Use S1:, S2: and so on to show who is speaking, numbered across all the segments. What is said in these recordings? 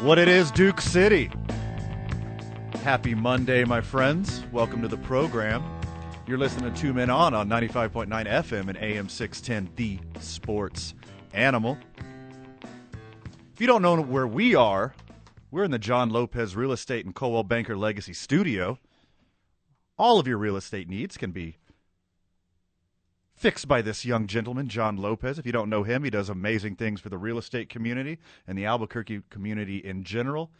S1: What it is, Duke City. Happy Monday, my friends. Welcome to the program. You're listening to Two Men On on 95.9 FM and AM 610, The Sports Animal. If you don't know where we are, we're in the John Lopez Real Estate and Coldwell Banker Legacy Studio. All of your real estate needs can be fixed by this young gentleman, John Lopez. If you don't know him, he does amazing things for the real estate community and the Albuquerque community in general.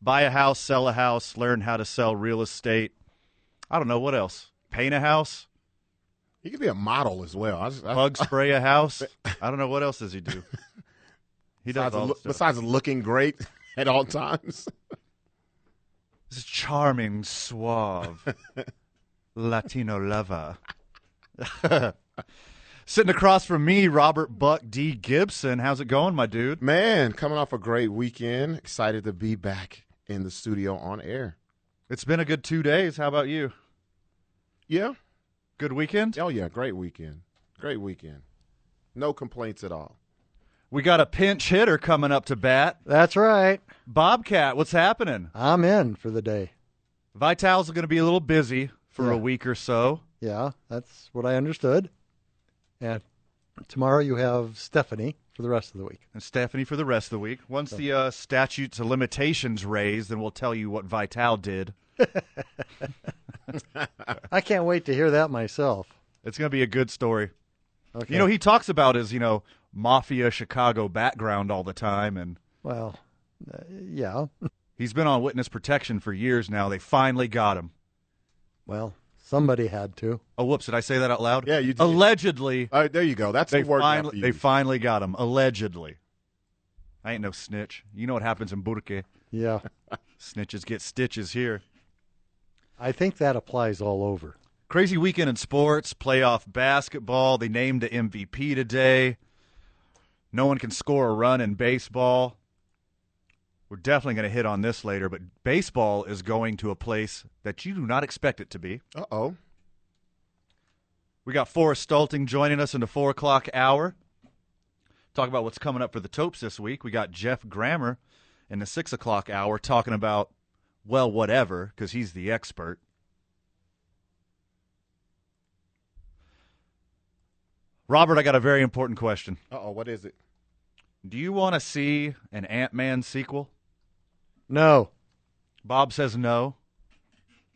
S1: Buy a house, sell a house, learn how to sell real estate. I don't know what else. Paint a house,
S2: He could be a model as well. I just, I,
S1: bug spray a house. I don't know what else does he do. He does
S2: besides,
S1: all
S2: lo-
S1: this stuff.
S2: besides looking great at all times,
S1: This charming, suave Latino lover. Sitting across from me, Robert Buck D. Gibson. How's it going, my dude?
S2: man, coming off a great weekend, excited to be back in the studio on air.
S1: It's been a good two days. How about you?
S2: Yeah,
S1: Good weekend?
S2: oh yeah, great weekend, great weekend. No complaints at all.
S1: We got a pinch hitter coming up to bat.
S3: That's right.
S1: Bobcat, what's happening?
S3: I'm in for the day.
S1: Vital's going to be a little busy for a
S3: Yeah.
S1: week or so.
S3: Yeah, that's what I understood. And tomorrow you have Stephanie for the rest of the week.
S1: And Stephanie for the rest of the week. Once the uh, statutes of limitations raised, then we'll tell you what Vital did.
S3: I can't wait to hear that myself.
S1: It's going to be a good story.
S3: Okay.
S1: You know, he talks about his, you know, mafia Chicago background all the time, and
S3: well, uh, yeah.
S1: he's been on witness protection for years now. They finally got him.
S3: Well, somebody had to.
S1: Oh, whoops! Did I say that out loud?
S2: Yeah, you did.
S1: Allegedly,
S2: All right, there you go. That's
S1: they
S2: the word. now
S1: finally
S2: for
S1: they
S2: you.
S1: finally got him. Allegedly, I ain't no snitch. You know what happens in Burke?
S3: Yeah.
S1: Snitches get stitches here.
S3: I think that applies all over.
S1: Crazy weekend in sports, playoff basketball. They named the MVP today. No one can score a run in baseball. We're definitely going to hit on this later, but baseball is going to a place that you do not expect it to be.
S2: Uh-oh.
S1: We got Forrest Stulting joining us in the four o'clock hour. Talk about what's coming up for the Topes this week. We got Jeff Grammer in the six o'clock hour talking about, well, whatever, because he's the expert. Robert, I got a very important question.
S2: Uh-oh, what is it?
S1: Do you want to see an Ant Man sequel?
S3: No.
S1: Bob says no.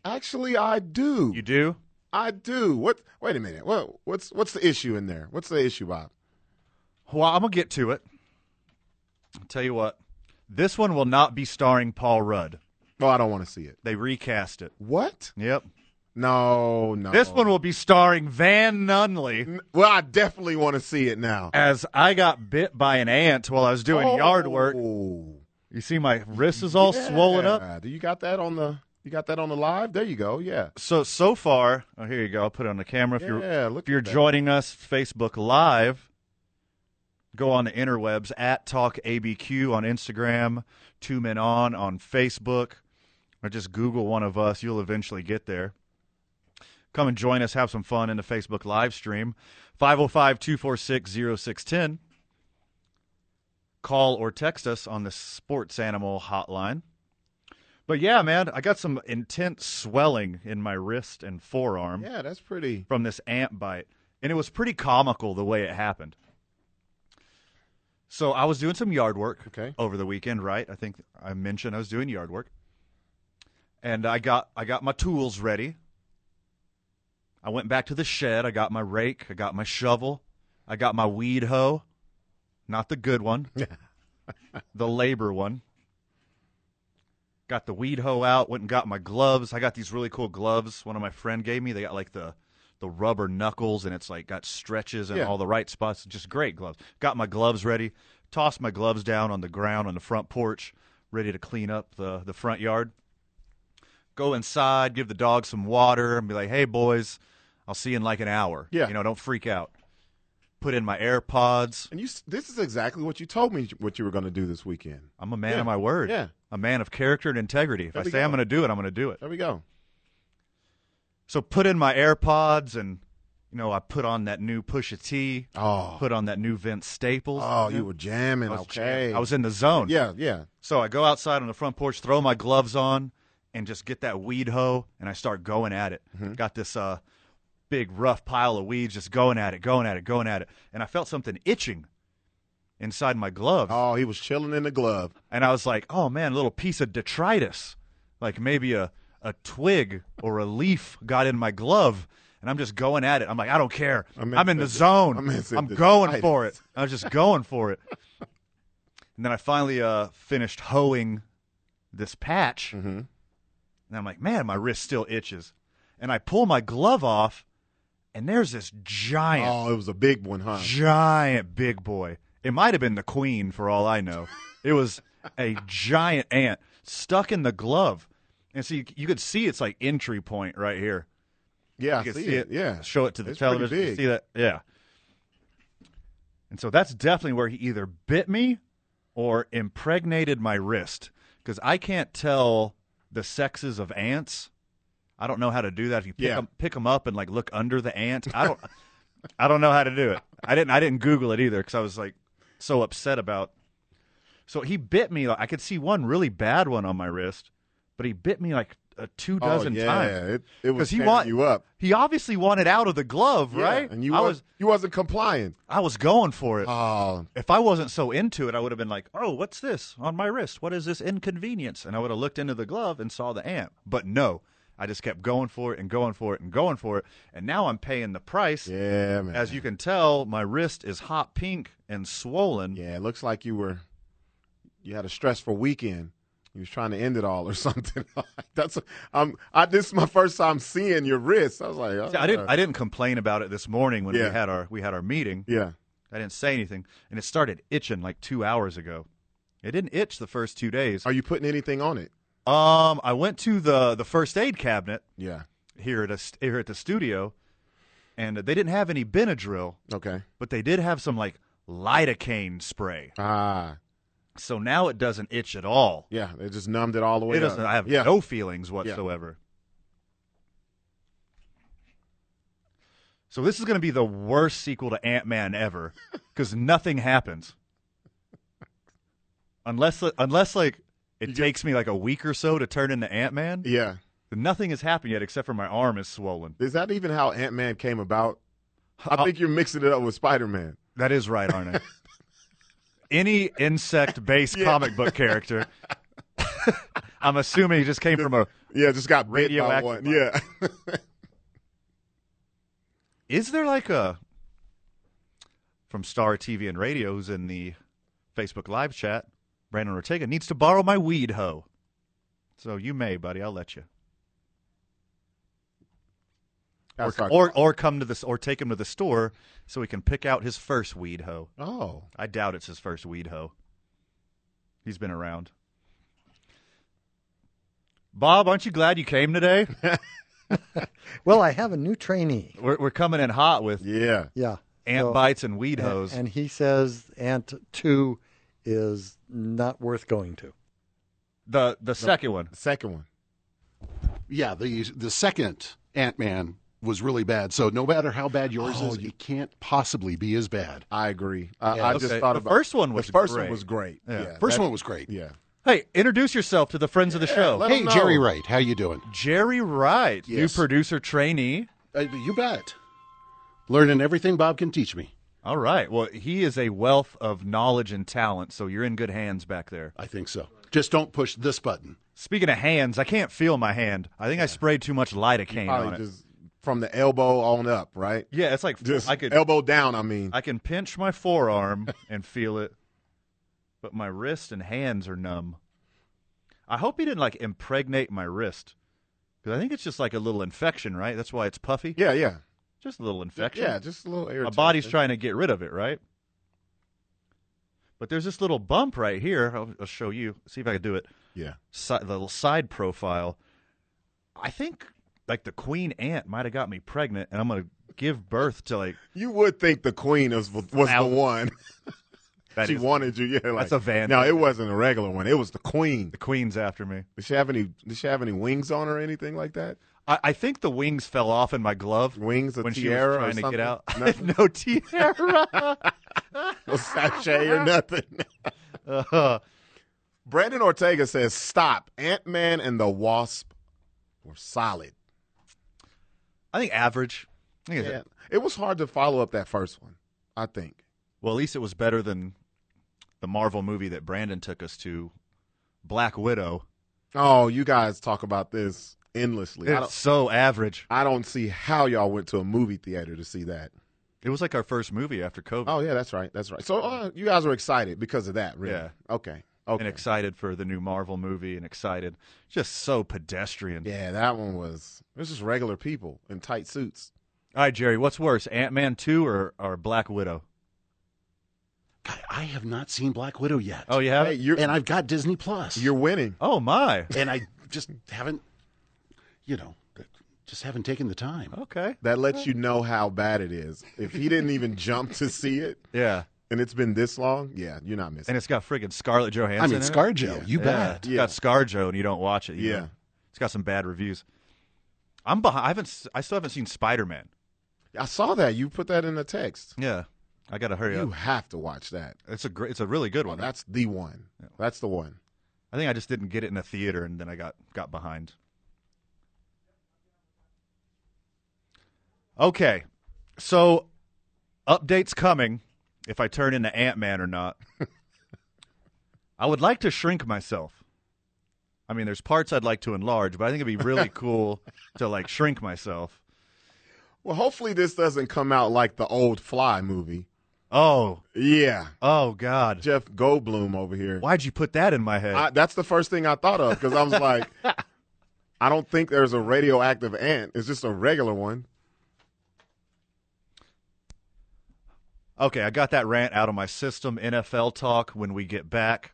S2: Actually, I do.
S1: You do?
S2: I do. What? Wait a minute. What? What's what's the issue in there? What's the issue, Bob?
S1: Well, I'm going to get to it. I'll tell you what, this one will not be starring Paul Rudd.
S2: Oh, I don't want to see it.
S1: They recast it.
S2: What?
S1: Yep.
S2: No, no.
S1: This one will be starring Van Nunley
S2: Well, I definitely want to see it now.
S1: as I got bit by an ant while I was doing yard work.
S2: Oh.
S1: You see, my wrist is all swollen up.
S2: Yeah. Do you got that on the? You got that on the live? There you go. Yeah.
S1: So so far, oh here you go. I'll put it on the camera if you're
S2: Yeah, look
S1: if you're
S2: at that.
S1: joining us Facebook Live. Go on the interwebs at Talk ABQ on Instagram, Two Men On on Facebook, or just Google one of us. You'll eventually get there. Come and join us. Have some fun in the Facebook live stream. 505 246 0610. Call or text us on the Sports Animal hotline. But yeah, man, I got some intense swelling in my wrist and forearm
S2: Yeah, that's pretty.
S1: from this ant bite. And it was pretty comical the way it happened. So I was doing some yard work
S2: Okay.
S1: over the weekend, right? I think I mentioned I was doing yard work. And I got I got my tools ready. I went back to the shed, I got my rake, I got my shovel, I got my weed hoe. Not the good one. the labor one. Got the weed hoe out, went and got my gloves. I got these really cool gloves one of my friend gave me. They got like the the rubber knuckles and it's like got stretches and
S2: Yeah.
S1: all the right spots. Just great gloves. Got my gloves ready. tossed my gloves down on the ground on the front porch, ready to clean up the, the front yard. Go inside, give the dog some water, and be like, hey, boys, I'll see you in like an hour.
S2: Yeah.
S1: You know, don't freak out. Put in my AirPods.
S2: And you, s- this is exactly what you told me what you were going to do this weekend.
S1: I'm a man
S2: Yeah.
S1: of my word.
S2: Yeah.
S1: A man of character and integrity. If
S2: There
S1: I
S2: we
S1: say I'm
S2: go.
S1: going to do it, I'm going to do it.
S2: There we go.
S1: So put in my AirPods and, you know, I put on that new Pusha T,
S2: Oh,
S1: put on that new Vince Staples.
S2: oh, you were jamming.
S1: I was
S2: okay,
S1: I was in the zone.
S2: Yeah, yeah.
S1: So I go outside on the front porch, throw my gloves on, and just get that weed hoe, and I start going at it.
S2: Mm-hmm.
S1: Got this uh, big rough pile of weeds, just going at it, going at it, going at it, and I felt something itching inside my gloves,
S2: Oh, he was chilling in the glove.
S1: and I was like, "Oh man, a little piece of detritus, like maybe a a twig or a leaf got in my glove." And I'm just going at it. I'm like, I don't care.
S2: I'm
S1: I'm
S2: in
S1: in, the
S2: the-
S1: zone.
S2: I'm in the-
S1: I'm going
S2: detritus.
S1: for it. I was just going for it. And then I finally uh, finished hoeing this patch.
S2: Mhm.
S1: And I'm like, man, my wrist still itches. And I pull my glove off, and there's this giant,
S2: Oh, it was a big one, huh?
S1: giant big boy. It might have been the queen for all I know. it was a giant ant stuck in the glove. And so you, you could see it's like entry point right here.
S2: Yeah, I
S1: You can
S2: see it. Yeah,
S1: Show it to the
S2: It's pretty
S1: television. You
S2: big.
S1: see that? Yeah. And so that's definitely where he either bit me or impregnated my wrist because I can't tell the sexes of ants. I don't know how to do that. If you pick,
S2: Yeah.
S1: them, pick 'em up and like look under the ant, I don't. I don't know how to do it. I didn't. I didn't Google it either because I was like so upset about. So he bit me. Like, I could see one really bad one on my wrist, but he bit me like uh, two
S2: Oh,
S1: dozen
S2: yeah,
S1: times
S2: It, it was
S1: because he
S2: tearing
S1: want
S2: you up,
S1: He obviously wanted out of the glove,
S2: Yeah,
S1: right?
S2: And you
S1: I
S2: wa-
S1: was
S2: you wasn't complying.
S1: I was going for it.
S2: Oh,
S1: if I wasn't so into it, I would have been like, "Oh, what's this on my wrist? What is this inconvenience?" And I would have looked into the glove and saw the ant. But no, I just kept going for it and going for it and going for it, and now I'm paying the price.
S2: yeah, man.
S1: As you can tell, my wrist is hot pink and swollen.
S2: yeah, it looks like you were you had a stressful weekend. You was trying to end it all or something. That's I'm. I this is my first time seeing your wrist. I was like, oh,
S1: See, I didn't. I didn't complain about it this morning when
S2: Yeah.
S1: we had our we had our meeting.
S2: yeah.
S1: I didn't say anything, and it started itching like two hours ago. It didn't itch the first two days.
S2: Are you putting anything on it?
S1: Um, I went to the the first aid cabinet
S2: Yeah.
S1: here at a, st- here at the studio, and they didn't have any Benadryl,
S2: Okay.
S1: but they did have some like lidocaine spray.
S2: Ah.
S1: So now it doesn't itch at all.
S2: Yeah. They just numbed it all the way.
S1: It
S2: up.
S1: doesn't. I have
S2: Oh, yeah.
S1: no feelings whatsoever. So this is going to be the worst sequel to Ant Man ever, because nothing happens, unless unless like it takes me like a week or so to turn into Ant Man.
S2: Yeah.
S1: Nothing has happened yet except for my arm is swollen.
S2: Is that even how Ant Man came about? I
S1: Uh,
S2: think you're mixing it up with Spider Man.
S1: That is right, aren't I? Any insect based comic book character. I'm assuming he just came from a.
S2: Yeah, just got bit by
S1: Radioactive one.
S2: one. Yeah.
S1: Is there like a. From Star TV and Radio, who's in the Facebook live chat, Brandon Ortega needs to borrow my weed hoe. So you may, buddy. I'll let you. Or,
S2: That's our-
S1: or, or come to this, or take him to the store so he can pick out his first weed hoe.
S2: oh,
S1: I doubt it's his first weed hoe. He's been around. Bob, aren't you glad you came today?
S3: Well, I have a new trainee.
S1: We're, we're coming in hot with
S2: yeah.
S3: Yeah.
S1: ant
S3: So-
S1: bites and weed
S3: and-
S1: hoes.
S3: And he says Ant 2 is not worth going to.
S1: the the second one.
S2: The second one.
S4: yeah, the the second Ant Man was really bad. So no matter how bad yours is, it can't possibly be as bad.
S2: I agree. I, I just
S1: Okay.
S2: thought
S1: The
S2: about
S1: first one was
S2: the first one
S1: great.
S2: was great. Yeah.
S1: Yeah.
S4: First
S2: that-
S4: one was great.
S2: Yeah.
S1: Hey, introduce yourself to the friends of the show.
S2: let 'em
S4: Hey,
S2: know.
S4: Jerry Wright, how you doing?
S1: Jerry Wright, new
S4: Yes.
S1: producer trainee.
S4: Uh, you bet. Learning everything Bob can teach me.
S1: All right. Well, he is a wealth of knowledge and talent, so you're in good hands back there.
S4: I think so. Just don't push this button.
S1: Speaking of hands, I can't feel my hand. I think I sprayed too much lidocaine on
S2: Probably
S1: it.
S2: just from the elbow on up, right?
S1: yeah, it's like
S2: Just
S1: I could
S2: elbow down. I mean,
S1: I can pinch my forearm and feel it, but my wrist and hands are numb. I hope he didn't like impregnate my wrist because I think it's just like a little infection, right? That's why it's puffy.
S2: yeah, yeah,
S1: Just a little infection.
S2: yeah. Just a little
S1: my
S2: irritation.
S1: body's trying to get rid of it, right? But there's this little bump right here. I'll, I'll show you. See if I can do it.
S2: Yeah.
S1: Si- the little side profile. I think like the queen ant might have got me pregnant, and I'm gonna give birth to like
S2: You would think the queen was, was the
S1: Al-
S2: one.
S1: that e,
S2: she
S1: is-
S2: wanted you. Yeah, like,
S1: That's a van.
S2: No, it wasn't a regular one. It was the queen.
S1: the queen's after me.
S2: Did she have any? Did she have any wings on or anything like that?
S1: I, I think the wings fell off in my glove.
S2: Wings, a
S1: when
S2: tiara or
S1: she was trying to get out.
S2: something?
S1: no tiara.
S2: No sachet or nothing.
S1: Uh,
S2: Brandon Ortega says, "Stop! Ant Man and the Wasp were solid.
S1: I think average. I think it's-
S2: Yeah. It was hard to follow up that first one. I think.
S1: Well, at least it was better than the Marvel movie that Brandon took us to, Black Widow.
S2: Oh, you guys talk about this endlessly. I
S1: It's
S2: don't,
S1: so average.
S2: I don't see how y'all went to a movie theater to see that.
S1: It was like our first movie after COVID,
S2: Oh yeah, that's right. That's right. So uh, you guys were excited because of that, really?
S1: Yeah.
S2: Okay. Okay.
S1: and excited for the new Marvel movie, and excited, just so pedestrian.
S2: yeah, that one was. It was just regular people in tight suits.
S1: All right, Jerry, what's worse, Ant Man two or, or Black Widow?
S4: God, I have not seen Black Widow yet.
S1: Oh, you have?
S2: Hey,
S1: it?
S2: you're
S4: and I've got Disney Plus.
S2: you're winning.
S1: Oh my.
S4: and I just haven't, you know, just haven't taken the time.
S1: Okay.
S2: That lets you know how bad it is. If he didn't even jump to see it,
S1: Yeah,
S2: and it's been this long, yeah, you're not missing.
S1: and it's got friggin' Scarlett Johansson.
S4: I mean,
S1: in it.
S4: ScarJo, you
S1: Yeah,
S4: bet.
S1: It's
S2: Yeah.
S1: got ScarJo, and you don't watch it. you
S2: Yeah.
S1: know. it's got some bad reviews. I'm behind. I haven't. s- I still haven't seen Spider Man.
S2: I saw that you put that in the text.
S1: Yeah, I gotta hurry
S2: You
S1: up.
S2: have to watch that.
S1: It's a great. It's a really good
S2: Well,
S1: one.
S2: that's the one. That's the one.
S1: I think I just didn't get it in the theater, and then I got got behind. Okay, so updates coming. If I turn into Ant Man or not, I would like to shrink myself. I mean, there's parts I'd like to enlarge, but I think it'd be really cool to like shrink myself.
S2: Well, hopefully this doesn't come out like the old Fly movie.
S1: Oh,
S2: Yeah,
S1: oh God!
S2: Jeff Goldblum over here.
S1: Why'd you put that in my head?
S2: I, that's the first thing I thought of because I was like, I don't think there's a radioactive ant. It's just a regular one.
S1: Okay, I got that rant out of my system. NFL talk when we get back.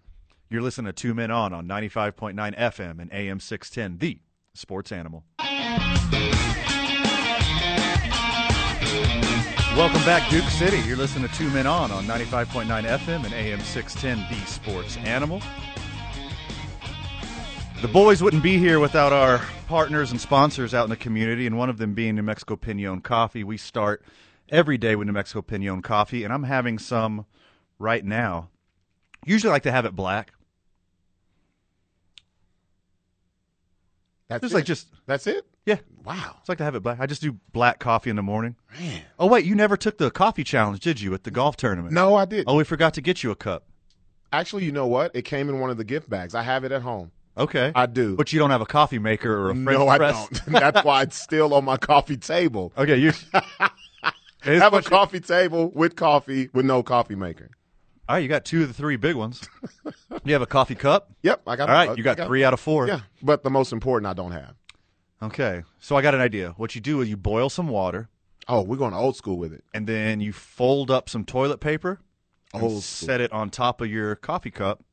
S1: You're listening to Two Men On on 95.9 FM and AM 610, the sports animal. Welcome back, Duke City. You're listening to Two Men On on 95.9 FM and AM 610, the sports animal. The boys wouldn't be here without our partners and sponsors out in the community, and one of them being New Mexico Pinon Coffee. We start every day with New Mexico Pinon Coffee, and I'm having some right now. Usually I like to have it black.
S2: That's
S1: Just
S2: it.
S1: like just
S2: that's it.
S1: yeah,
S2: Wow,
S1: it's like to have it black. I just do black coffee in the morning.
S2: man.
S1: Oh wait, you never took the coffee challenge, did you, at the golf tournament?
S2: No, I did.
S1: Oh, we forgot to get you a cup.
S2: Actually, you know what? It came in one of the gift bags. I have it at home.
S1: Okay.
S2: I do.
S1: But you don't have a coffee maker or a French
S2: no, I
S1: press.
S2: don't. That's why it's still on my coffee table.
S1: Okay, you
S2: I have a coffee table with coffee with no coffee maker.
S1: All right, you got two of the three big ones. you have a coffee cup.
S2: Yep, I got.
S1: All
S2: uh,
S1: right, you got
S2: I
S1: three out of four.
S2: Yeah, but the most important, I don't have.
S1: Okay, so I got an idea. What you do is you boil some water,
S2: Oh, we're going old school with it.
S1: and then you fold up some toilet paper and
S2: Old school.
S1: set it on top of your coffee cup.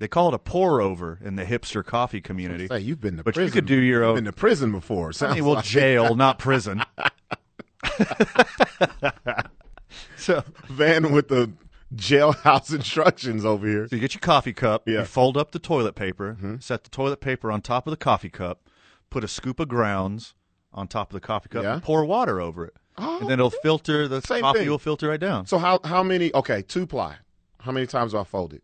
S1: They call it a pour over in the hipster coffee community.
S2: Say you've been to
S1: But you
S2: prison.
S1: could do your
S2: You've
S1: own-
S2: Been to prison before.
S1: I
S2: Sounds
S1: mean, well,
S2: like
S1: jail, not prison. so,
S2: Van with the jailhouse instructions over here.
S1: so you get your coffee cup,
S2: Yeah. Mm-hmm.
S1: you fold up the toilet paper, set the toilet paper on top of the coffee cup, put a scoop of grounds on top of the coffee cup,
S2: Yeah.
S1: and pour water over it. and then it'll filter, the
S2: Same
S1: coffee
S2: thing.
S1: will filter right down.
S2: Oh. So how how many? Okay, two ply. How many times do I fold it?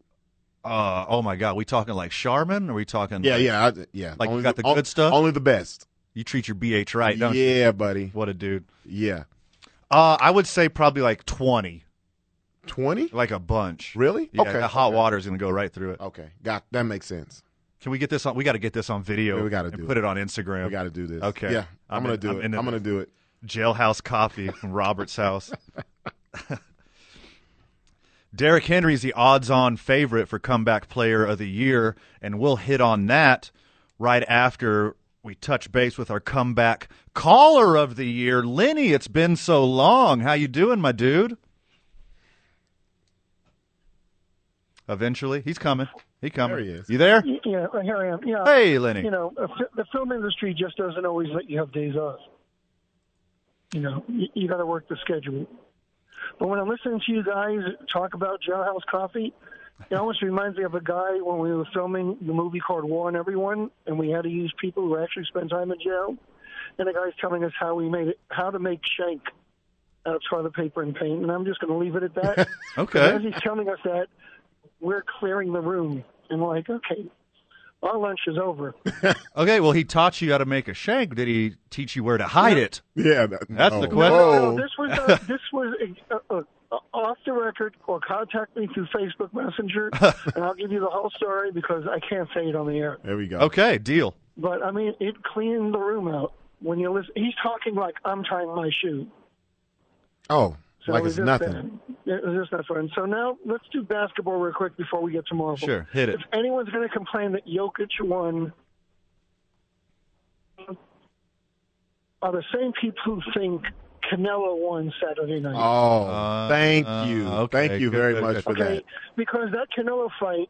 S1: Uh, oh my God, we talking like Charmin? Or are we talking?
S2: Yeah,
S1: like,
S2: yeah, I, yeah.
S1: Like you got the good stuff?
S2: Only the best.
S1: You treat your BH right, don't you?
S2: yeah, buddy.
S1: What a dude.
S2: Yeah,
S1: Uh, I would say probably like twenty,
S2: twenty.
S1: like a bunch.
S2: Really?
S1: Yeah,
S2: Okay,
S1: The hot
S2: okay.
S1: water is gonna go right through it.
S2: Okay, got that makes sense.
S1: Can we get this on? We got to get this on video.
S2: Yeah, we gotta
S1: and
S2: do
S1: put it. on Instagram.
S2: We got to do this.
S1: Okay.
S2: Yeah, I'm,
S1: I'm
S2: gonna
S1: in-
S2: do
S1: I'm
S2: it.
S1: into
S2: I'm gonna do it.
S1: Jailhouse coffee from Robert's house. Derrick Henry's the odds-on favorite for comeback player of the year, and we'll hit on that right after we touch base with our comeback caller of the year, Lenny. It's been so long. How you doing, my dude? Eventually, he's coming. He coming.
S2: There he is.
S1: You there?
S5: Yeah, here I am. Yeah.
S1: Hey, Lenny.
S5: You know, a fi- the film industry just doesn't always let you have days off. You know, you, you got to work the schedule. But when I'm listening to you guys talk about Jailhouse Coffee, it almost reminds me of a guy when we were filming the movie called War on Everyone, and we had to use people who actually spend time in jail. And the guy's telling us how we made it, how to make shank out of toilet paper and paint. And I'm just going to leave it at that.
S1: Okay.
S5: As he's telling us that, we're clearing the room. And we're like, okay, our lunch is over.
S1: Okay. Well, he taught you how to make a shank. Did he teach you where to hide it?
S2: Yeah, Oh. that-
S1: That's the
S2: no.
S1: question.
S5: No,
S2: Whoa.
S5: this was uh, this was uh, uh, off the record. Or contact me through Facebook Messenger, and I'll give you the whole story because I can't say it on the air.
S2: There we go.
S1: Okay. Deal.
S5: But I mean, it cleaned the room out. When you listen, he's talking like I'm tying my shoe.
S2: Oh,
S5: So
S2: like
S5: it
S2: it's
S5: was just
S2: nothing.
S5: that- It was just not fun. So now let's do basketball real quick before we get to Marvel.
S1: Sure. Hit it.
S5: If anyone's going to complain that Jokic won, are the same people who think Canelo won Saturday night.
S2: Oh,
S1: Uh,
S2: thank
S1: uh,
S2: you.
S1: okay,
S2: Thank you
S1: good,
S2: very
S1: good,
S2: much
S1: good.
S2: for
S5: Okay,
S2: that.
S5: because that Canelo fight,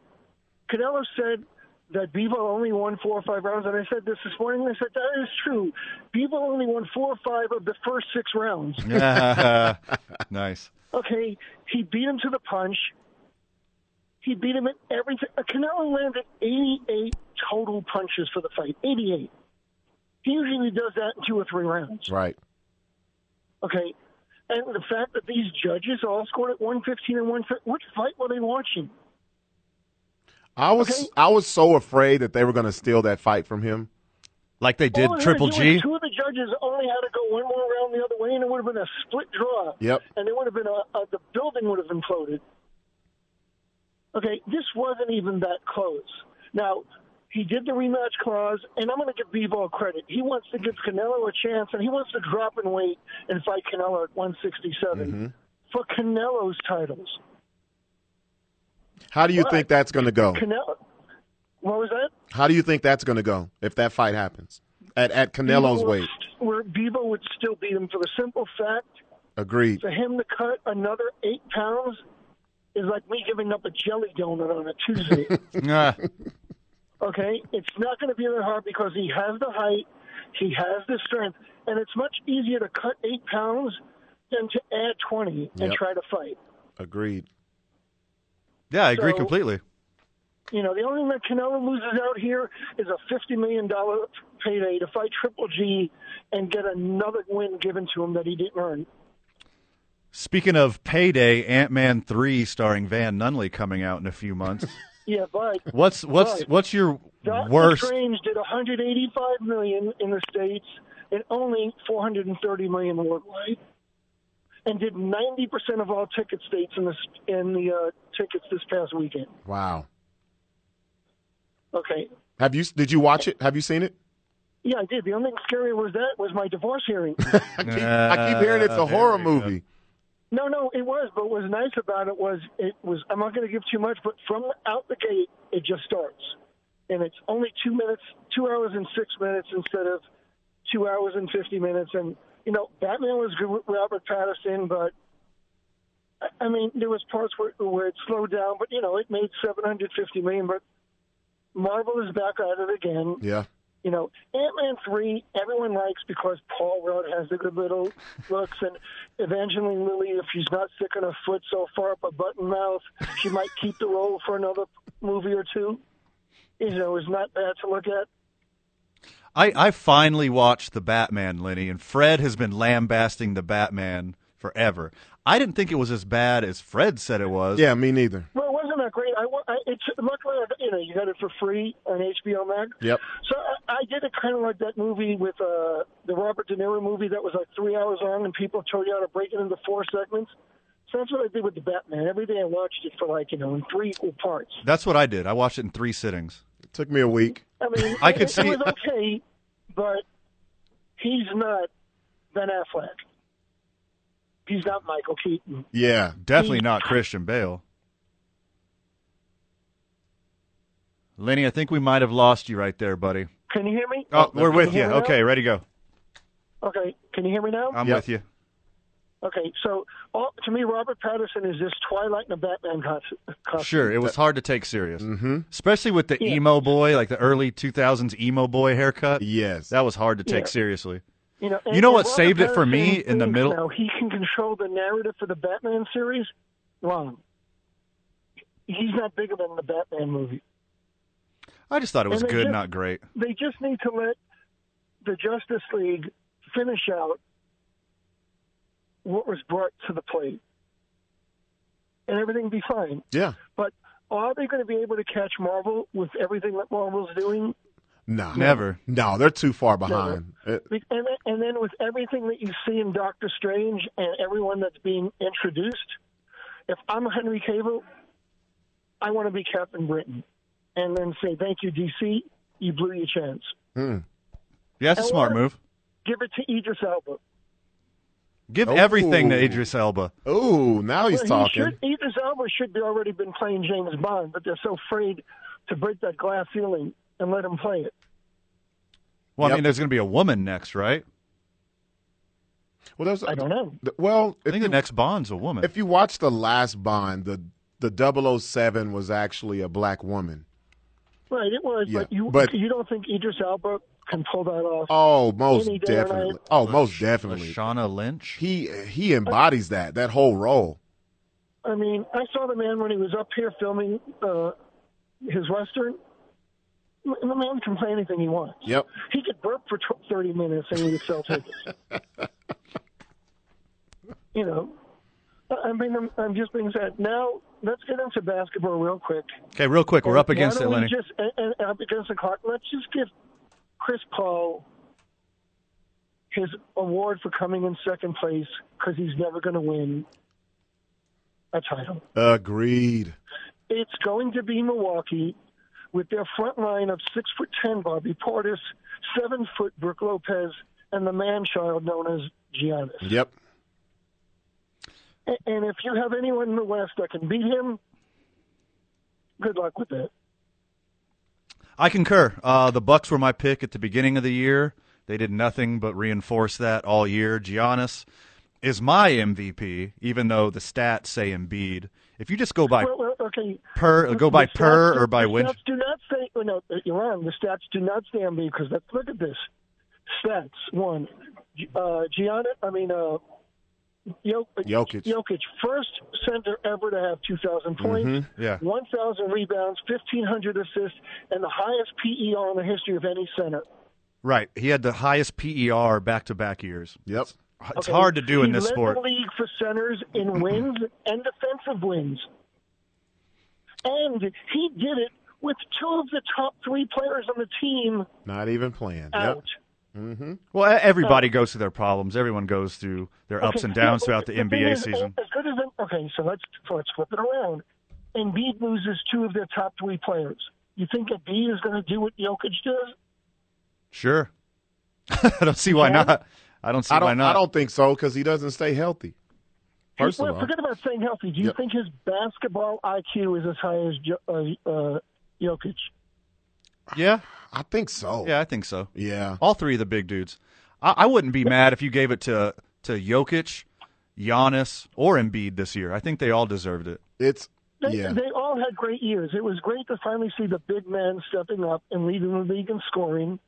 S5: Canelo said that Bebo only won four or five rounds, and I said this this morning. and I said that is true. Bebo only won four or five of the first six rounds.
S1: nice.
S5: Okay, he beat him to the punch. He beat him at everything. Uh, Canelo landed 88 total punches for the fight. 88. He usually does that in two or three rounds.
S2: Right.
S5: Okay, and the fact that these judges all scored at 115 and 115. Which fight were they watching?
S2: I was
S5: Okay.
S2: I was so afraid that they were going to steal that fight from him.
S1: Like they did
S5: All Oh, I had
S1: Triple
S5: to do was
S1: G.
S5: Two of the judges only had to go one more round the other way, and it would have been a split draw.
S2: Yep.
S5: And it would have been a, a the building would have imploded. Okay, this wasn't even that close. Now he did the rematch clause, and I'm going to give B-ball credit. He wants to give Canelo a chance, and he wants to drop in weight and fight Canelo at 167
S2: Mm-hmm.
S5: for Canelo's titles.
S2: How do you
S5: But-
S2: think that's going to go?
S5: Canelo, what was that?
S2: How do you think that's going to go if that fight happens at at Canelo's
S5: Bebo-
S2: weight?
S5: Where Bebo would still beat him for the simple fact
S2: Agreed.
S5: for him to cut another eight pounds is like me giving up a jelly donut on a Tuesday.
S1: Ah,
S5: okay, it's not going to be that hard because he has the height, he has the strength, and it's much easier to cut eight pounds than to add twenty and
S2: Yep.
S5: try to fight.
S2: Agreed.
S1: yeah, I agree
S5: So-
S1: completely.
S5: You know, the only thing that Canelo loses out here is a fifty million dollar payday to fight Triple G and get another win given to him that he didn't earn.
S1: Speaking of payday, Ant Man three starring Van Nunley coming out in a few months.
S5: Yeah, but
S1: What's what's
S5: Right.
S1: what's your
S5: Doctor
S1: worst?
S5: Strange did 185 million in the states and only 430 million worldwide, and did 90 percent of all ticket states in the in the uh, tickets this past weekend.
S2: Wow.
S5: Okay,
S2: Have you did you watch it? Have you seen it?
S5: yeah, I did. The only thing scary was that was my divorce hearing.
S2: I keep, I keep hearing it's
S1: Uh,
S2: a
S1: there
S2: horror
S1: we go.
S2: movie.
S5: no, no, it was. But what was nice about it was it was. I'm not going to give too much, but from out the gate, it just starts, and it's only two minutes, two hours and six minutes instead of two hours and 50 minutes. And, you know, Batman was good with Robert Pattinson, but, I- I mean, there was parts where, where it slowed down, but, you know, it made 750 million, but Marvel is back at it again.
S2: Yeah.
S5: You know, Ant-Man 3, everyone likes because Paul Rudd has the good little looks, and Evangeline Lilly, if she's not sticking her foot so far up a button mouth, she might keep the role for another movie or two. You know, it's not bad to look at.
S1: I I finally watched the Batman, Lenny, and Fred has been lambasting the Batman forever. I didn't think it was as bad as Fred said it was.
S2: Yeah, me neither.
S5: Well, it wasn't that great. I, wa- I it's luckily I got- you know you got it for free on HBO Max.
S2: Yep.
S5: So I, I did it kind of like that movie with uh, the Robert De Niro movie that was like three hours long, and people told you how to break it into four segments. So that's what I did with the Batman. Every day I watched it for like you know in three equal parts.
S1: That's what I did. I watched it in three sittings.
S2: It took me a week.
S5: I mean,
S1: I could
S5: it,
S1: see-
S5: it was okay, but he's not Ben Affleck. He's not Michael Keaton.
S2: Yeah.
S1: Definitely not Christian Bale. Lenny, I think we might have lost you right there, buddy.
S5: Can you hear me?
S1: Oh, we're
S5: Can
S1: with you.
S5: hear me now?
S1: Okay, ready to go. Um,
S5: Okay. Can you hear me now?
S1: I'm
S2: Yep.
S1: with you.
S5: Okay, so all, to me, Robert Patterson is this Twilight in a Batman costume.
S1: Sure, it was hard to take serious,
S2: Oh, Mm-hmm.
S1: especially with the
S5: Yeah.
S1: emo boy, like the early 2000s emo boy haircut.
S2: Yes.
S1: That was hard to take
S5: Yeah.
S1: seriously.
S5: You know,
S1: You know what saved it for me
S5: Patterson
S1: in the
S5: thinks
S1: middle-
S5: Now he can control the narrative for the Batman series. Wrong. He's not bigger than the Batman movie.
S1: I just thought it was
S5: And they
S1: good,
S5: just-
S1: not great.
S5: They just need to let the Justice League finish out what was brought to the plate, and everything be fine.
S2: yeah.
S5: But are they going to be able to catch Marvel with everything that Marvel's doing?
S2: No.
S1: Never.
S2: No, they're too far behind. It-
S5: Be- And, then- and then with everything that you see in Doctor Strange and everyone that's being introduced, if I'm Henry Cable, I want to be Captain Britain, and then say thank you DC, you blew your chance.
S1: Yeah, that's a
S5: And
S1: smart
S5: what-
S1: move.
S5: Give it to Idris Elba.
S1: Give
S2: Oh.
S1: everything to Idris Elba.
S2: Ooh, now he's
S5: Well,
S2: talking.
S5: He should, Idris Elba should be already been playing James Bond, but they're so afraid to break that glass ceiling and let him play it.
S1: Well, I
S2: Yep.
S1: mean, there's going to be a woman next, right?
S2: Well, there's,
S5: I don't know.
S2: th- Well,
S1: I
S2: if
S1: think
S2: you,
S1: the next Bond's a woman.
S2: if you watch the last Bond, the the 007 was actually a black woman.
S5: Right, it was, but
S2: Yeah,
S5: you
S2: but-
S5: you don't think Idris Elba can pull that off?
S2: Oh, most
S5: Any day or
S2: definitely.
S5: night.
S2: Oh, most definitely.
S1: Shauna Lynch.
S2: He he embodies that that whole role.
S5: I mean, I saw the man when he was up here filming uh, his western. M- The man can play anything he wants.
S2: Yep.
S5: He could burp for tw- thirty minutes and he would sell tickets. you know, I I mean, I'm, I'm just being sad. Now let's get into basketball real quick.
S1: Okay, real quick, we're up against it,
S5: Why don't we
S1: Lenny.
S5: Just, and, and up against the clock. Let's just give Chris Paul his award for coming in second place because he's never going to win a title.
S2: Agreed.
S5: It's going to be Milwaukee with their front line of six foot ten Bobby Portis, seven foot Brooke Lopez, and the man child known as Giannis.
S2: Yep.
S5: A- And if you have anyone in the West that can beat him, good luck with that.
S1: I concur. Uh, the Bucks were my pick at the beginning of the year. They did nothing but reinforce that all year. Giannis is my MVP, even though the stats say Embiid. If you just go by
S5: Well, well, okay.
S1: per, go
S5: The
S1: by
S5: stats
S1: per
S5: do-
S1: or by
S5: the
S1: win.
S5: Stats do not say. oh, No, you're wrong. The stats do not say MB because let's look at this. Stats one. G- Uh, Gianna, I mean, uh, Jok-
S2: Jokic.
S5: Jokic, first center ever to have 2,000 points,
S1: Yeah.
S5: 1,000 rebounds, 1,500 assists, and the highest PER in the history of any center.
S1: Right. He had the highest PER back to back years.
S2: Yep.
S1: It's
S5: Okay,
S1: hard to do in
S5: he
S1: this
S5: led
S1: sport.
S5: The league for centers in wins and defensive wins, and he did it with two of the top three players on the team
S2: Not even playing.
S5: out.
S2: Yep. Mm-hmm.
S1: Well, e- everybody goes through their problems. Everyone goes through their ups
S5: Okay,
S1: and downs
S5: no,
S1: throughout the
S5: thing
S1: NBA
S5: is,
S1: season.
S5: As good as okay, so let's so let's flip it around. Embiid loses two of their top three players. You think Embiid is going to do what Jokic does?
S1: Sure. I don't see why not. I don't see
S2: I
S1: why
S2: don't.
S1: not.
S2: I don't think so because he doesn't stay healthy. First
S5: well,
S2: of all,
S5: forget about staying healthy. Do you
S2: Yep.
S5: think his basketball IQ is as high as jo- uh, uh, Jokic?
S1: Yeah.
S2: I think so.
S1: Yeah, I think so.
S2: Yeah.
S1: All three of the big dudes. I, I wouldn't be mad if you gave it to to Jokic, Giannis, or Embiid this year. I think they all deserved it.
S2: It's
S5: They,
S2: yeah.
S5: they all had great years. It was great to finally see the big man stepping up and leading the league in scoring,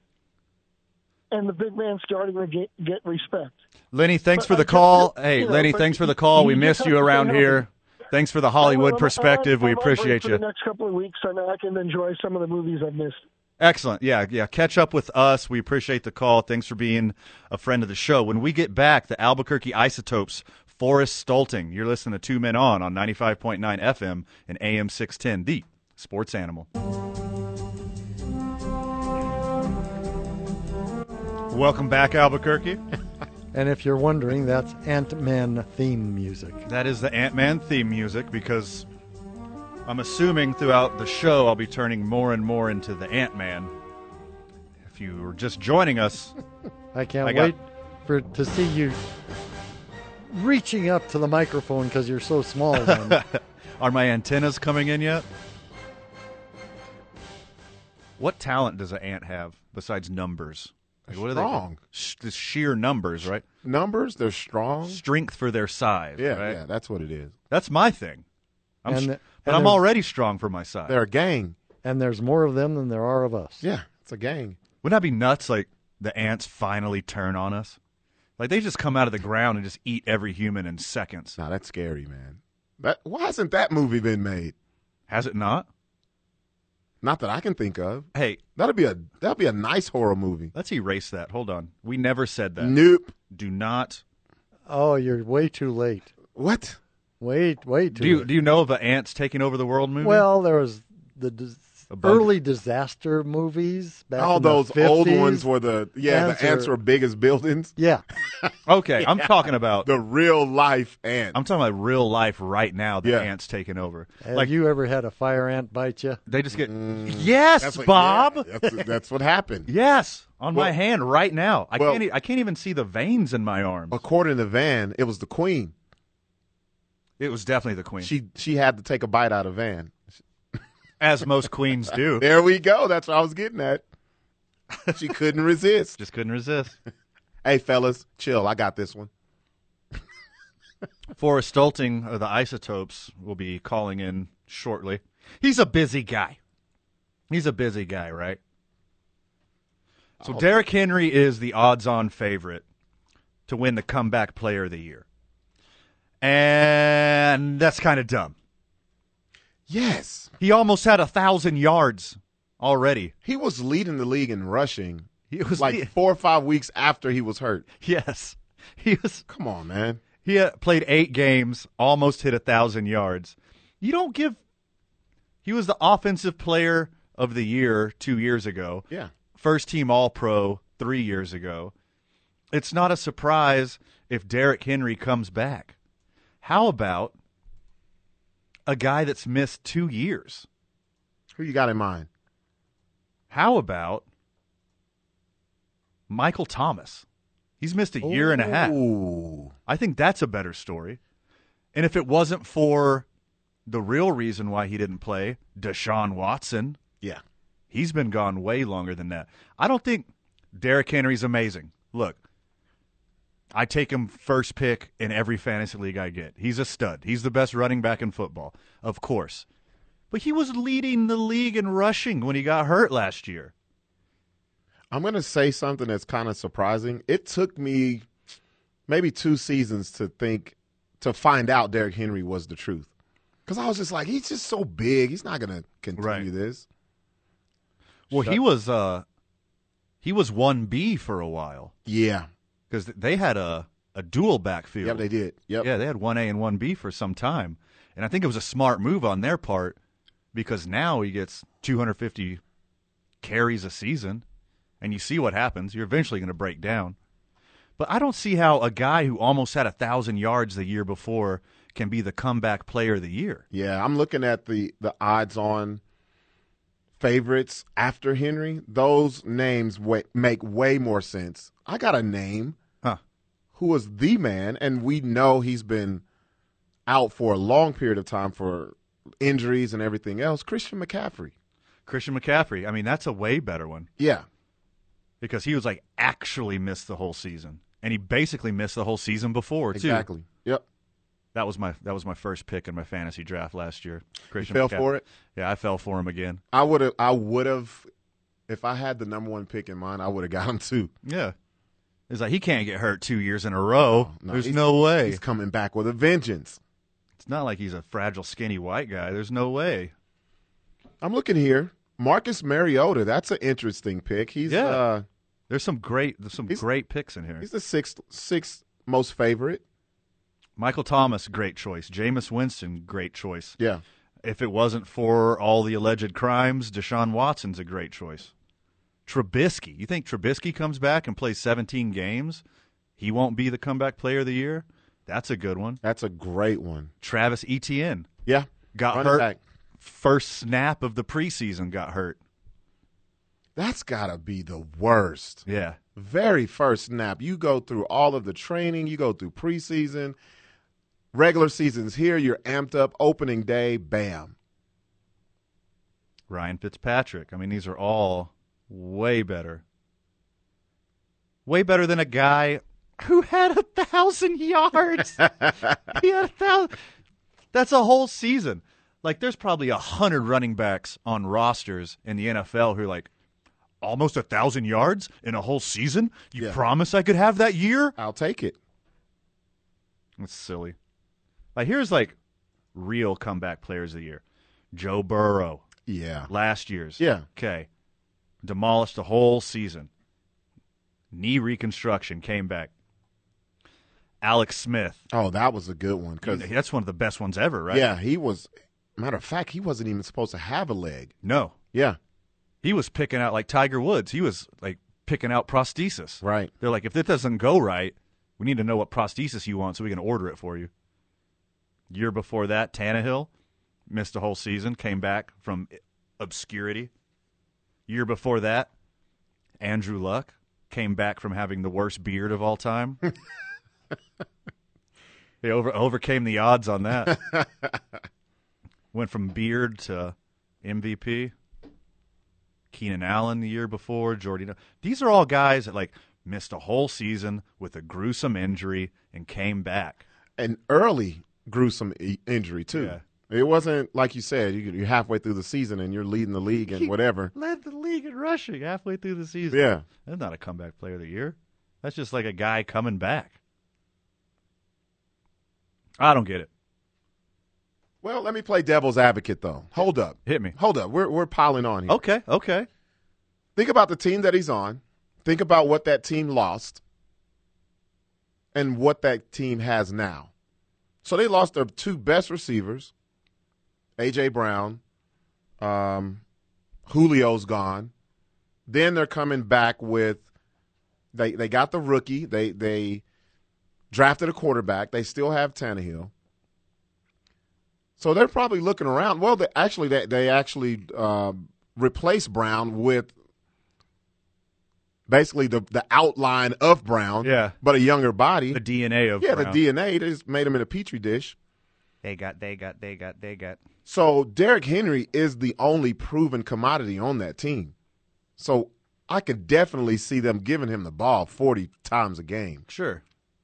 S5: and the big man starting to get, get respect.
S1: Lenny, thanks
S5: But
S1: for
S5: I
S1: the
S5: just-
S1: call.
S5: you
S1: hey,
S5: know,
S1: Lenny,
S5: but
S1: thanks for
S5: you-
S1: the call. We
S5: you
S1: missed
S5: just
S1: you
S5: have to
S1: around
S5: stay
S1: here.
S5: healthy.
S1: Thanks for the Hollywood
S5: I'm on-
S1: perspective.
S5: I'm on
S1: We
S5: break
S1: appreciate
S5: for
S1: you.
S5: The next couple of weeks, so now I can enjoy some of the movies I've missed.
S1: Excellent. Yeah, yeah. Catch up with us. We appreciate the call. Thanks for being a friend of the show. When we get back, the Albuquerque Isotopes, Forrest Stolting. You're listening to Two Men On on 95.9 FM and AM 610, the sports animal. Welcome back, Albuquerque.
S3: And if you're wondering, that's Ant Man theme music.
S1: That is the Ant Man theme music because I'm assuming throughout the show I'll be turning more and more into the Ant Man. If you were just joining us,
S3: I can't
S1: I got-
S3: wait for to see you reaching up to the microphone because you're so small. Len.
S1: Are my antennas coming in yet? What talent does an ant have besides numbers? Like, what are they?
S2: Strong.
S1: Sh- the sheer numbers, right?
S2: Numbers, they're strong.
S1: Strength for their size.
S2: Yeah,
S1: right?
S2: yeah, that's what it is.
S1: That's my thing. I'm
S3: And
S1: s-
S3: the-
S1: but
S3: and
S1: I'm
S3: there's-
S1: already strong for my size.
S2: They're a gang.
S3: And there's more of them than there are of us.
S2: Yeah, it's a gang.
S1: Wouldn't that be nuts? Like the ants finally turn on us. Like they just come out of the ground and just eat every human in seconds.
S2: Nah, that's scary, man. That why hasn't that movie been made?
S1: Has it not?
S2: Not that I can think of.
S1: Hey,
S2: That'd be a that'd be a nice horror movie.
S1: let's erase that. Hold on. We never said that.
S2: Nope.
S1: Do not.
S3: Oh, you're way too late.
S2: What?
S3: Wait, wait. Too
S1: Do you
S3: late.
S1: do you know of an ants taking over the world movie?
S3: Well, there was the dis-
S1: A bug.
S3: early disaster movies. Back
S2: All
S3: in the
S2: those old
S3: 50s.
S2: ones were the yeah
S3: Ants
S2: the ants
S3: are-
S2: were big as buildings.
S3: Yeah,
S1: okay. I'm talking about.
S2: The real life ant.
S1: I'm talking about real life right now. The
S2: Yeah.
S1: ants taking over.
S3: have
S1: like
S3: you ever had a fire ant bite you?
S1: they just get. yes,
S2: That's what-
S1: Bob.
S2: Mm, yeah, that's, that's what happened.
S1: Yes, on my
S2: Well-
S1: hand right now. I
S2: well-
S1: can't. E- I can't even see the veins in my arm.
S2: According to Van, it was the queen.
S1: It was definitely the queen,
S2: She she had to take a bite out of Van.
S1: as most queens do.
S2: There we go. That's what I was getting at. She couldn't resist.
S1: Just couldn't resist.
S2: Hey fellas, chill. I got this one.
S1: Forrest Stolting of the Isotopes will be calling in shortly. He's a busy guy. He's a busy guy, right? So Derrick Henry is the odds-on favorite to win the comeback player of the year. And that's kind of dumb.
S2: Yes,
S1: He almost had a 1000 yards already.
S2: he was leading the league in rushing.
S1: He was
S2: like
S1: the-
S2: four or five weeks after he was hurt.
S1: Yes. He was
S2: Come on, man.
S1: He uh, played eight games, almost hit a thousand yards. You don't give. He was the offensive player of the year two years ago.
S2: Yeah.
S1: First team All Pro three years ago. It's not a surprise if Derrick Henry comes back. How about a guy that's missed two years?
S2: Who you got in mind?
S1: How about Michael Thomas? He's missed a year and a half.
S2: Ooh.
S1: I think that's a better story. And if it wasn't for the real reason why he didn't play, Deshaun Watson,
S2: Yeah.
S1: he's been gone way longer than that. I don't think Derrick Henry's amazing. Look, I take him first pick in every fantasy league I get. He's a stud. He's the best running back in football, of course. But he was leading the league in rushing when he got hurt last year.
S2: I'm going to say something that's kind of surprising. It took me maybe two seasons to think, to find out Derrick Henry was the truth. Because I was just like, he's just so big. He's not going to continue
S1: Right.
S2: this.
S1: Well, he was uh he was 1B for a while
S2: Yeah.
S1: cuz they had a a dual backfield.
S2: Yep, they did. Yep.
S1: Yeah, they had one A and one B for some time, and I think it was a smart move on their part because now he gets 250 carries a season, and you see what happens. You're eventually going to break down. But I don't see how a guy who almost had a thousand yards the year before can be the comeback player of the year.
S2: Yeah, I'm looking at the the odds on favorites after Henry. Those names wa- make way more sense. I got a name
S1: Huh.
S2: who was the man, and we know he's been out for a long period of time for injuries and everything else. Christian McCaffrey.
S1: Christian McCaffrey. I mean, that's a way better one
S2: Yeah,
S1: because he was like actually missed the whole season, and he basically missed the whole season before too.
S2: exactly. Yep.
S1: That was my that was my first pick in my fantasy draft last year. Christian
S2: fell
S1: McCaffrey.
S2: for it?
S1: Yeah, I fell for him again.
S2: I would have. I would have. If I had the number one pick in mind, I would have got him too.
S1: Yeah, it's like he can't get hurt two years in a row.
S2: No,
S1: There's
S2: he's-
S1: no way.
S2: He's coming back with a vengeance.
S1: It's not like he's a fragile, skinny white guy. There's no way.
S2: I'm looking here. Marcus Mariota. That's an interesting pick. He's
S1: Yeah.
S2: uh,
S1: There's some great there's some
S2: He's-
S1: great picks in here.
S2: He's the sixth sixth most favorite.
S1: Michael Thomas, great choice. Jameis Winston, great choice.
S2: Yeah.
S1: If it wasn't for all the alleged crimes, Deshaun Watson's a great choice. Trubisky, you think Trubisky comes back and plays 17 games? He won't be the comeback player of the year. That's a good one.
S2: That's a great one.
S1: Travis Etienne
S2: Yeah.
S1: got
S2: Running
S1: hurt.
S2: back.
S1: First snap of the preseason got hurt.
S2: That's gotta be the worst.
S1: Yeah.
S2: Very first snap. You go through all of the training, you go through preseason. Regular season's here, you're amped up, opening day, bam.
S1: Ryan Fitzpatrick. I mean, these are all way better. way better than a guy who had a thousand yards. he had a thousand. That's a whole season. Like, there's probably a hundred running backs on rosters in the NFL who are like almost a thousand yards in a whole season. You
S4: Yeah.
S1: promise I could have that year?
S2: I'll take it.
S1: That's silly. Like, here's like real comeback players of the year: Joe Burrow,
S2: Yeah.
S1: last year's.
S2: Yeah.
S1: Okay. Demolished the whole season. Knee reconstruction came back. Alex Smith.
S2: Oh, that was a good one because
S1: That's one of the best ones ever, right?
S2: yeah, he was. Matter of fact, he wasn't even supposed to have a leg.
S1: No.
S2: Yeah.
S1: He was picking out like Tiger Woods. He was like picking out prosthesis.
S2: Right.
S1: They're like, if this doesn't go right, we need to know what prosthesis you want so we can order it for you. Year before that, Tannehill missed a whole season, came back from obscurity. Year before that, Andrew Luck came back from having the worst beard of all time. they over overcame the odds on that. Went from beard to MVP. Keenan Allen the year before, Jordy. These are all guys that like missed a whole season with a gruesome injury and came back.
S2: An early gruesome i- injury too.
S1: Yeah.
S2: It wasn't like you said. You, you're halfway through the season and you're leading the league and whatever.
S1: Led the league in rushing halfway through the season.
S2: Yeah.
S1: That's not a comeback player of the year. That's just like a guy coming back. I don't get it.
S2: Well, let me play devil's advocate though. Hold up.
S1: Hit me.
S2: Hold up. We're we're piling on here.
S1: Okay, okay.
S2: Think about the team that he's on. Think about what that team lost and what that team has now. So they lost their two best receivers, A.J. Brown, um, Julio's gone. Then they're coming back with they they got the rookie. They they drafted a quarterback. They still have Tannehill. So they're probably looking around. Well, they actually they, they actually um, replaced Brown with basically the the outline of Brown,
S1: Yeah.
S2: but a younger body.
S1: The DNA of
S2: yeah,
S1: Brown.
S2: the DNA they just made him in a petri dish.
S1: They got, they got, they got, they got.
S2: So Derrick Henry is the only proven commodity on that team. So I could definitely see them giving him the ball 40 times a game.
S1: Sure.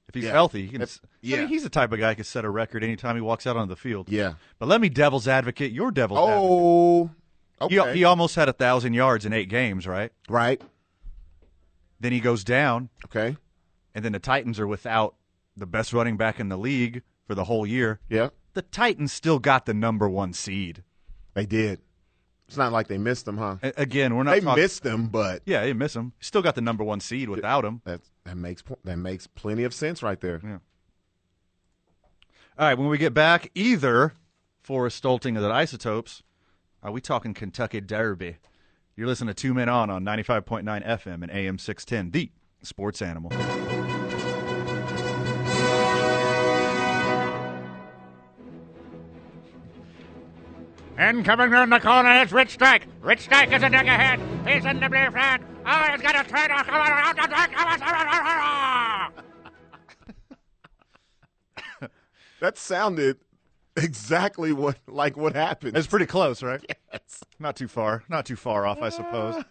S1: If he's
S2: Yeah.
S1: healthy, he can.
S2: If-
S1: s- I
S2: yeah.
S1: mean, he's the type of guy who can set a record anytime he walks out on the field.
S2: Yeah.
S1: But let me devil's advocate. Your devil's advocate.
S2: Oh, okay.
S1: He, he almost had a thousand yards in eight games, right?
S2: right.
S1: Then he goes down,
S2: Okay.
S1: and then the Titans are without the best running back in the league for the whole year.
S2: Yeah,
S1: The Titans still got the number one seed.
S2: they did. It's not like they missed him, huh?
S1: A- again, we're not
S2: They
S1: talking.
S2: missed him, but
S1: yeah, they miss him. Still got the number one seed without him.
S2: that that makes po- that makes plenty of sense right
S1: Mm.
S2: there.
S1: All right, when we get back, either Forrest Stolting or the Isotopes, are we talking Kentucky Derby? You're listening to Two Men On on 95.9 FM and AM 610, the sports animal.
S6: And coming around the corner is Rich Strike. Rich Strike is a ahead. He's in the blue flag. Oh, he's got a turn. Oh, come on, out the track. Come on, come on, come on.
S2: That sounded exactly what like what happened.
S1: It's pretty close, right? Yes. Not too far. Not too far off, I suppose.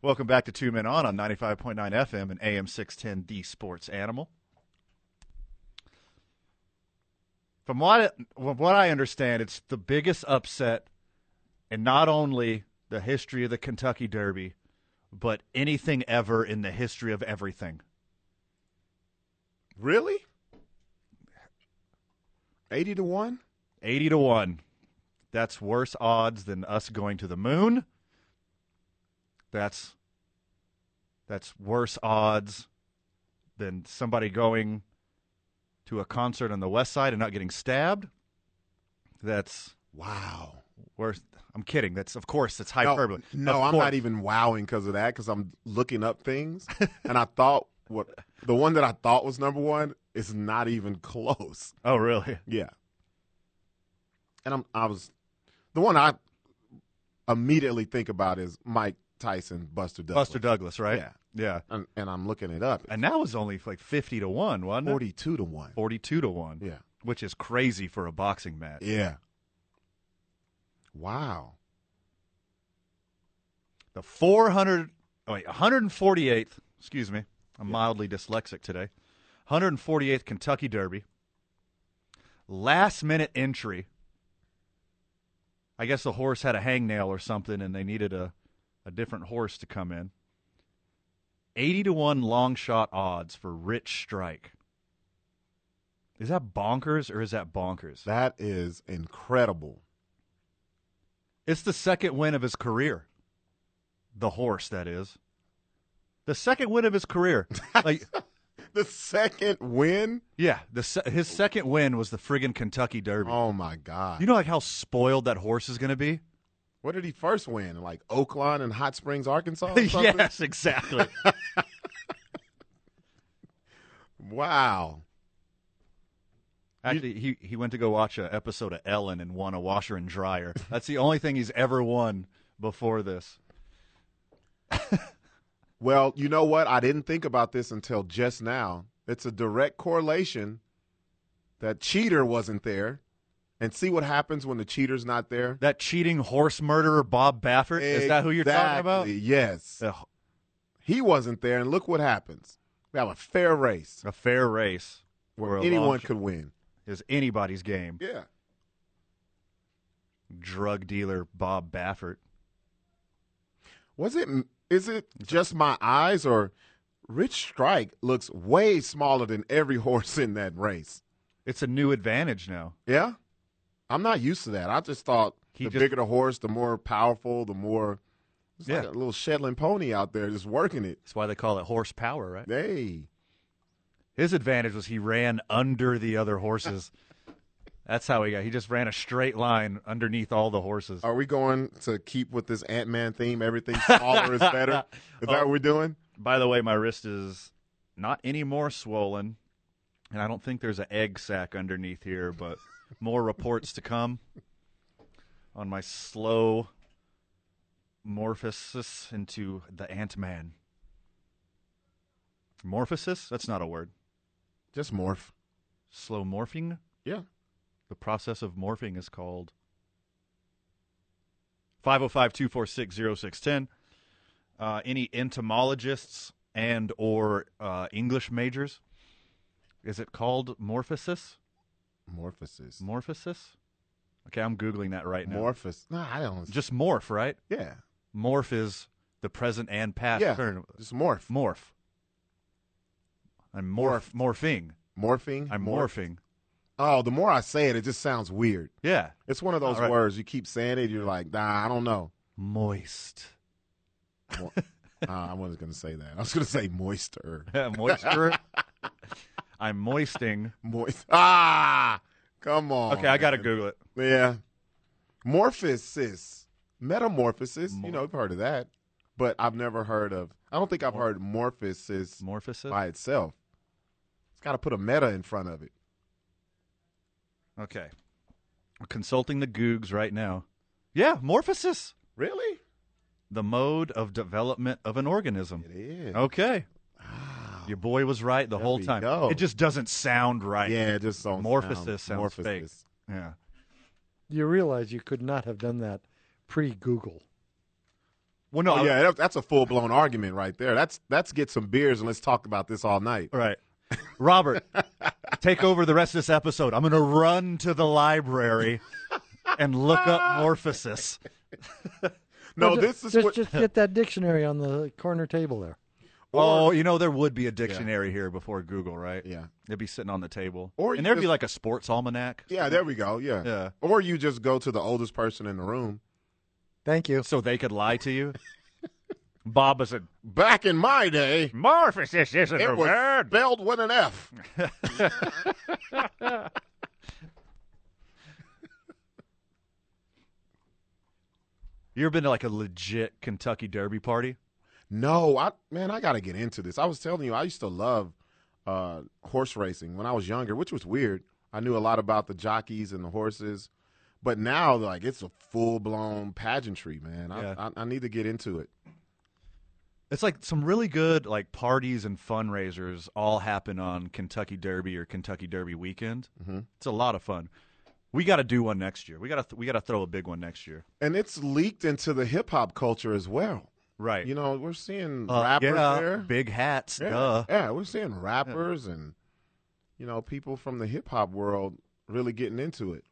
S1: Welcome back to Two Men On on 95.9 FM and AM 610, the sports animal. From what, from what I understand, it's the biggest upset in not only the history of the Kentucky Derby, but anything ever in the history of everything.
S2: really? 80 to 1?
S1: 80 to 1. That's worse odds than us going to the moon. That's that's worse odds than somebody going to a concert on the west side and not getting stabbed. That's
S2: Wow.
S1: worse. I'm kidding. That's of course that's hyperbole.
S2: No,
S1: Of
S2: no I'm
S1: course.
S2: not even wowing because of that. Because I'm looking up things, and I thought what the one that I thought was number one is not even close.
S1: Oh, really?
S2: Yeah, and I'm I was the one I immediately think about is Mike Tyson, Buster Douglas,
S1: Buster Douglas, right?
S2: Yeah.
S1: Yeah.
S2: and, and I'm looking it up.
S1: And that was only like 50 to 1, wasn't it?
S2: Forty-two to one.
S1: 42 to 1.
S2: Yeah,
S1: Which is crazy for a boxing match.
S2: yeah. Wow.
S1: the 400 oh wait, 148th excuse me I'm mildly dyslexic today. 148th Kentucky Derby. Last minute entry. I guess the horse had a hangnail or something and they needed a, a different horse to come in. 80 to 1 long shot odds for Rich Strike. Is that bonkers or is that bonkers?
S2: That is incredible.
S1: It's the second win of his career. The horse, that is. The second win of his career. like,
S2: The second win?
S1: yeah, the se- his second win was the friggin' Kentucky Derby.
S2: Oh my God.
S1: You know, like how spoiled that horse is going to be.
S2: What did he first win? Like Oakland and Hot Springs, Arkansas? or something?
S1: yes, exactly.
S2: Wow.
S1: Actually, he he went to go watch an episode of Ellen and won a washer and dryer. That's the only thing he's ever won before this.
S2: Well, you know what? I didn't think about this until just now. It's a direct correlation that cheater wasn't there. And see what happens when the cheater's not there?
S1: That cheating horse murderer Bob Baffert is that who you're talking about?
S2: Exactly, Yes.
S1: A,
S2: He wasn't there, and look what happens. We have a fair race
S1: a fair race where
S2: where
S1: a
S2: anyone
S1: long-
S2: could win.
S1: is anybody's game.
S2: Yeah.
S1: Drug dealer Bob Baffert.
S2: Was it? Is it just my eyes or Rich Strike looks way smaller than every horse in that race?
S1: It's a new advantage now.
S2: Yeah, I'm not used to that. I just thought
S1: He
S2: the
S1: just-
S2: bigger the horse, the more powerful, the more. It's like
S1: Yeah.
S2: a little Shetland pony out there just working it.
S1: That's why they call it horsepower, right?
S2: Hey,
S1: His advantage was he ran under the other horses. That's how he got. He just ran a straight line underneath all the horses.
S2: are we going to keep with this Ant Man theme? Everything smaller is better. Is
S1: Oh.
S2: that what we're doing?
S1: By the way, my wrist is not any more swollen, and I don't think there's an egg sac underneath here, but more reports to come on my slow morphosis into the Ant Man. Morphosis? That's not a word.
S2: Just morph.
S1: Slow morphing?
S2: Yeah.
S1: The process of morphing is called 505 246 0610. Uh, Any entomologists and or uh, English majors? Is it called morphosis?
S2: Morphosis.
S1: Morphosis? Okay, I'm Googling that right now.
S2: Morphos. No, I don't.
S1: Just morph, right?
S2: yeah.
S1: Morph is the present and past.
S2: Yeah.
S1: turn-
S2: Just morph.
S1: Morph. I'm morph, morphing.
S2: Morphing.
S1: I'm
S2: Morph.
S1: morphing.
S2: Oh, the more I say it, it just sounds weird.
S1: Yeah.
S2: It's one of those
S1: All right.
S2: words you keep saying it, you're like, nah, I don't know.
S1: Moist.
S2: Mo- Nah, I wasn't gonna say that. I was gonna say moister,
S1: moisture. I'm moisting.
S2: moist. Ah, come on.
S1: Okay, I gotta
S2: man.
S1: Google it.
S2: Yeah, morphosis, metamorphosis. you know, I've heard of that, but I've never heard of. I don't think I've heard morphosis
S1: Morphosis.
S2: by itself. It's got to put a meta in front of it.
S1: Okay. We're consulting the Googs right now. Yeah, morphosis,
S2: Really?
S1: the mode of development of an organism.
S2: It is.
S1: Okay. Your boy was right the whole
S2: we
S1: time.
S2: go.
S1: It just doesn't sound right.
S2: Yeah, it just sounds
S1: Morphosis
S2: sound-
S1: sounds fake.
S2: morphosis.
S1: Yeah.
S3: You realize you could not have done that pre Google.
S1: Well, no.
S2: Oh,
S1: I-
S2: yeah, that- that's a full blown argument right there. That's that's get some beers and let's talk about this all night.
S1: All right. Robert, take over the rest of this episode. I'm going to run to the library and look up morphosis.
S2: No,
S3: Well, ju-
S2: this is
S3: just,
S2: what.
S3: just get that dictionary on the corner table there.
S1: Oh, you know, there would be a dictionary here before Google, right?
S2: Yeah.
S1: It'd be sitting on the table.
S2: Or
S1: and
S2: you
S1: there'd be
S2: just-
S1: like a sports almanac.
S2: yeah, there we go. Yeah.
S1: Yeah.
S2: Or you just go to the oldest person in the room.
S3: Thank you.
S1: So they could lie to you. Bob is a
S2: Back in my day,
S6: Morphosis isn't a
S2: it was
S6: word.
S2: spelled with an F.
S1: you ever been to like a legit Kentucky Derby party?
S2: No, I man, I gotta get into this. I was telling you, I used to love uh, horse racing when I was younger, which was weird. I knew a lot about the jockeys and the horses, but now like it's a full blown pageantry, man. I,
S1: Yeah.
S2: I, I need to get into it.
S1: It's like some really good like parties and fundraisers all happen on Kentucky Derby or Kentucky Derby weekend. Mm-hmm. It's a lot of fun. We got to do one next year. We got to th- we got to throw a big one next year.
S2: And it's leaked into the hip hop culture as well.
S1: Right.
S2: You know, we're seeing
S1: Uh,
S2: rappers
S1: yeah,
S2: there.
S1: Big hats.
S2: yeah.
S1: Duh.
S2: yeah, we're seeing rappers and you know people from the hip hop world really getting into it.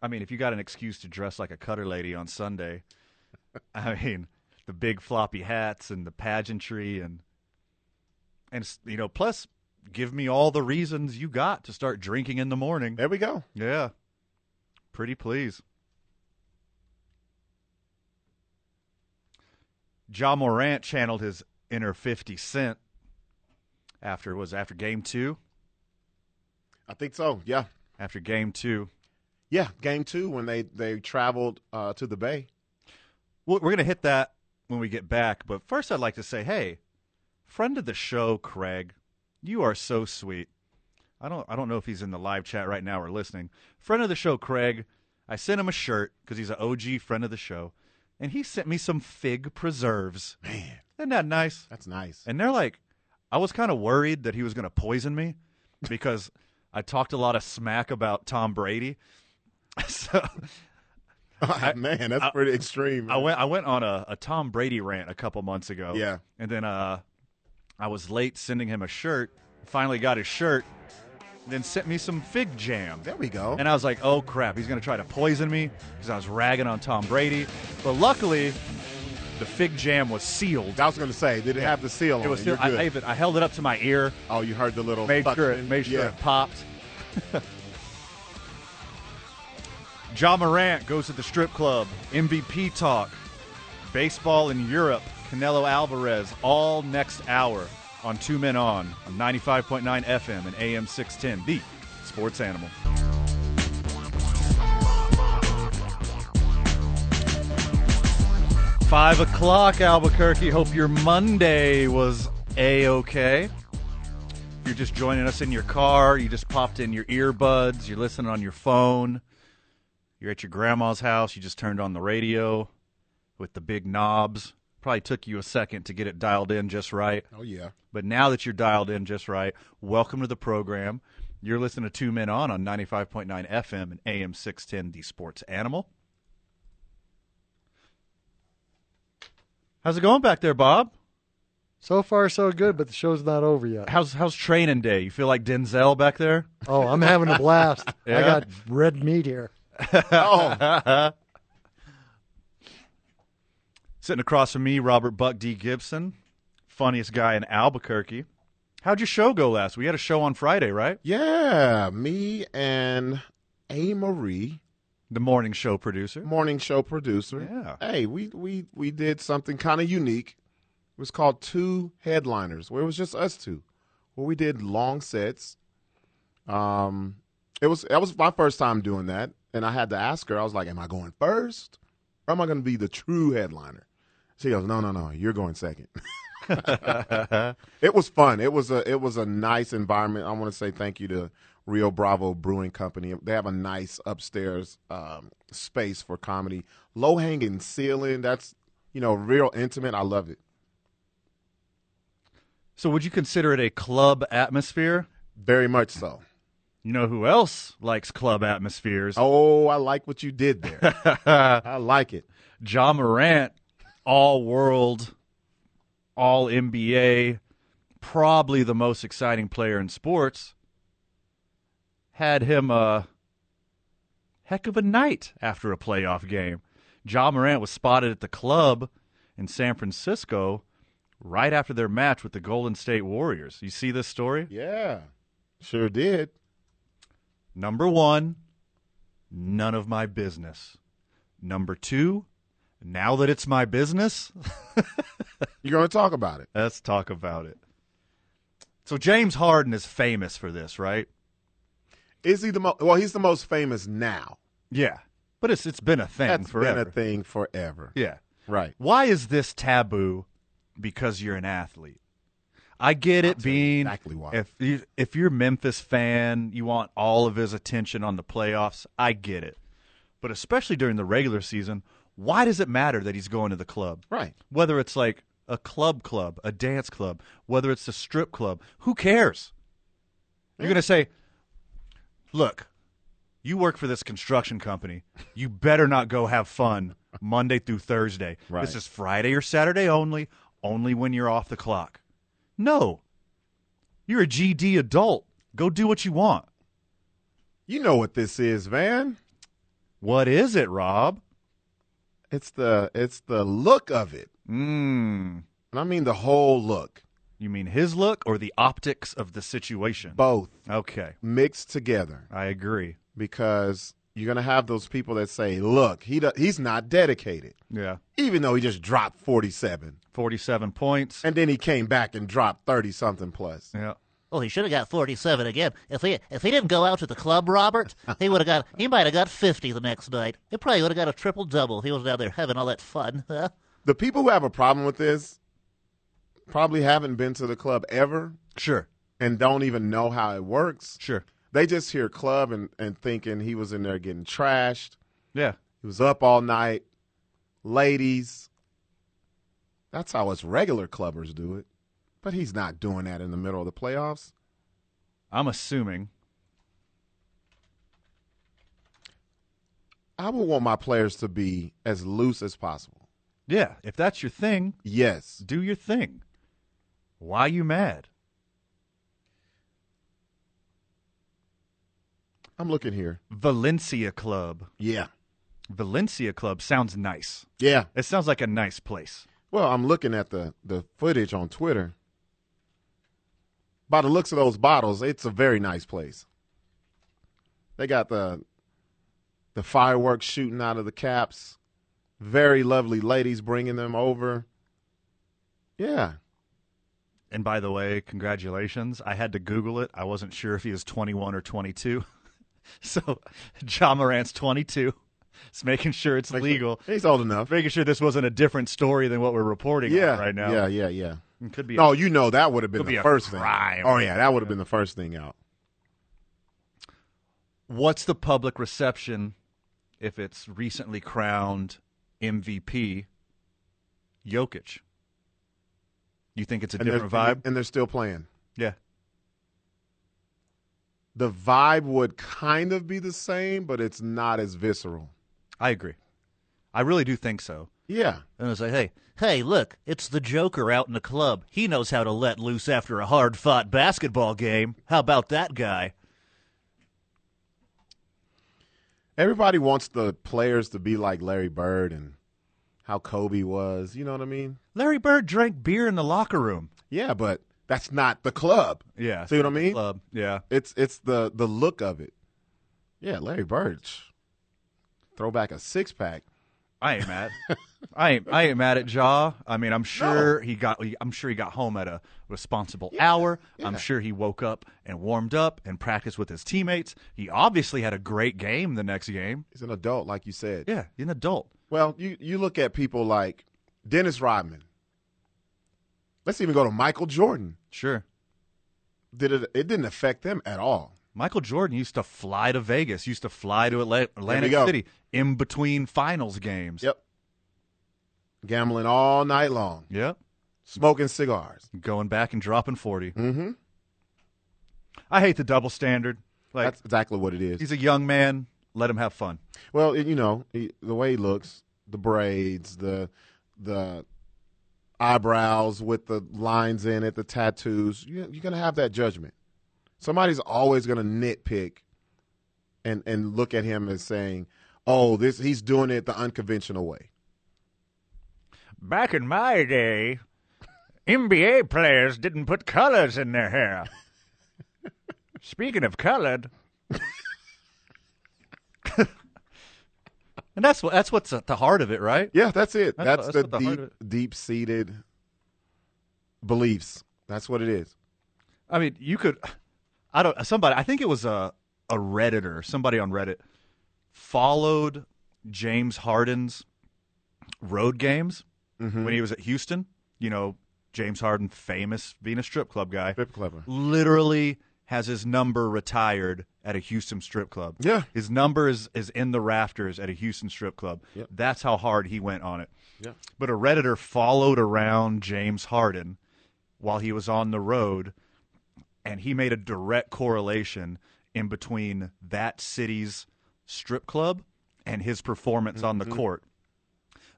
S1: I mean, if you got an excuse to dress like a cutter lady on Sunday, I mean, the big floppy hats and the pageantry and and s- you know, plus give me all the reasons you got to start drinking in the morning.
S2: There we go.
S1: Yeah. Pretty please. Ja Morant channeled his inner 50 Cent after was after game 2,
S2: I think so. Yeah,
S1: after game 2.
S2: yeah. Game two when they they traveled uh, to the Bay.
S1: Well, we're going to hit that when we get back. But first, I'd like to say, hey, friend of the show, Craig, you are so sweet. I don't, I don't know if he's in the live chat right now or listening. Friend of the show, Craig, I sent him a shirt because he's an OG friend of the show, and he sent me some fig preserves. Man, isn't that nice?
S2: That's nice.
S1: And they're like, I was kind of worried that he was going to poison me because I talked a lot of smack about Tom Brady. So
S2: Man, that's pretty extreme.
S1: I
S2: man.
S1: went I went on a, a Tom Brady rant a couple months ago.
S2: Yeah.
S1: And then uh I was late sending him a shirt, finally got his shirt, then sent me some fig jam.
S2: There we go.
S1: And I was like, oh crap, he's gonna try to poison me because I was ragging on Tom Brady. But luckily, the fig jam was sealed.
S2: I was going to say, did it have the seal on
S1: It was
S2: You're
S1: sealed. I,
S2: good.
S1: I even I held it up to my ear,
S2: oh, you heard the little
S1: made sure it
S2: suction.
S1: made sure
S2: Yeah.
S1: it popped. John Morant goes to the strip club. MVP talk. Baseball in Europe. Canelo Alvarez all next hour on Two Men On on 95.9 FM and AM 610. The Sports Animal. Five o'clock, Albuquerque. Hope your Monday was a okay. You're just joining us in your car. You just popped in your earbuds. You're listening on your phone. You're at your grandma's house. You just turned on the radio with the big knobs. Probably took you a second to get it dialed in just right.
S2: Oh, yeah.
S1: But now that you're dialed in just right, welcome to the program. You're listening to Two Men On on 95.9 FM and AM 610, the sports animal. How's it going back there, Bob?
S3: So far, so good, but the show's not over yet.
S1: How's how's training day? You feel like Denzel back there?
S3: Oh, I'm having a blast.
S1: Yeah.
S3: I got red meat here.
S2: Oh,
S1: Sitting across from me, Robert Buck D. Gibson, funniest guy in Albuquerque. How'd your show go last? We had a show on Friday, right?
S2: yeah. Me and A. Marie,
S1: The morning show producer.
S2: morning show producer.
S1: Yeah.
S2: Hey, we, we, we did something kind of unique. It was called Two Headliners, where it was just us two, where we did long sets. Um, it was that was my first time doing that, and I had to ask her. I was like, "Am I going first, or am I going to be the true headliner?" She goes, "No, no, no, you're going second. it was fun. It was a it was a nice environment. I want to say thank you to Rio Bravo Brewing Company. They have a nice upstairs um, space for comedy, low hanging ceiling. That's you know real intimate. I love it.
S1: So would you consider it a club atmosphere?
S2: Very much so.
S1: You know who else likes club atmospheres?
S2: Oh, I like what you did there. I like it.
S1: John Morant, all world, all NBA, probably the most exciting player in sports, had him a heck of a night after a playoff game. John Morant was spotted at the club in San Francisco right after their match with the Golden State Warriors. You see this story?
S2: Yeah, sure did.
S1: Number one, none of my business. Number two, now that it's my business,
S2: You're going to talk about it.
S1: let's talk about it. So James Harden is famous for this, right?
S2: Is he the most? Well, he's the most famous now.
S1: Yeah, but it's it's been a thing
S2: That's
S1: forever.
S2: been a thing forever.
S1: Yeah.
S2: Right.
S1: Why is this taboo? Because you're an athlete. I get it being
S2: exactly why.
S1: if you if you're a Memphis fan, you want all of his attention on the playoffs. I get it. But especially during the regular season, why does it matter that he's going to the club?
S2: Right.
S1: Whether it's like a club club, a dance club, whether it's a strip club, who cares? You're going to say, "Look, you work for this construction company. You better not go have fun Monday through Thursday.
S2: Right.
S1: This is Friday or Saturday only, only when you're off the clock. No. You're a GD adult. Go do what you want.
S2: You know what this is, man.
S1: What is it, Rob?
S2: It's the it's the look of it.
S1: Mmm.
S2: And I mean the whole look.
S1: You mean his look or the optics of the situation?
S2: Both
S1: okay.
S2: mixed together
S1: I agree.
S2: because you're going to have those people that say, "Look, he do- he's not dedicated."
S1: Yeah.
S2: Even though he just dropped 47
S1: 47 points.
S2: and then he came back and dropped 30 something plus.
S1: yeah.
S7: Well, he should have got 47 again. If he if he didn't go out to the club, Robert, he would have got he might have got 50 the next night. He probably would have got a triple double if he was down there having all that fun. Huh?
S2: The people who have a problem with this probably haven't been to the club ever
S1: Sure.
S2: and don't even know how it works.
S1: Sure.
S2: They just hear club and, and thinking he was in there getting trashed.
S1: Yeah.
S2: He was up all night. Ladies. That's how us regular clubbers do it. But he's not doing that in the middle of the playoffs.
S1: I'm assuming.
S2: I would want my players to be as loose as possible.
S1: Yeah. If that's your thing,
S2: Yes.
S1: do your thing. Why you mad?
S2: I'm looking here.
S1: Valencia Club.
S2: Yeah.
S1: Valencia Club sounds nice.
S2: Yeah.
S1: It sounds like a nice place.
S2: Well, I'm looking at the, the footage on Twitter. By the looks of those bottles, it's a very nice place. They got the the fireworks shooting out of the caps. Very lovely ladies bringing them over. Yeah.
S1: And by the way, congratulations. I had to Google it. I wasn't sure if he was 21 or 22. so, John Morant's 22. It's making sure it's legal.
S2: He's old enough.
S1: Making sure this wasn't a different story than what we're reporting on
S2: Yeah.
S1: right now.
S2: Yeah, yeah, yeah.
S1: It could be.
S2: No, you know that would have been
S1: Could
S2: the
S1: be a
S2: first
S1: crime.
S2: thing. Oh yeah, that would have been the first thing out.
S1: What's the public reception if it's recently crowned MVP Jokic? You think it's a
S2: they're-
S1: different vibe?
S2: and they're still playing.
S1: yeah.
S2: The vibe would kind of be the same, but it's not as visceral.
S1: I agree. I really do think so.
S2: Yeah.
S7: And it's like, hey, hey, look, it's the Joker out in the club. He knows how to let loose after a hard-fought basketball game. How about that guy?
S2: Everybody wants the players to be like Larry Bird and how Kobe was. You know what I mean?
S1: Larry Bird drank beer in the locker room.
S2: Yeah, but that's not the club.
S1: Yeah.
S2: See what I mean?
S1: Club. Yeah.
S2: It's it's the the look of it. Yeah, Larry Bird. psh, Throw back a six pack.
S1: I ain't mad. I ain't I ain't mad at Jaw. I mean, I'm sure he got I'm sure he got home at a responsible hour. I'm sure he woke up and warmed up and practiced with his teammates. He obviously had a great game the next game.
S2: He's an adult, like you said.
S1: Yeah, he's an adult.
S2: Well, you you look at people like Dennis Rodman. Let's even go to Michael Jordan.
S1: Sure.
S2: Did it? It didn't affect them at all.
S1: Michael Jordan used to fly to Vegas, used to fly to Atla- Atlantic
S2: go.
S1: City in between finals games.
S2: Yep. Gambling all night long,
S1: Yep.
S2: smoking cigars.
S1: Going back and dropping 40.
S2: Mm-hmm.
S1: I hate the double standard. Like
S2: That's exactly what it is.
S1: he's a young man, let him have fun.
S2: Well, it- you know he, the way he looks, the braids, the the eyebrows with the lines in it, the tattoos. You, you're gonna have that judgment. Somebody's always gonna nitpick and and look at him as saying, "Oh, this he's doing it the unconventional way."
S6: Back in my day, NBA players didn't put colors in their hair. Speaking of colored,
S1: And that's what that's what's at the heart of it, right?
S2: Yeah, that's it.
S1: That's-
S2: That's,
S1: that's what
S2: the
S1: the heart
S2: deep deep seated beliefs. That's what it is.
S1: I mean, you could. I don't. Somebody. I think it was a a redditor. Somebody on Reddit followed James Harden's road games when he was at Houston. You know, James Harden, famous Venus strip club guy,
S2: Flip clever.
S1: literally has his number retired at a Houston strip club.
S2: Yeah.
S1: His number is, is in the rafters at a Houston strip club.
S2: Yep.
S1: That's how hard he went on it.
S2: Yeah.
S1: But a Redditor followed around James Harden while he was on the road, and he made a direct correlation in
S2: Mm-hmm.
S1: between that city's strip club and his performance on the court.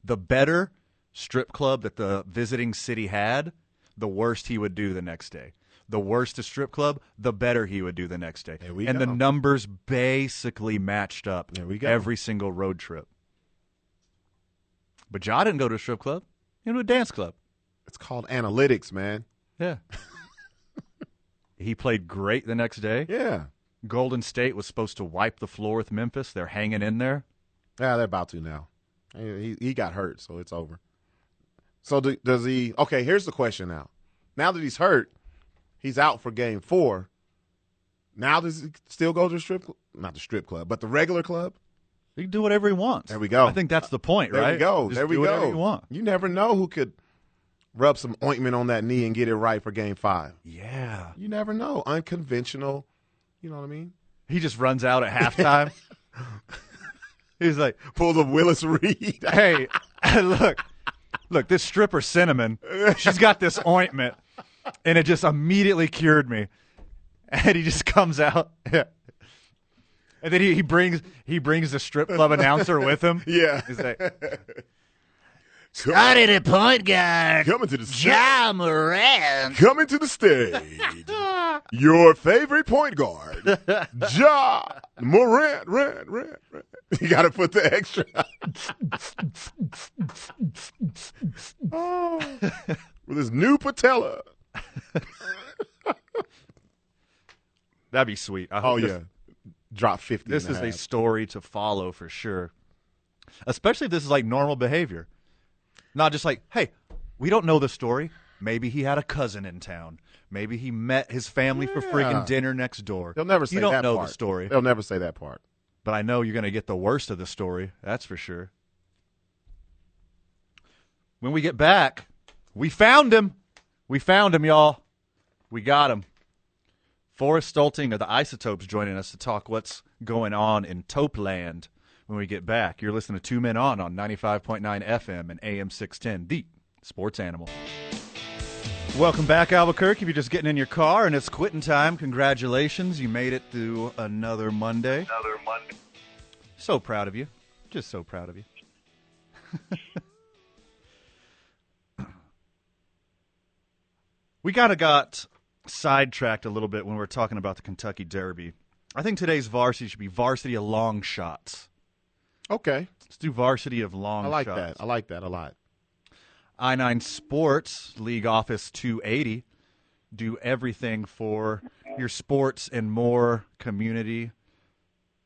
S1: the better strip club that the visiting city had, the worst he would do the next day. The worse the strip club, the better he would do the next day.
S2: we
S1: and the
S2: go.
S1: numbers basically matched up
S2: There we go.
S1: every single road trip. But Ja didn't go to a strip club. He went to a dance club.
S2: It's called analytics, man.
S1: Yeah. he played great the next day.
S2: Yeah.
S1: Golden State was supposed to wipe the floor with Memphis. They're hanging in there.
S2: Yeah, they're about to now. He, he got hurt, so it's over. So do, does he? Okay, here's the question now. Now that he's hurt, he's out for game four. Now does he still go to the strip? cl- Not the strip club, but the regular club.
S1: He can do whatever he wants.
S2: There we go.
S1: I think that's the point,
S2: There
S1: right?
S2: we go.
S1: Just
S2: there we
S1: do
S2: go.
S1: whatever you want.
S2: never know who could rub some ointment on that knee and get it right for game five.
S1: Yeah.
S2: You never know. Unconventional. You know what I mean?
S1: He just runs out at halftime. He's like,
S2: Pull the Willis Reed.
S1: hey, look, look, this stripper Cinnamon, she's got this ointment, and it just immediately cured me. And he just comes out, and then he, he brings he brings the strip club announcer with him.
S2: yeah.
S1: He's like,
S7: Started at point guard.
S2: Coming to the
S7: Ja Morant.
S2: coming to the stage, your favorite point guard, Ja Morant. Rant, rant, rant. You got to put the extra. oh, with his new patella.
S1: that'd be sweet. I hope
S2: Oh
S1: this-
S2: yeah, drop fifty.
S1: this
S2: and
S1: is a
S2: a half.
S1: story to follow for sure. Especially if this is like normal behavior. Not just like, hey, we don't know the story. Maybe he had a cousin in town. Maybe he met his family for
S2: Yeah.
S1: freaking dinner next door.
S2: They'll never say
S1: You don't
S2: that
S1: know
S2: part.
S1: the story,
S2: They'll never say that part.
S1: but I know you're going to get the worst of the story. That's for sure. When we get back, we found him. We found him, y'all. We got him. Forrest Stolting of the Isotopes joining us to talk what's going on in Tope Land when we get back. You're listening to Two Men On on 95.9 FM and AM 610, the sports animal. Welcome back, Albuquerque. If you're just getting in your car and it's quitting time, congratulations. You made it through another Monday. Another Monday. So proud of you. Just so proud of you. We kind of got sidetracked a little bit when we were talking about the Kentucky Derby. I think today's varsity should be varsity of long shots.
S2: Okay,
S1: Let's do varsity of long
S2: I like
S1: shots.
S2: that. I like that a lot.
S1: I 9 Sports, League Office 280. Do everything for your sports and more community.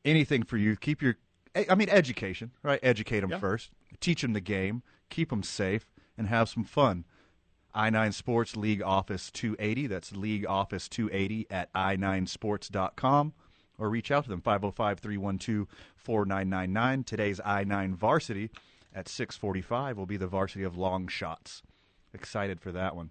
S1: Anything for you. Keep your, e, I mean, education, right? Educate them first. Teach them the game. Keep them safe and have some fun. I 9 Sports, League Office 280. That's League Office 280 at i9sports.com. Or reach out to them, 505 312 4999. Today's I 9 varsity at 645 will be the varsity of long shots. Excited for that one.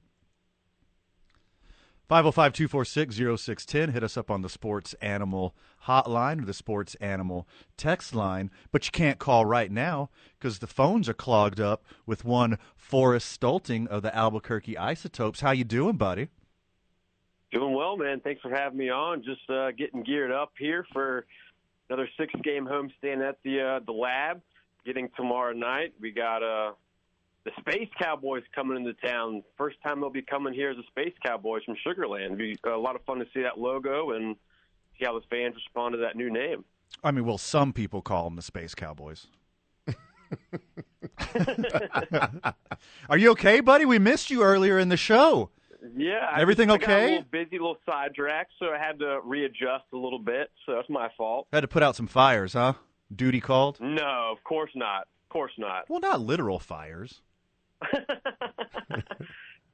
S1: 505 246 0610. oh. Hit us up on the Sports Animal hotline or the Sports Animal text line. But you can't call right now because the phones are clogged up with one Forrest Stolting of the Albuquerque Isotopes. How you doing, buddy?
S8: Doing well, man. Thanks for having me on. Just uh, getting geared up here for another six-game homestand at the uh, the lab. Getting tomorrow night, we got uh, the Space Cowboys coming into town. First time they'll be coming here as the Space Cowboys from Sugarland. Be a lot of fun to see that logo and see how the fans respond to that new name.
S1: I mean, well, some people call them the Space Cowboys. are you okay, buddy? We missed you earlier in the show.
S8: Yeah, I
S1: Everything
S8: just- I got a
S1: okay?
S8: little busy, little sidetrack, so I had to readjust a little bit. So that's my fault.
S1: Had to put out some fires, huh? Duty called.
S8: No, of course not. Of course not.
S1: Well, not literal fires.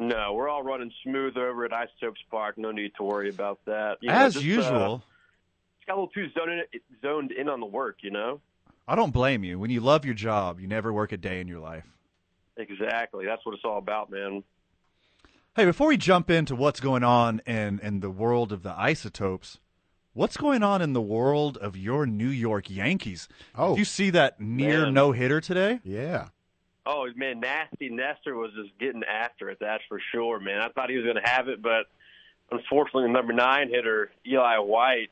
S8: No, we're all running smooth over at Isotopes Park. No need to worry about that. You know,
S1: As
S8: just, uh,
S1: usual,
S8: just got a little too zoned in, zoned in on the work, you know?
S1: I don't blame you. When you love your job, you never work a day in your life.
S8: Exactly. That's what it's all about, man.
S1: Hey, before we jump into what's going on in, in the world of the isotopes, what's going on in the world of your New York Yankees?
S2: Oh.
S1: Did you see that near
S8: Man.
S1: no hitter today?
S2: Yeah.
S8: Oh, man, Nasty Nestor was just getting after it, that's for sure, man. I thought he was going to have it, but unfortunately, the number nine hitter, Eli White,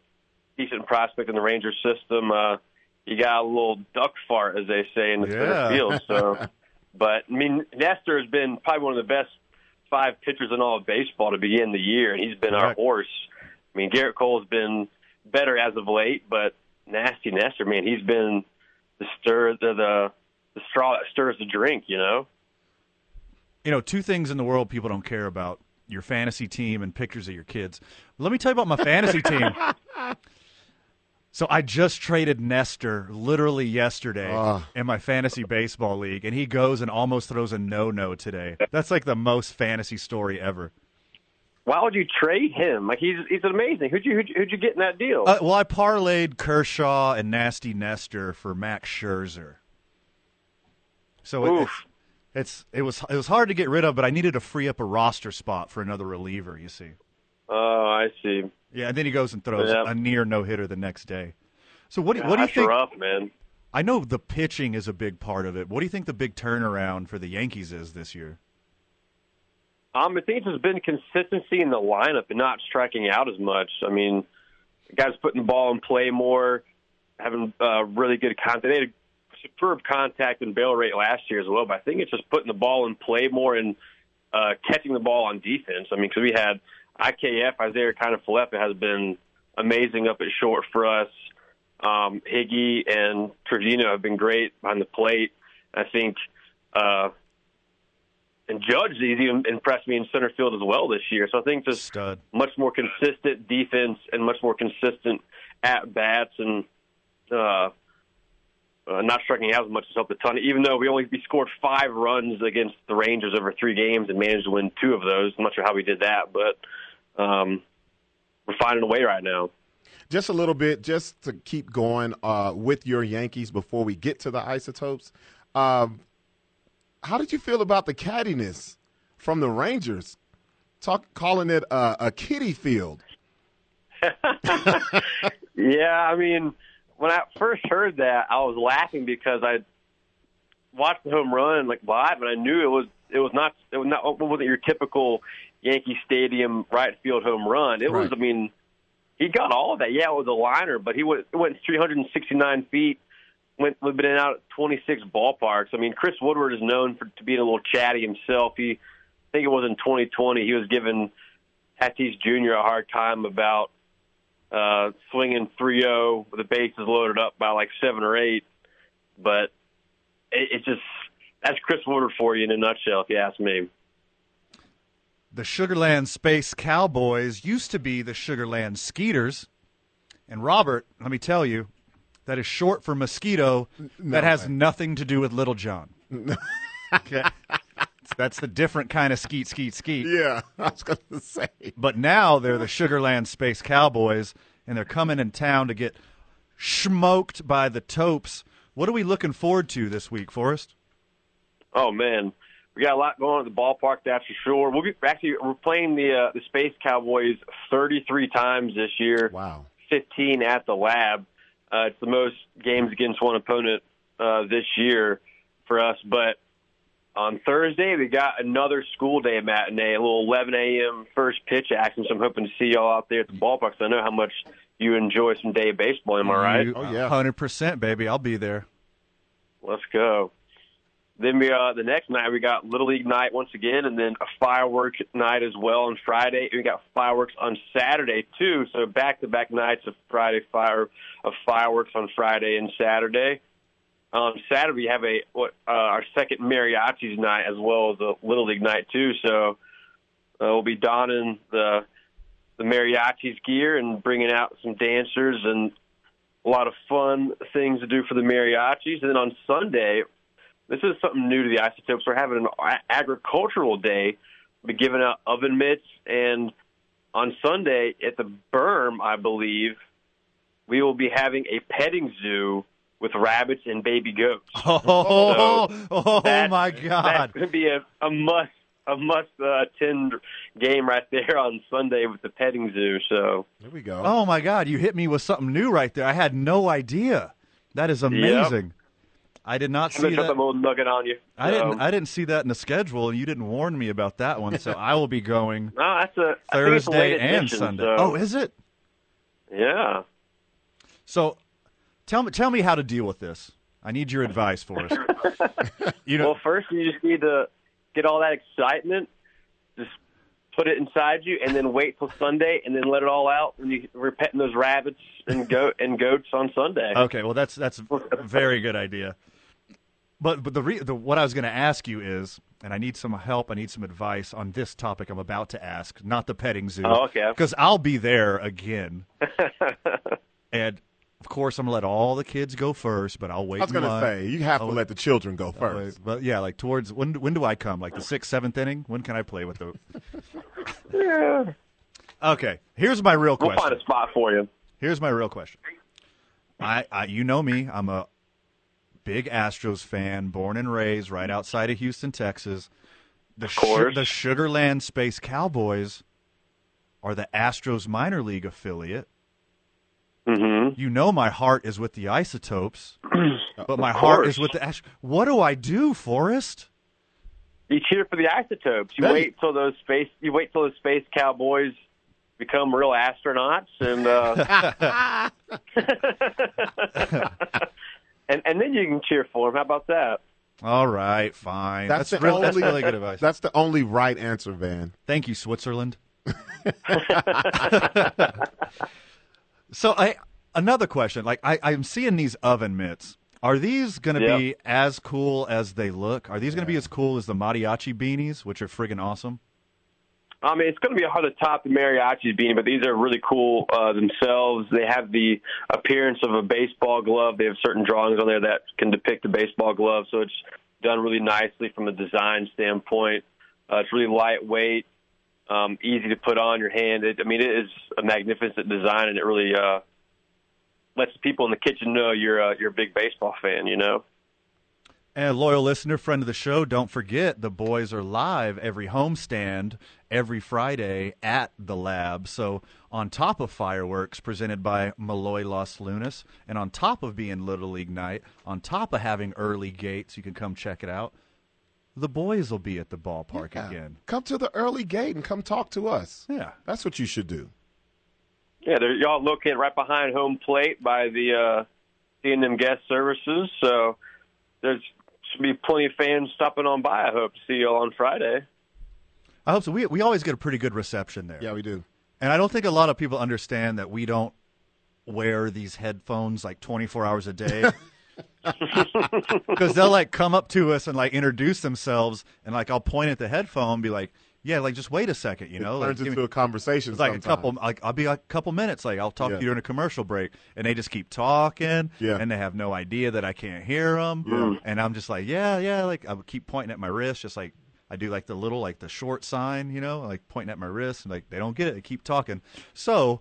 S8: decent prospect in the Rangers system, uh, he got a little duck fart, as they say, in the
S1: Yeah.
S8: center field. So But I mean, Nestor has been probably one of the best five pitchers in all of baseball to begin the year, and he's been our horse. I mean, Garrett Cole's been better as of late, but Nasty Nestor, man, he's been the stir the the, the straw that stirs the drink, you know.
S1: You know, two things in the world people don't care about your fantasy team and pictures of your kids. Let me tell you about my fantasy team. So I just traded Nestor literally yesterday
S2: Ah.
S1: in my fantasy baseball league, and he goes and almost throws a no no today. That's like the most fantasy story ever.
S8: Why would you trade him? Like he's he's amazing. Who'd you who'd you, who'd you get in that deal?
S1: Uh, well, I parlayed Kershaw and Nasty Nestor for Max Scherzer. So it,
S8: Oof.
S1: it's it was it was hard to get rid of, but I needed to free up a roster spot for another reliever. You see.
S8: oh, I see.
S1: Yeah, and then he goes and throws
S8: Yeah.
S1: a near no hitter the next day. So what do,
S8: God,
S1: what do you
S8: that's
S1: think?
S8: rough, man.
S1: I know the pitching is a big part of it. What do you think the big turnaround for the Yankees is this year?
S8: Um, I think there's been consistency in the lineup and not striking out as much. I mean, guys putting the ball in play more, having uh, really good contact. They had a superb contact and bail rate last year as well, but I think it's just putting the ball in play more and uh, catching the ball on defense. I mean, because we had IKF, Isaiah Kinefalefa has been amazing up at short for us. Um, Higgy and Trevino have been great behind the plate. I think. Uh, and Judge he's even impressed me in center field as well this year. So I think just much more consistent defense and much more consistent at bats and uh, uh, not striking out as much has helped a ton. Even though we only we scored five runs against the Rangers over three games and managed to win two of those. I'm not sure how we did that, but um, we're finding a way right now.
S2: Just a little bit, just to keep going uh, with your Yankees before we get to the isotopes. Um, how did you feel about the cattiness from the Rangers? Talk calling it uh, a kitty field.
S8: Yeah, I mean, when I first heard that, I was laughing because I watched the home run like live, and I knew it was it was not it was not it wasn't your typical Yankee Stadium right field home run. It was, I mean, he got all of that. Yeah, it was a liner, but he went it went 369 feet. Went we've been out at 26 ballparks. I mean, Chris Woodward is known for to being a little chatty himself. He, I think it was in 2020, he was giving Tatis Jr. a hard time about uh, swinging 3-0 with the bases loaded up by like seven or eight. But it, it's just that's Chris Woodward for you in a nutshell, if you ask me.
S1: The Sugarland Space Cowboys used to be the Sugarland Skeeters. And Robert, let me tell you, that is short for mosquito that has nothing to do with Little John. okay. That's the different kind of skeet, skeet, skeet.
S2: Yeah, I was going to say.
S1: But now they're the Sugarland Space Cowboys, and they're coming in town to get smoked by the Topes. What are we looking forward to this week, Forrest?
S8: Oh man, we got a lot going on at the ballpark. That's for sure. We'll be actually we're playing the uh, the Space Cowboys 33 times this year.
S2: Wow,
S8: 15 at the lab. Uh, it's the most games against one opponent uh, this year for us. But on Thursday we got another school day matinee, a little 11 a.m. first pitch action. So I'm hoping to see y'all out there at the ballpark. 'cause I know how much you enjoy some day baseball. Am I right?
S1: You- 100%, baby. I'll be there.
S8: Let's go. Then we uh, the next night we got Little League night once again, and then a fireworks night as well on Friday. We got fireworks on Saturday too, so back to back nights of Friday fire of fireworks on Friday and Saturday. Um, Saturday we have a what uh, our second mariachis night as well as a Little League night too. So uh, we'll be donning the the mariachis gear and bringing out some dancers and a lot of fun things to do for the mariachis. And then on Sunday, this is something new to the isotopes. We're having an a- agricultural day. We're giving out oven mitts, and on Sunday at the berm, I believe, we will be having a petting zoo with rabbits and baby goats.
S1: Oh, oh, oh,
S8: that-
S1: my
S8: That's
S1: God.
S8: going to be a, a must a must uh, attend game right there on Sunday with the petting zoo. So
S2: there we go.
S1: Oh, my God. You hit me with something new right there. I had no idea. That is amazing. I did not
S8: I'm
S1: see
S8: gonna drop
S1: that.
S8: that little nugget on you.
S1: I
S8: So-
S1: didn't. I didn't see that in the schedule, and you didn't warn me about that one. So I will be going
S8: No, that's a I think it's a
S1: Thursday
S8: late
S1: and
S8: edition,
S1: Sunday.
S8: so-
S1: Oh, is it?
S8: Yeah.
S1: So, tell me, tell me how to deal with this. I need your advice, Forrest. you
S8: well, first you just need to get all that excitement, just put it inside you, and then wait till Sunday, and then let it all out when you we're petting those rabbits and goat and goats on Sunday.
S1: Okay, well that's that's a very good idea. But but the, re- the what I was going to ask you is, and I need some help. I need some advice on this topic I'm about to ask, not the petting zoo.
S8: Oh, okay.
S1: Because I'll be there again, and of course I'm gonna let all the kids go first. But I'll wait.
S2: I was
S1: in
S2: gonna
S1: line.
S2: say you have
S1: I'll
S2: to let the children
S1: oh,
S2: go first.
S1: But yeah, like towards when when do I come? Like the sixth, seventh inning? When can I play with the?
S8: Yeah.
S1: Okay, here's my real
S8: We'll
S1: question.
S8: find a spot for you.
S1: Here's my real question. I, I you know me, I'm a big Astros fan, born and raised right outside of Houston, Texas. The of
S8: course.
S1: the Sugarland Space Cowboys are the Astros minor league affiliate.
S8: Mm-hmm.
S1: You know my heart is with the Isotopes, but my
S8: Of
S1: heart
S8: course.
S1: is with the Astros. What do I do, Forrest?
S8: You cheer for the isotopes. You
S1: Hey.
S8: wait till those space. You wait till those space cowboys become real astronauts, and uh, and and then you can cheer for them. How about that?
S1: All right, fine. That's,
S2: That's the
S1: real,
S2: only
S1: that's really good advice.
S2: That's the only right answer, Van.
S1: Thank you, Switzerland. so I another question. Like I, I'm seeing these oven mitts. Are these going to
S8: Yeah.
S1: be as cool as they look? Are these going to be as cool as the mariachi beanies, which are friggin' awesome?
S8: I mean, it's going to be hard to top the mariachi's beanie, but these are really cool uh, themselves. They have the appearance of a baseball glove. They have certain drawings on there that can depict a baseball glove, so it's done really nicely from a design standpoint. Uh, it's really lightweight, um, easy to put on your hand. It, I mean, it is a magnificent design, and it really uh, lets the people in the kitchen know you're uh, you're a big baseball fan. You know.
S1: And loyal listener, friend of the show, don't forget the boys are live every homestand every Friday at the lab. So on top of fireworks presented by Malloy Los Lunas, and on top of being Little League night, on top of having early gates, you can come check it out. The boys will be at the ballpark again.
S2: Come to the early gate and come talk to us.
S1: Yeah.
S2: That's what you should do.
S8: Yeah, they're y'all located right behind home plate by the uh C and M guest services, so there's should be plenty of fans stopping on by, I hope, to see y'all on Friday.
S1: I hope so. We we always get a pretty good reception there.
S2: Yeah, we do.
S1: And I don't think a lot of people understand that we don't wear these headphones like 24 hours a day. Because they'll like come up to us and like introduce themselves, and like I'll point at the headphone, and be like, "Yeah, like just wait a second, you know."
S2: it turns
S1: like, give
S2: into
S1: me-
S2: a conversation.
S1: it's like a
S2: sometime.
S1: couple, like I'll be like a couple minutes, like I'll talk
S2: Yeah.
S1: to you during a commercial break, and they just keep talking,
S2: Yeah.
S1: and they have no idea that I can't hear them, and I'm just like, yeah, yeah, like I would keep pointing at my wrist, just like I do, like the little, like the short sign, you know, like pointing at my wrist, and like they don't get it, they keep talking. So,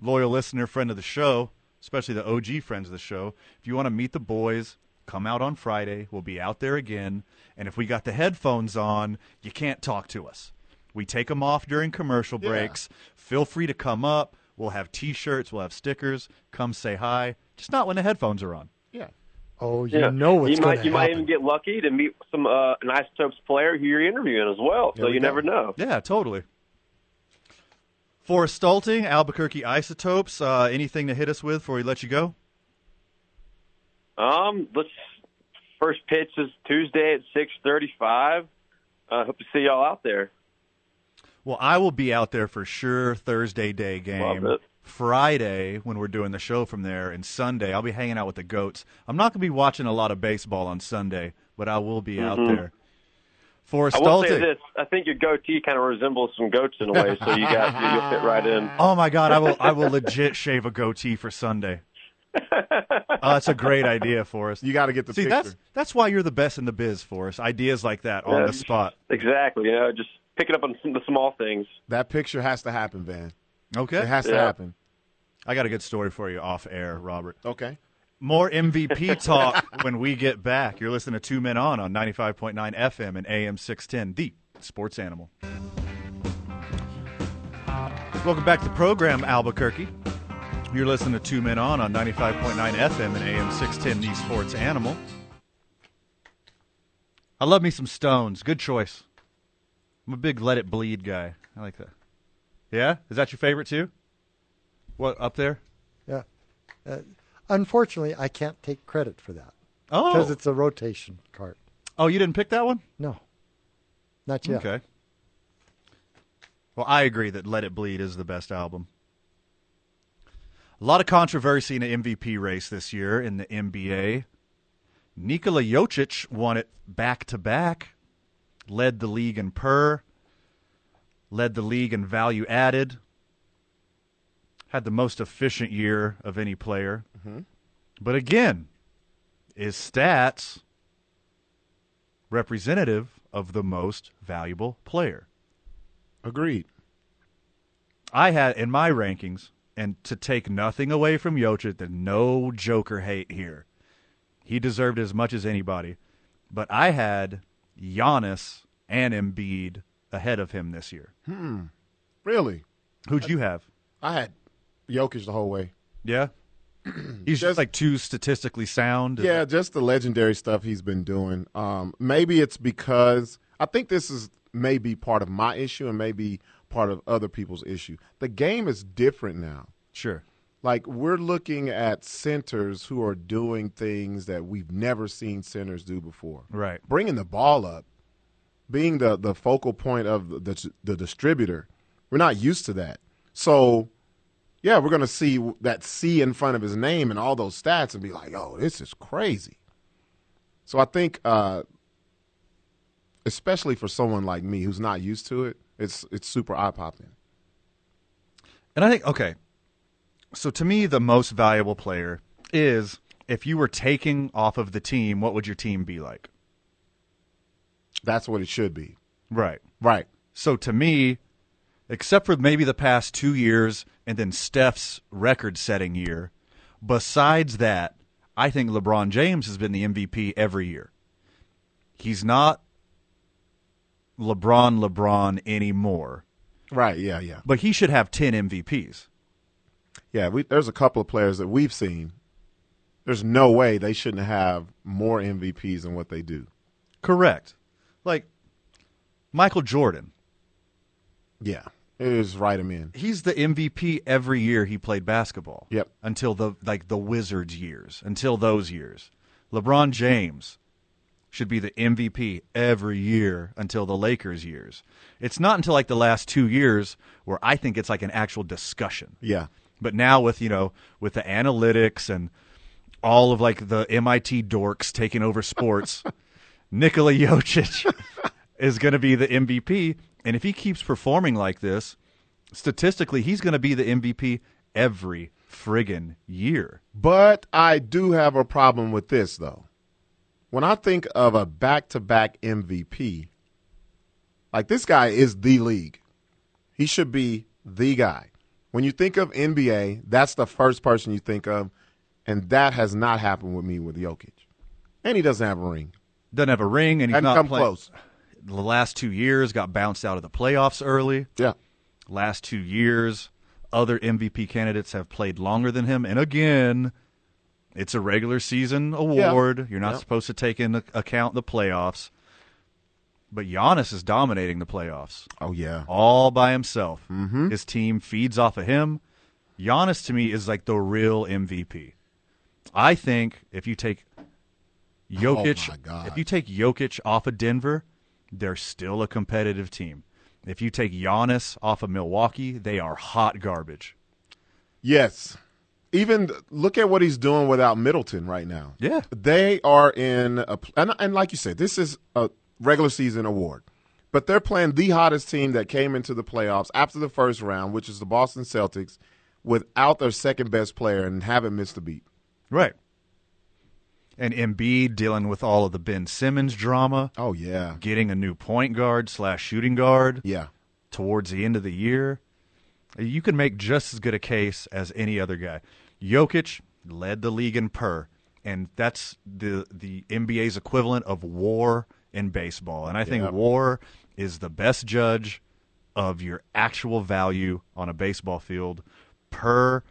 S1: loyal listener, friend of the show, especially the OG friends of the show, if you want to meet the boys. Come out on Friday. We'll be out there again. And if we got the headphones on, you can't talk to us. We take them off during commercial breaks. Feel free to come up. We'll have T-shirts. We'll have stickers. Come say hi. Just not when the headphones are on.
S2: Yeah.
S3: Oh, you know what's
S8: you
S3: going
S8: might
S3: to
S8: you
S3: happen.
S8: might even get lucky to meet some uh an isotopes player who you're interviewing as well.
S2: There
S8: so
S2: we
S8: you
S2: go.
S8: never know.
S1: Yeah, totally. Forrest Stolting, Albuquerque Isotopes. Uh, anything to hit us with before we let you go?
S8: Um, let's first pitch is Tuesday at six thirty five. I uh, hope to see y'all out there.
S1: Well, I will be out there for sure Thursday day game.
S8: Love it.
S1: Friday when we're doing the show from there, and Sunday I'll be hanging out with the goats. I'm not going to be watching a lot of baseball on Sunday, but I will be out there. Forrest
S8: Mm-hmm. I will say
S1: Stolting.
S8: this: I think your goatee kind of resembles some goats in a way, so you got you- you'll fit right in.
S1: Oh my god, I will I will legit shave a goatee for Sunday. Oh, that's a great idea, Forrest.
S2: You got to get the
S1: See,
S2: picture.
S1: that's that's why you're the best in the biz, Forrest. Ideas like that on
S8: Yeah.
S1: the spot.
S8: Exactly. You know, just picking up on some, the small things.
S2: That picture has to happen, Van.
S1: Okay.
S2: It has to
S8: Yeah.
S2: happen.
S1: I got a good story for you off air, Robert.
S2: Okay.
S1: More MVP talk when we get back. You're listening to Two Men On on 95.9 FM and AM 610, the sports animal. Welcome back to the program, Albuquerque. You're listening to Two Men On on 95.9 FM and AM 610, the sports animal. I love me some Stones. Good choice. I'm a big Let It Bleed guy. I like that. Yeah? Is that your favorite too? What, up there?
S3: Yeah. Uh, unfortunately, I can't take credit for that.
S1: Oh.
S3: Because it's a rotation cart.
S1: Oh, you didn't pick that one?
S3: No. Not yet.
S1: Okay. Well, I agree that Let It Bleed is the best album. A lot of controversy in the MVP race this year in the NBA. Nikola Jokic won it back to back, led the league in per, led the league in value added, had the most efficient year of any player. But again, is stats representative of the most valuable player?
S2: Agreed.
S1: I had in my rankings, and to take nothing away from Jokic, there's no Joker hate here. He deserved as much as anybody. But I had Giannis and Embiid ahead of him this year.
S2: Hmm. Really?
S1: Who'd you have?
S2: I had Jokic the whole way.
S1: Yeah. He's just, like too statistically sound.
S2: Yeah, just the legendary stuff he's been doing. Um, maybe it's because I think this is maybe part of my issue and maybe part of other people's issue. The game is different now.
S1: Sure.
S2: Like we're looking at centers who are doing things that we've never seen centers do before.
S1: Right.
S2: Bringing the ball up, being the the focal point of the the, the distributor. We're not used to that. So yeah, we're going to see that C in front of his name and all those stats and be like, oh, this is crazy. So I think, uh, especially for someone like me who's not used to it, it's it's super eye popping.
S1: And I think okay. So to me, the most valuable player is if you were taking off of the team, what would your team be like?
S2: That's what it should be.
S1: Right.
S2: Right.
S1: So to me, except for maybe the past two years and then Steph's record setting year, besides that, I think LeBron James has been the MVP every year. He's not LeBron LeBron anymore,
S2: Right. Yeah. Yeah.
S1: but he should have 10 MVPs.
S2: Yeah. We, there's a couple of players that we've seen. There's no way they shouldn't have more MVPs than what they do.
S1: Correct. Like Michael Jordan,
S2: Yeah. It is right him in.
S1: he's the MVP every year he played basketball.
S2: Yep.
S1: Until the like the Wizards years, until those years. LeBron James should be the MVP every year until the Lakers years. It's not until like the last 2 years where I think it's like an actual discussion.
S2: Yeah.
S1: But now with, you know, with the analytics and all of like the MIT dorks taking over sports, Nikola Jokic is going to be the MVP. And if he keeps performing like this, statistically, he's going to be the MVP every friggin' year.
S2: But I do have a problem with this, though. When I think of a back to back MVP, like this guy is the league. He should be the guy. When you think of NBA, that's the first person you think of. And that has not happened with me with Jokic. And he doesn't have a ring.
S1: Doesn't have a ring, and he's
S2: Hadn't
S1: not
S2: come
S1: playing-
S2: close.
S1: The last two years got bounced out of the playoffs early.
S2: Yeah.
S1: Last two years, other MVP candidates have played longer than him, and again, it's a regular season award. You're not
S2: Yeah.
S1: supposed to take into account the playoffs. But Giannis is dominating the playoffs
S2: Oh, yeah.
S1: all by himself. Mm-hmm. His team feeds off of him. Giannis to me is like the real MVP. I think if you take Jokic,
S2: Oh, my God.
S1: if you take Jokic off of Denver, they're still a competitive team. If you take Giannis off of Milwaukee, they are hot garbage.
S2: Yes. Even th- look at what he's doing without Middleton right now.
S1: Yeah.
S2: They are in a pl- and, and like you said, this is a regular season award. But they're playing the hottest team that came into the playoffs after the first round, which is the Boston Celtics, without their second best player and haven't missed a beat.
S1: Right. And Embiid dealing with all of the Ben Simmons drama,
S2: Oh yeah.
S1: getting a new point guard slash shooting guard.
S2: Yeah.
S1: towards the end of the year, you can make just as good a case as any other guy. Jokic led the league in per, and that's the the NBA's equivalent of WAR in baseball. And I think
S2: Yeah.
S1: WAR is the best judge of your actual value on a baseball field. Per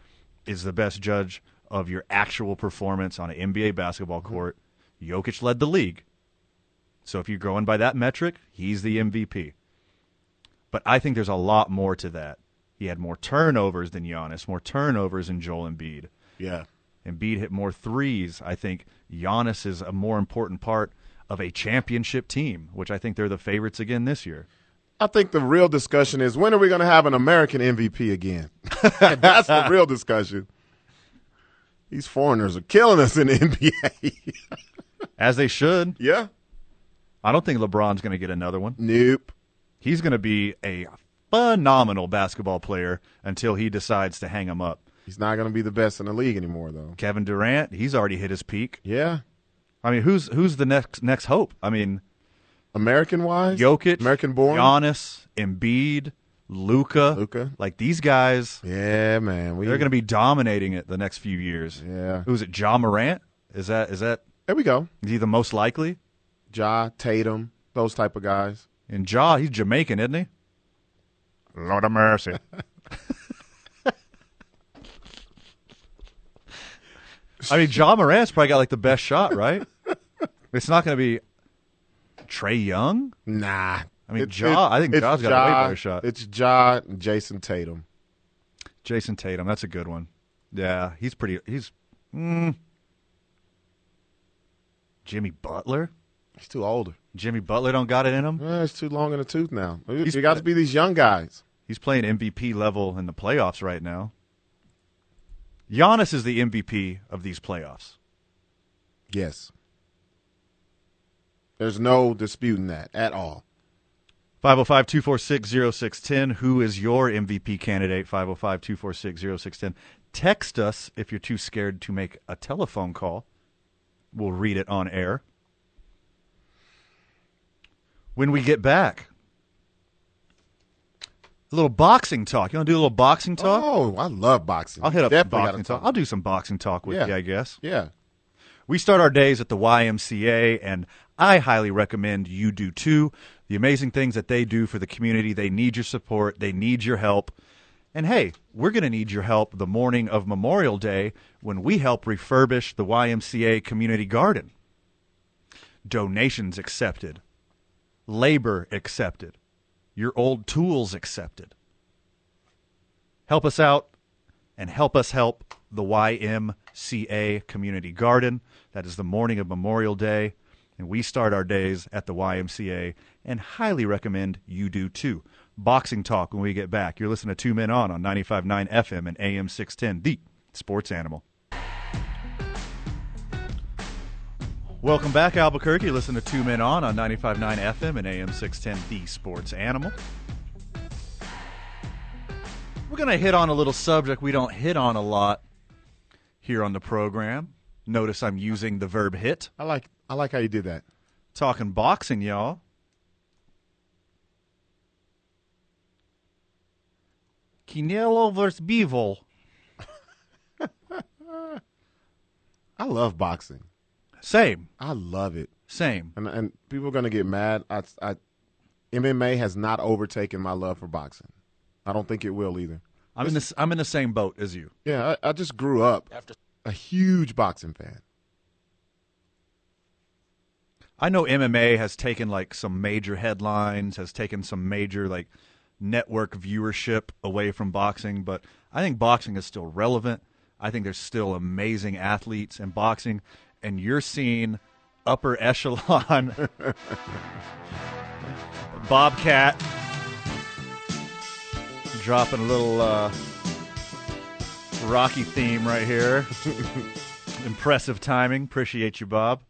S1: is the best judge of your actual performance on an NBA basketball court. Jokic led the league. So if you're going by that metric, he's the MVP. But I think there's a lot more to that. He had more turnovers than Giannis, more turnovers than Joel Embiid.
S2: Yeah.
S1: Embiid hit more threes. I think Giannis is a more important part of a championship team, which I think they're the favorites again this year.
S2: I think the real discussion is when are we going to have an American MVP again? That's the real discussion. These foreigners are killing us in the NBA.
S1: As they should.
S2: Yeah.
S1: I don't think LeBron's going to get another one.
S2: Nope.
S1: He's going to be a phenomenal basketball player until he decides to hang him up.
S2: He's not going to be the best in the league anymore, though.
S1: Kevin Durant, he's already hit his peak.
S2: Yeah.
S1: I mean, who's who's the next next hope? I mean,
S2: American wise,
S1: Jokic,
S2: American born,
S1: Giannis, Embiid, Luca,
S2: Luca.
S1: like these guys.
S2: Yeah, man, we,
S1: They're going to be dominating it the next few years.
S2: Yeah.
S1: Who's it? Ja Morant? Is that is that
S2: There we go.
S1: is he the most likely?
S2: Ja, Tatum, those type of guys.
S1: And Ja, he's Jamaican, isn't he? Lord of mercy. I mean, John Morant's probably got like the best shot, right? It's not going to be Trey Young.
S2: Nah.
S1: I mean, Ja- I think
S2: it's
S1: Ja's got a way better shot.
S2: It's Ja and Jason Tatum.
S1: Jason Tatum, that's a good one. Yeah, he's pretty. He's mm, Jimmy Butler.
S2: He's too older.
S1: Jimmy Butler don't got it in him.
S2: Eh, it's too long in the tooth now. You
S1: He's-
S2: got to be these young guys.
S1: He's playing MVP level in the playoffs right now. Giannis is the MVP of these playoffs.
S2: Yes. There's no disputing that at all.
S1: 505 246 0610. oh. Who is your MVP candidate? 505 246 0610. oh. Text us if you're too scared to make a telephone call. We'll read it on air. When we get back, a little boxing talk. You want to do a little boxing talk?
S2: Oh, I love boxing.
S1: I'll hit up
S2: Definitely gotta
S1: boxing talk. I'll do some boxing talk with
S2: Yeah.
S1: you, I guess.
S2: Yeah.
S1: We start our days at the YMCA, and I highly recommend you do too. The amazing things that they do for the community, they need your support, they need your help. And hey, we're going to need your help the morning of Memorial Day when we help refurbish the YMCA community garden. Donations accepted, labor accepted, your old tools accepted. Help us out and help us help the YMCA Community Garden. That is the morning of Memorial Day, and we start our days at the YMCA and highly recommend you do too. Boxing talk when we get back. You're listening to Two Men On on 95.9 FM and AM 610, the sports animal. Welcome back, Albuquerque. Listen to Two Men On on 95.9 FM and AM 610, the sports animal. We're going to hit on a little subject we don't hit on a lot here on the program. Notice I'm using the verb hit.
S2: I like I like how you did that.
S1: Talking boxing, y'all. Canelo versus Bivol.
S2: I love boxing.
S1: Same,
S2: I love it.
S1: same.
S2: And and people are going to get mad. I, I MMA has not overtaken my love for boxing. I don't think it will either.
S1: I'm in the, I'm in the same boat as you.
S2: Yeah, I, I just grew up a huge boxing fan.
S1: I know MMA has taken like some major headlines, has taken some major like network viewership away from boxing, but I think boxing is still relevant. I think there's still amazing athletes in boxing, and you're seeing upper echelon Bobcat dropping a little uh, Rocky theme right here. Impressive timing. Appreciate you, Bob.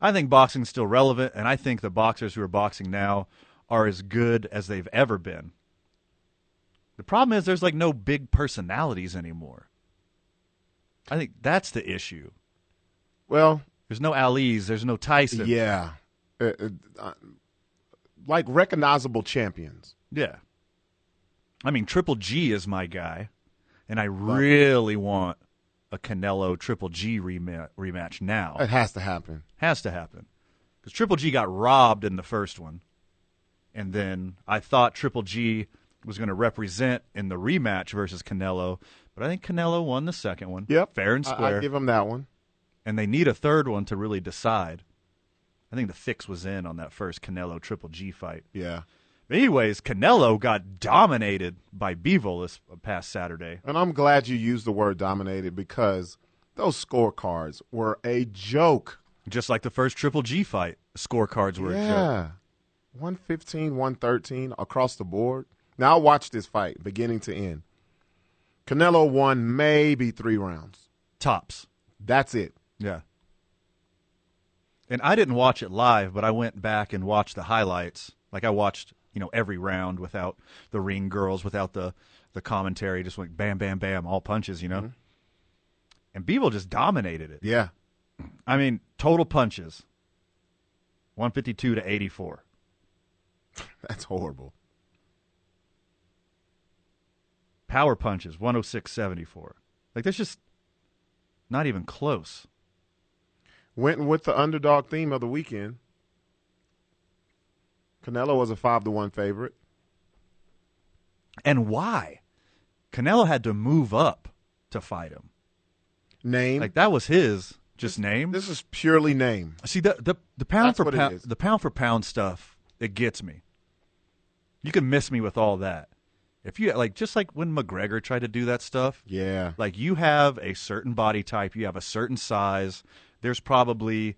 S1: I think boxing's still relevant, and I think the boxers who are boxing now are as good as they've ever been. The problem is there's like no big personalities anymore. I think that's the issue.
S2: Well,
S1: There's no Ali's, there's no Tyson.
S2: yeah, Uh, uh, uh, like recognizable champions.
S1: Yeah. I mean, Triple G is my guy, and I really want a Canelo Triple G rematch, rematch now.
S2: It has to happen.
S1: Has to happen. Because Triple G got robbed in the first one. And then I thought Triple G was going to represent in the rematch versus Canelo. But I think Canelo won the second one.
S2: Yep,
S1: Fair and
S2: I-
S1: square.
S2: I, give him that one.
S1: and they need a third one to really decide. I think the fix was in on that first Canelo Triple G fight.
S2: Yeah,
S1: Anyways, Canelo got dominated by Beevil this past Saturday.
S2: And I'm glad you used the word dominated because those scorecards were a joke.
S1: Just like the first Triple G fight, scorecards were a joke.
S2: Yeah. 115, 113 across the board. Now, I watched this fight beginning to end. Canelo won maybe three rounds.
S1: Tops.
S2: That's it.
S1: Yeah. And I didn't watch it live, but I went back and watched the highlights. Like I watched, you know, every round without the ring girls, without the the commentary. Just went bam, bam, bam, all punches, you know. And Beevil just dominated it.
S2: Yeah.
S1: I mean, total punches, one fifty two to eighty four.
S2: That's horrible.
S1: Power punches, one hundred six seventy four. Like that's just not even close.
S2: Went with the underdog theme of the weekend. Canelo was a 5 to 1 favorite.
S1: And why? Canelo had to move up to fight him.
S2: Name.
S1: Like that was his just name.
S2: this is purely name.
S1: See the the, the pound
S2: That's
S1: for
S2: what it
S1: pound
S2: is.
S1: the pound for pound stuff. It gets me. You can miss me with all that. If you like, just like when McGregor tried to do that stuff,
S2: Yeah.
S1: like you have a certain body type, you have a certain size. There's probably,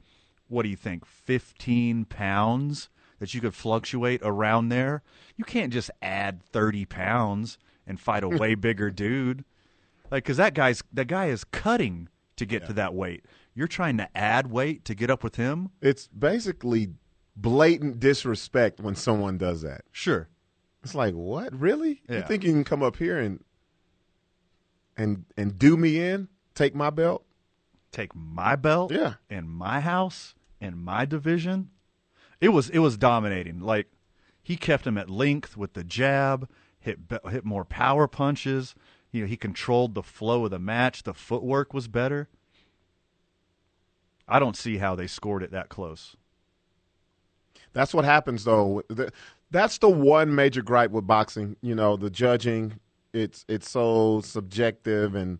S1: what do you think, 15 pounds that you could fluctuate around there. You can't just add 30 pounds and fight a way bigger dude, like because that guy's that guy is cutting to get to that weight. You're trying to add weight to get up with him.
S2: It's basically blatant disrespect when someone does that.
S1: Sure,
S2: It's like, what? Really? You
S1: Yeah.
S2: think you can come up here and and and do me in? Take my belt?
S1: take my belt
S2: Yeah.
S1: and my house and my division. It was it was dominating. Like he kept him at length with the jab, hit be- hit more power punches. You know, he controlled the flow of the match. The footwork was better. I don't see how they scored it that close.
S2: That's what happens, though. The- That's the one major gripe with boxing. You know, the judging. It's it's so subjective, and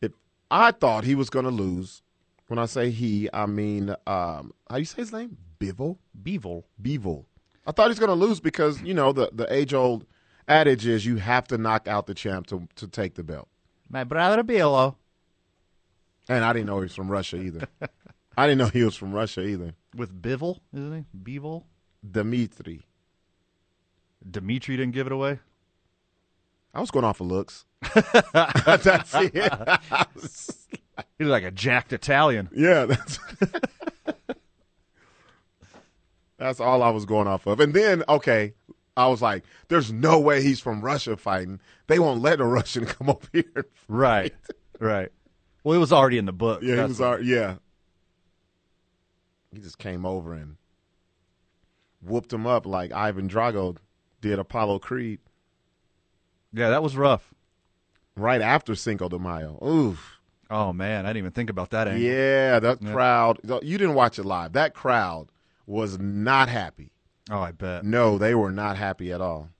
S2: it. I thought he was going to lose. When I say he, I mean um, how you say his name? Bivol.
S1: Beevil.
S2: Bivol. I thought he was going to lose because you know the the age old adage is you have to knock out the champ to to take the belt.
S7: My brother Bilo.
S2: And I didn't know he was from Russia either. I didn't know he was from Russia either.
S1: With Bivol, isn't he? Beevil?
S2: Dimitri.
S1: Dimitri didn't give it away.
S2: I was going off of looks. That's it.
S1: He was like a jacked Italian.
S2: Yeah, that's that's all I was going off of. And then okay, I was like, "There's no way he's from Russia fighting. They won't let a Russian come up here."
S1: Right. right. Well, it was already in the book.
S2: yeah, he
S1: That's
S2: was.
S1: what-
S2: Our, yeah, he just came over and whooped him up like Ivan Drago did Apollo Creed
S1: Yeah, that was rough.
S2: right after Cinco de Mayo. Oof.
S1: Oh man, I didn't even think about that angle.
S2: Yeah, that
S1: Yeah.
S2: crowd. You didn't watch it live. That crowd was not happy.
S1: Oh, I bet.
S2: No, they were not happy at all.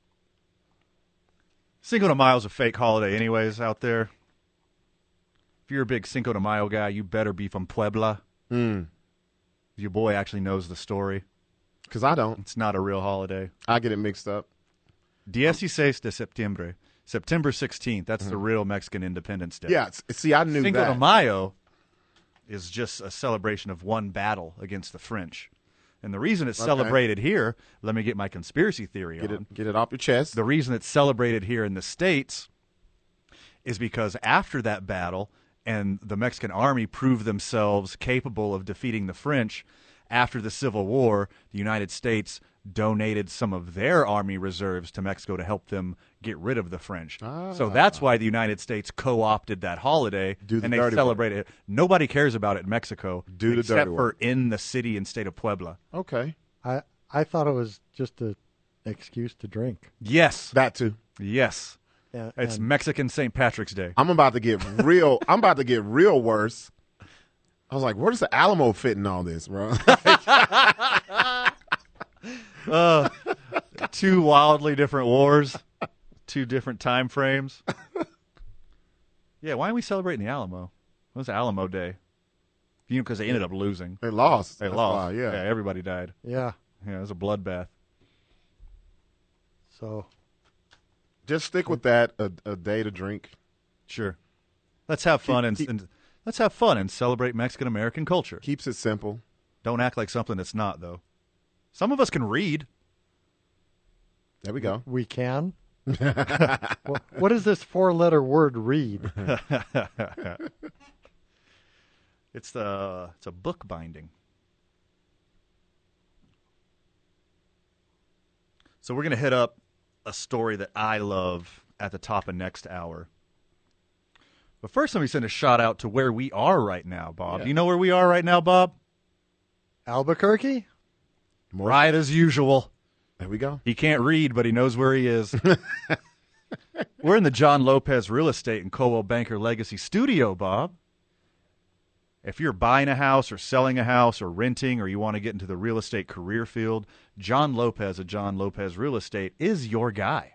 S1: Cinco de Mayo's a fake holiday, anyways, out there. If you're a big Cinco de Mayo guy, you better be from Puebla.
S2: Hmm.
S1: Your boy actually knows the story.
S2: Because I don't.
S1: It's not a real holiday.
S2: I get it mixed up.
S1: Dieciséis de septiembre, September 16th. That's the real Mexican Independence Day.
S2: Hmm. Yeah. s- See, I knew
S1: Cinco de
S2: that.
S1: Mayo is just a celebration of one battle against the French. And the reason it's celebrated here, let me get my conspiracy theory
S2: get
S1: on.
S2: it, get it off your chest.
S1: the reason it's celebrated here in the states is because after that battle and the Mexican army proved themselves capable of defeating the French after the Civil War, the United States donated some of their army reserves to Mexico to help them get rid of the French. So that's why the United States co-opted that holiday
S2: Ah. Do the
S1: and
S2: dirty
S1: they
S2: work.
S1: celebrate it. Nobody cares about it in Mexico
S2: Do the
S1: except
S2: dirty
S1: for
S2: work.
S1: in the city and state of Puebla.
S2: okay.
S3: I I thought it was just a excuse to drink.
S1: Yes.
S2: That too.
S1: Yes.
S3: Yeah,
S1: It's
S3: and
S1: Mexican St. Patrick's Day.
S2: I'm about to get real. I'm about to get real worse. I was like, where does the Alamo fit in all this, bro?
S1: two wildly different wars, two different time frames. yeah, why are we celebrating the Alamo? It was Alamo Day. You know, because they ended up losing.
S2: they lost.
S1: They
S2: That's
S1: lost.
S2: why, yeah.
S1: everybody died.
S3: yeah,
S1: Yeah, it was a bloodbath.
S3: So
S2: Just stick with that. A, a day to drink.
S1: Sure. Let's have fun and, and let's have fun and celebrate Mexican American culture.
S2: Keeps it simple.
S1: Don't act like something it's not, though. Some of us can read.
S2: There we go.
S3: we can. Wha- what does this four letter word read?
S1: it's the it's a book binding. So we're gonna hit up a story that I love at the top of next hour. But first, let me send a shout out to where we are right now, Bob.
S3: Yeah.
S1: Do you know where we are right now, Bob?
S3: Albuquerque?
S1: Right as usual.
S2: There we go.
S1: He can't read, but he knows where he is. We're in the John Lopez Real Estate and Coldwell Banker Legacy Studio, Bob. If you're buying a house or selling a house or renting or you want to get into the real estate career field, John Lopez of John Lopez Real Estate is your guy.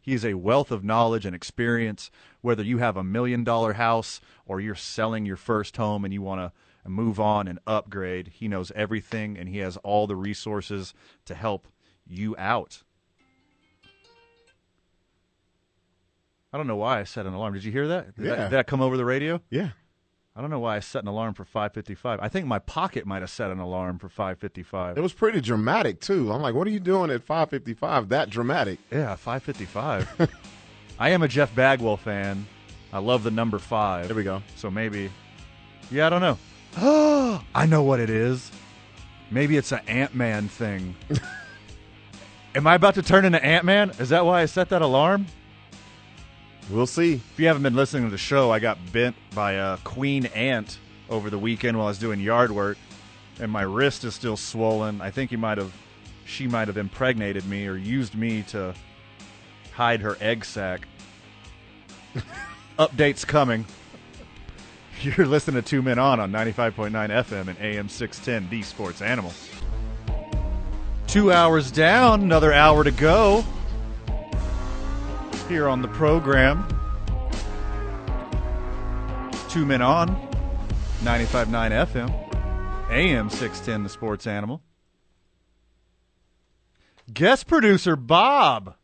S1: He is a wealth of knowledge and experience. Whether you have a million dollar house or you're selling your first home and you want to move on and upgrade, he knows everything and he has all the resources to help you out. I don't know why I set an alarm. Did you hear that? Did,
S2: Yeah.
S1: that, did that come over the radio?
S2: Yeah.
S1: I don't know why I set an alarm for 5:55. I think my pocket might have set an alarm for 5:55.
S2: It was pretty dramatic too. I'm like, what are you doing at 5:55? That dramatic?
S1: Yeah, 5:55. I am a Jeff Bagwell fan. I love the number five. There
S2: we go.
S1: So maybe, yeah, I don't know. Oh, I know what it is. Maybe it's an Ant Man thing. am I about to turn into Ant Man? Is that why I set that alarm?
S2: We'll see.
S1: If you haven't been listening to the show, I got bent by a queen ant over the weekend while I was doing yard work, and my wrist is still swollen. I think he might have, she might have impregnated me or used me to hide her egg sac. Updates coming. You're listening to Two Men On on 95.9 FM and AM 610, the sports animal. Two hours down, another hour to go here on the program. Two Men On, 95.9 FM, AM 610, The Sports Animal. Guest producer Bob.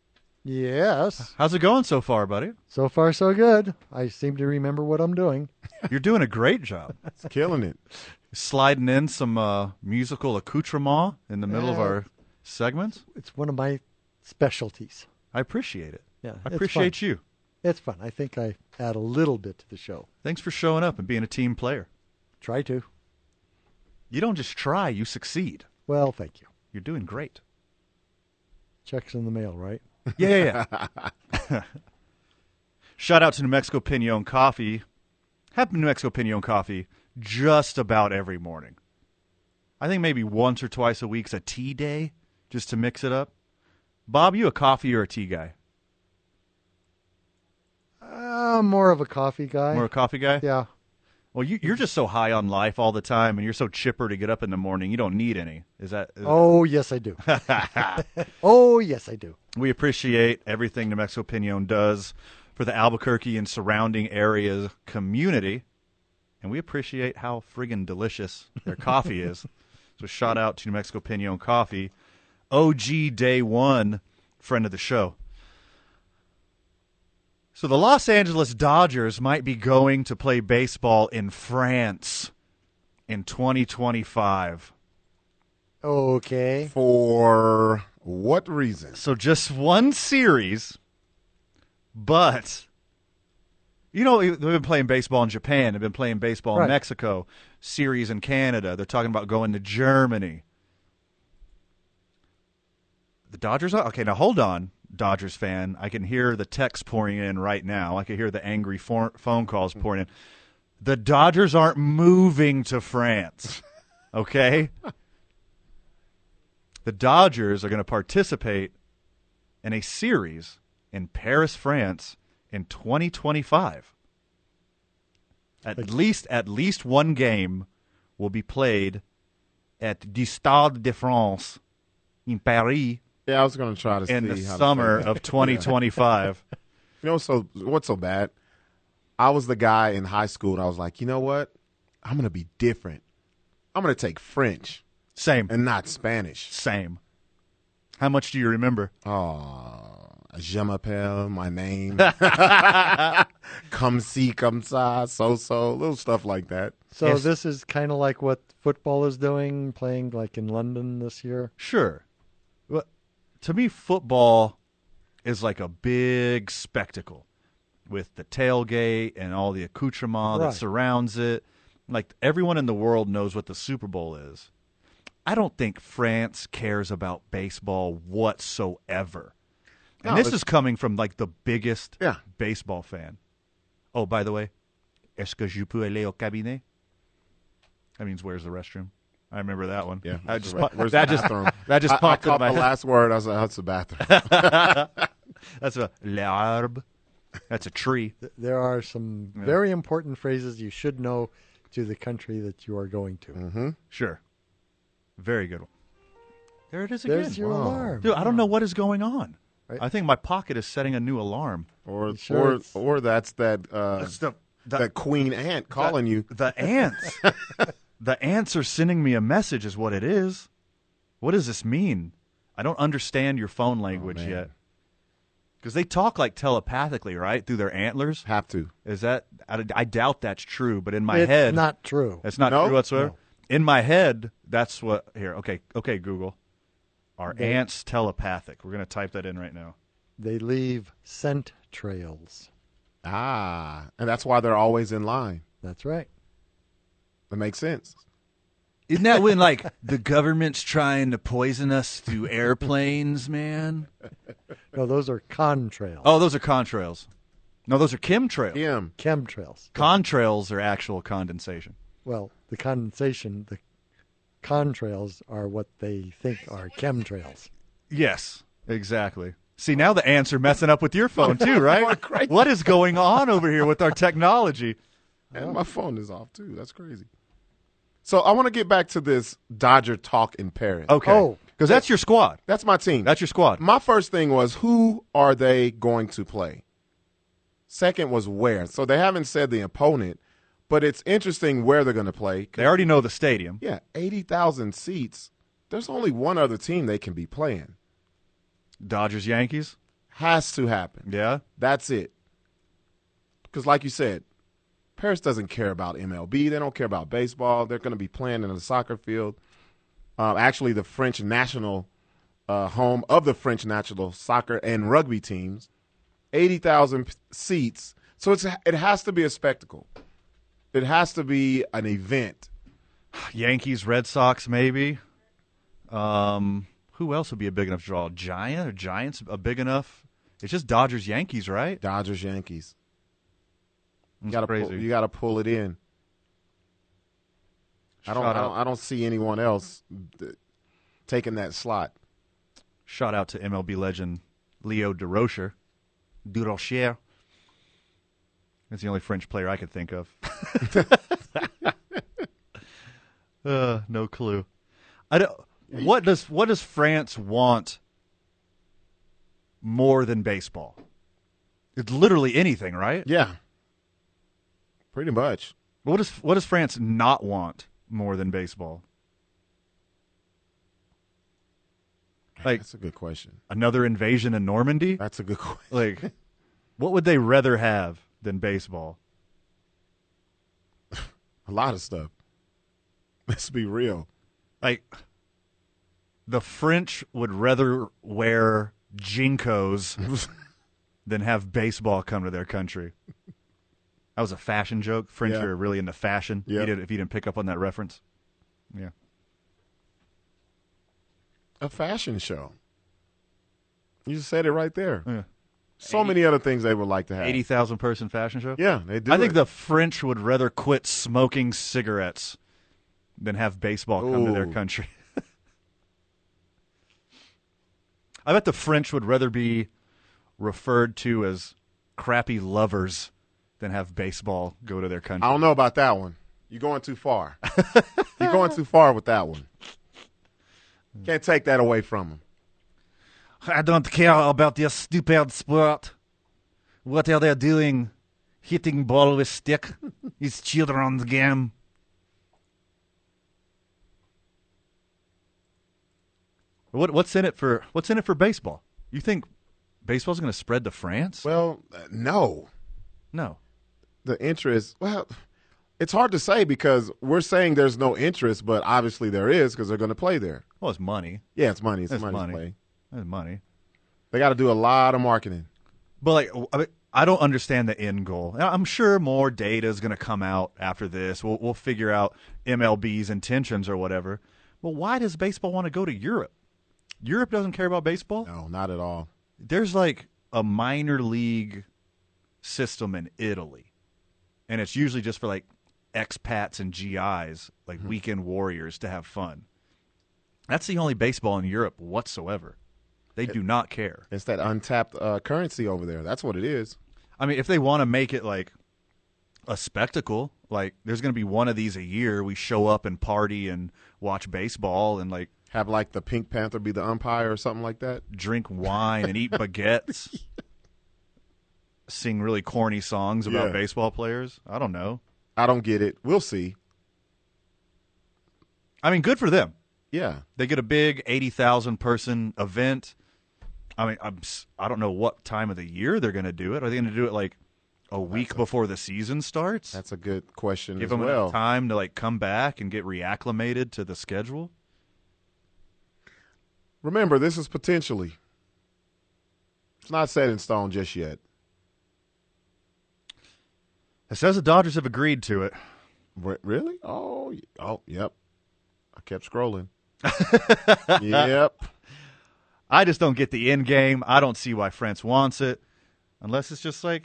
S3: Yes.
S1: How's it going so far, buddy?
S3: So far, so good. I seem to remember what I'm doing.
S1: You're doing a great job.
S2: It's killing it.
S1: Sliding in some uh, musical accoutrement in the middle of
S3: Yeah.
S1: our segments.
S3: It's one of my specialties.
S1: I appreciate it.
S3: Yeah,
S1: I
S3: it's
S1: appreciate
S3: fun.
S1: you.
S3: It's fun. I think I add a little bit to the show.
S1: Thanks for showing up and being a team player.
S3: Try to.
S1: You don't just try, you succeed.
S3: Well, thank you.
S1: You're doing great.
S3: Checks in the mail, right?
S1: Yeah, yeah, yeah. Shout out to New Mexico Pinon Coffee. Have New Mexico Pinon Coffee just about every morning. I think maybe once or twice a week's a tea day just to mix it up. Bob, you a coffee or a tea guy?
S3: Uh, more of a coffee guy.
S1: More a coffee guy?
S3: Yeah.
S1: Well, you, you're just so high on life all the time, and you're so chipper to get up in the morning. You don't need any. Is that? Is
S3: Oh, yes, I do. oh, yes, I do.
S1: We appreciate everything New Mexico Pinon does for the Albuquerque and surrounding area community, and we appreciate how friggin' delicious their coffee is. So shout out to New Mexico Pinon Coffee, OG Day One, friend of the show. So the Los Angeles Dodgers might be going to play baseball in France in 2025.
S3: Okay.
S2: For what reason?
S1: So just one series, but you know they've been playing baseball in Japan, they've been playing baseball in
S3: Right.
S1: Mexico, series in Canada. They're talking about going to Germany. The Dodgers. Are, okay, now hold on, Dodgers fan. I can hear the texts pouring in right now. I can hear the angry for- phone calls pouring in. The Dodgers aren't moving to France. Okay. the Dodgers are going to participate in a series in Paris, France in 2025. At least at least one game will be played at the Stade de France in Paris
S2: Yeah, I was gonna try to
S1: in the
S2: see how to say
S1: summer
S2: that.
S1: of 2025.
S2: You know, so what's so bad? I was the guy in high school, and I was like, you know what? I'm gonna be different. I'm gonna take French
S1: Same,
S2: and not Spanish.
S1: same. How much do you remember?
S2: Oh, Je m'appelle, my name. come see, come sa, so so, little stuff like that.
S3: So this is kind of like what football is doing, playing like in London this year.
S1: Sure. Well, to me, football is like a big spectacle with the tailgate and all the accoutrement
S3: Right.
S1: that surrounds it. Like everyone in the world knows what the Super Bowl is. I don't think France cares about baseball whatsoever. And
S2: No,
S1: this
S2: it's-
S1: is coming from like the biggest
S2: Yeah.
S1: baseball fan. Oh, by the way, est-ce que je peux aller au cabinet? That means where's the restroom? I remember that one.
S2: Yeah,
S1: I just
S2: Right.
S1: pu-
S2: Where's
S1: that
S2: the
S1: just
S2: bathroom?
S1: that
S2: I-
S1: just popped
S2: I,
S1: into
S2: caught
S1: my
S2: the
S1: head.
S2: last word. I was like, "That's the bathroom."
S1: That's a l'arbre. That's a tree.
S3: Th- There are some very important phrases you should know to the country that you are going to.
S1: Mm-hmm. Sure. Very good one. There it is again.
S3: There's your alarm.
S1: Dude, I don't know what is going on.
S3: Right.
S1: I think my pocket is setting a new alarm.
S2: Or
S3: sure
S2: or
S3: it's-
S2: or that's that uh,
S1: That's the-
S2: that,
S1: that-
S2: queen ant calling you.
S1: The ants. the ants are sending me a message is what it is. What does this mean? I don't understand your phone
S9: Oh,
S1: language
S2: man.
S1: yet. Cuz they talk like telepathically, right? Through their antlers.
S2: Have to.
S1: Is that I, I doubt that's true, but in my
S3: it's
S1: head
S3: not true.
S1: That's not
S2: No?
S1: true whatsoever. In my head, that's what here. Okay, okay, Google. Are ants telepathic? We're gonna type that in right now.
S3: They leave scent trails.
S2: Ah, and that's why they're always in line.
S3: That's right.
S2: That makes sense.
S9: Isn't that when like the government's trying to poison us through airplanes, man?
S3: No, those are contrails,
S1: Oh, those are contrails. No, those are chemtrails.
S2: Him.
S3: chemtrails.
S1: Contrails are actual condensation.
S3: Well, the condensation, the contrails are what they think are chemtrails.
S1: Yes, exactly. See, now the ants are messing up with your phone too, right? what is going on over here with our technology?
S2: And
S1: Oh.
S2: my phone is off too. That's crazy. So I want to get back to this Dodger talk in Paris.
S1: Okay,
S3: Oh.
S1: because that's your squad.
S2: That's my team.
S1: That's your squad.
S2: my first thing was who are they going to play? Second was where. So they haven't said the opponent, but it's interesting where they're going to play.
S1: They already know the stadium.
S2: Yeah, 80,000 seats. There's only one other team they can be playing.
S1: Dodgers, Yankees.
S2: Has to happen.
S1: Yeah.
S2: That's it. Because, like you said, Paris doesn't care about MLB. They don't care about baseball. They're going to be playing in a soccer field. Uh, actually, the French national uh, home of the French national soccer and rugby teams, eighty thousand p- seats. So it's it has to be a spectacle. It has to be an event.
S1: Yankees, Red Sox, maybe. Um, who else would be a big enough draw? Giant or Giants a big enough? It's just Dodgers, Yankees, right?
S2: Dodgers Yankees. You
S1: That's
S2: gotta
S1: crazy.
S2: Pull, you got to pull it in. I don't,
S1: Shout
S2: I
S1: out.
S2: don't I don't see anyone else th- taking that slot.
S1: Shout out to MLB legend Leo DeRocher. DeRocher. That's the only French player I could think of. uh, no clue. I don't, what does what does France want more than baseball? It's literally anything, right?
S2: Yeah. Pretty much.
S1: What does what does France not want more than baseball? Like
S2: That's a good question.
S1: another invasion in Normandy?
S2: That's a good question.
S1: Like what would they rather have than baseball?
S2: A lot of stuff. Let's be real.
S1: Like the French would rather wear jinkos than have baseball come to their country. That was a fashion joke. French
S2: Yeah.
S1: are really into fashion.
S2: Yeah.
S1: You did, if you didn't pick up on that reference. Yeah.
S2: A fashion show. You just said it right there.
S1: Yeah.
S2: So many other things they would like to have.
S1: 80,000 person fashion show?
S2: Yeah, they do.
S1: I think
S2: it.
S1: the French would rather quit smoking cigarettes than have baseball come to their
S2: Ooh.
S1: country. I bet the French would rather be referred to as crappy lovers than have baseball go to their country.
S2: I don't know about that one. You're going too far. You're going too far with that one. Can't take that away from them.
S1: I don't care about their stupid sport. What are they doing? Hitting ball with stick? it's children's game. What what's in it for what's in it for baseball? You think baseball's going to spread to France?
S2: Well, uh, no.
S1: No.
S2: The interest, well, it's hard to say because we're saying there's no interest, but obviously there is because they're going to play there.
S1: Well, it's money.
S2: Yeah, it's money. It's
S1: That's
S2: money.
S1: money.
S2: to play.
S1: That's money.
S2: They got to do a lot of marketing.
S1: But like, w- I, mean, I don't understand the end goal. And I'm sure more data is going to come out after this. We'll we'll figure out MLB's intentions or whatever. Well, why does baseball want to go to Europe? Europe doesn't care about baseball.
S2: No, not at all.
S1: There's like a minor league system in Italy, and it's usually just for like expats and GIs, like weekend warriors, to have fun. That's the only baseball in Europe whatsoever. They do not care.
S2: It's that untapped uh, currency over there. That's what it is.
S1: I mean, if they want to make it like a spectacle, like there's going to be one of these a year. We show up and party and watch baseball and like
S2: Have like the Pink Panther be the umpire or something like that.
S1: drink wine and eat baguettes, sing really corny songs about
S2: Yeah.
S1: baseball players. I don't know.
S2: I don't get it. We'll see.
S1: I mean, good for them.
S2: Yeah.
S1: They get a big 80,000 person event. I mean, I'm, s- I don't know what time of the year they're going to do it. Are they going to do it like a week before the season starts?
S2: That's a good question
S1: Give
S2: as
S1: them
S2: well.
S1: enough time to like come back and get reacclimated to the schedule.
S2: Remember, this is potentially. It's not set in stone just yet.
S1: It says the Dodgers have agreed to it.
S2: Re- really? Oh, y- oh, yep. I kept scrolling. yep.
S1: I just don't get the end game. I don't see why France wants it, unless it's just like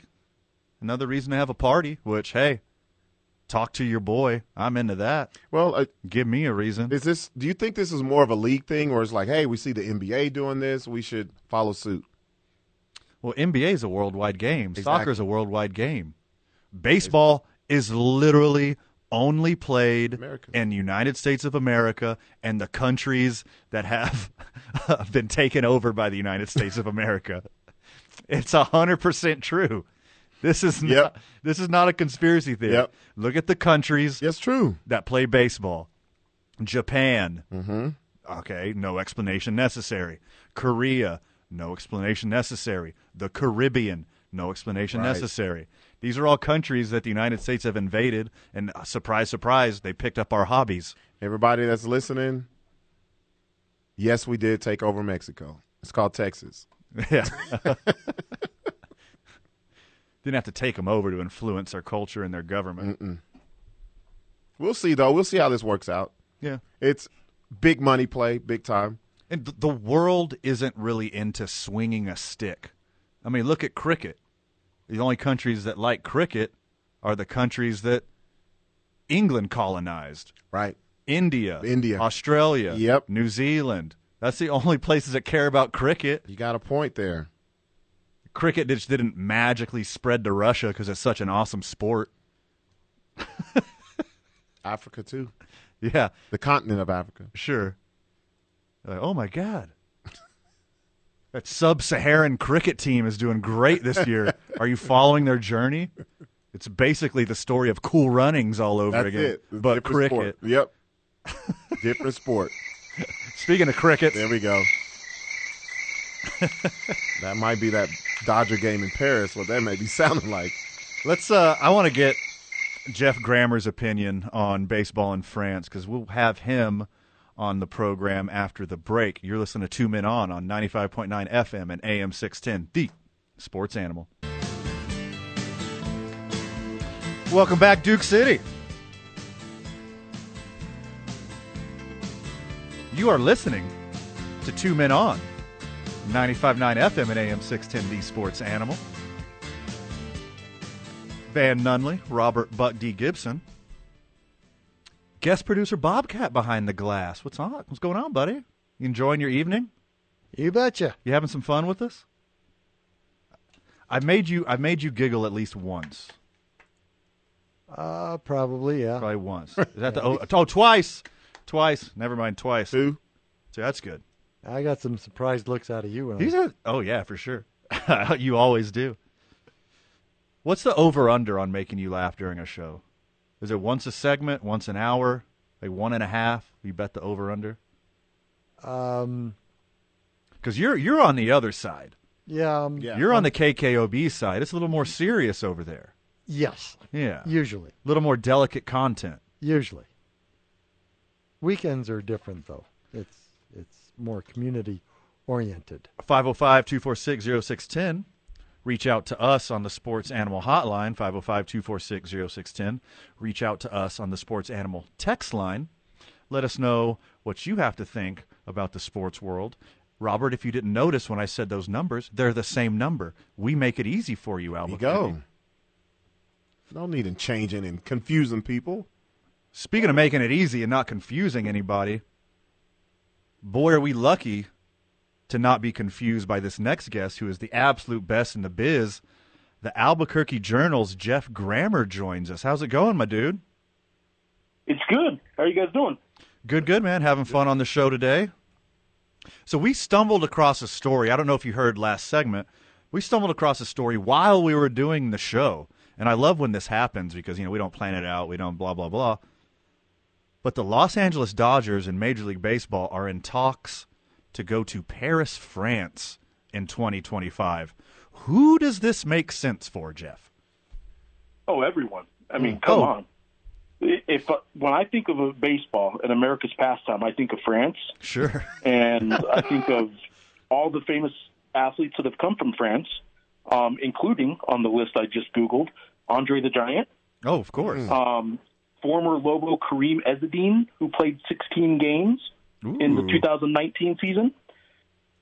S1: another reason to have a party. Which, hey, talk to your boy. I'm into that.
S2: Well, uh,
S1: Give me a reason.
S2: is this? Do you think this is more of a league thing, or it's like, hey, we see the NBA doing this, we should follow suit?
S1: Well, NBA is a worldwide game. Soccer
S2: Exactly.
S1: is a worldwide game. Baseball is literally only played
S2: America.
S1: in the United States of America and the countries that have been taken over by the United States of America. It's hundred percent true. This is not,
S2: Yep.
S1: this is not a conspiracy theory.
S2: Yep.
S1: Look at the countries
S2: Yes, true.
S1: that play baseball. Japan. Okay, no explanation necessary. Korea, no explanation necessary. The Caribbean, no explanation
S2: Right.
S1: necessary. These are all countries that the United States have invaded, and uh, surprise, surprise, they picked up our hobbies.
S2: Everybody that's listening, yes, we did take over Mexico. It's called Texas.
S1: Yeah. Didn't have to take them over to influence their culture and their government.
S2: We'll see though. We'll see how this works out.
S1: Yeah.
S2: It's big money play, big time.
S1: And th- the world isn't really into swinging a stick. I mean, look at cricket. The only countries that like cricket are the countries that England colonized
S2: Right.
S1: India,
S2: India.
S1: Australia,
S2: Yep.
S1: New Zealand. That's the only places that care about cricket.
S2: You got a point there.
S1: Cricket just didn't magically spread to Russia because it's such an awesome sport.
S2: Africa too.
S1: Yeah,
S2: The continent of Africa.
S1: sure. Like, oh my God. That sub Saharan cricket team is doing great this year. Are you following their journey? It's basically the story of cool runnings all over
S2: That's
S1: again.
S2: it. It's
S1: But
S2: different
S1: cricket.
S2: Sport. Yep. different sport.
S1: Speaking of cricket,
S2: There we go. that might be that Dodger game in Paris. What that may be sounding like.
S1: let's uh I want to get Jeff Grammer's opinion on baseball in France cuz we'll have him on the program after the break. You're listening to 2 Men On on 95.9 FM and AM 610, the Sports Animal. Welcome back Duke City. You are listening to Two Men On 95.9 FM and AM 610, the Sports Animal. Van Nunley, Robert Buck D. Gibson. Guest producer Bobcat behind the glass. What's on? What's going on, buddy? You enjoying your evening?
S3: You betcha.
S1: You having some fun with us? I made you. I made you giggle at least once.
S3: Uh, probably, yeah.
S1: Probably once. Is that the oh, oh twice? Twice. Never mind. Twice. So
S2: Who?
S1: that's good.
S3: I got some surprised looks out of you. When I
S1: These are. Oh yeah, for sure. you always do. What's the over under on making you laugh during a show? Is it once a segment, once an hour, like one and a half? You bet the over under.
S3: um,
S1: Because you're you're on the other side.
S3: Yeah, um, Yeah.
S1: You're on the KKOB side. It's a little more serious over there.
S3: Yes,
S1: Yeah.
S3: Usually.
S1: A little more delicate content.
S3: usually. Weekends are different though. It's it's more community oriented.
S1: 505 246 0610. Reach out to us on the Sports Animal Hotline, 505 246 0610. Reach out to us on the Sports Animal text line. Let us know what you have to think about the sports world. Robert, if you didn't notice when I said those numbers, they're the same number. We make it easy for you, Albuquerque.
S2: go. No need in changing and confusing people.
S1: Speaking of making it easy and not confusing anybody, boy, are we lucky to not be confused by this next guest, who is the absolute best in the biz. The Albuquerque Journal's Jeff Grammer joins us. How's it going, my dude?
S10: It's good. How are you guys doing?
S1: Good, good, man. Having fun on the show today. So we stumbled across a story. I don't know if you heard last segment. We stumbled across a story while we were doing the show. And I love when this happens because, you know, we don't plan it out. We don't blah, blah, blah. But the Los Angeles Dodgers and Major League Baseball are in talks to go to Paris, France in 2025. Who does this make sense for, Jeff?
S10: Oh, everyone. I mean, come on. If uh, when I think of a baseball and America's pastime, I think of France,
S1: Sure.
S10: and I think of all the famous athletes that have come from France, um, including on the list I just googled, Andre the Giant,
S1: Oh, of course.
S10: um, former Lobo Kareem Ezzedine, who played 16 games in the
S1: Ooh.
S10: 2019 season,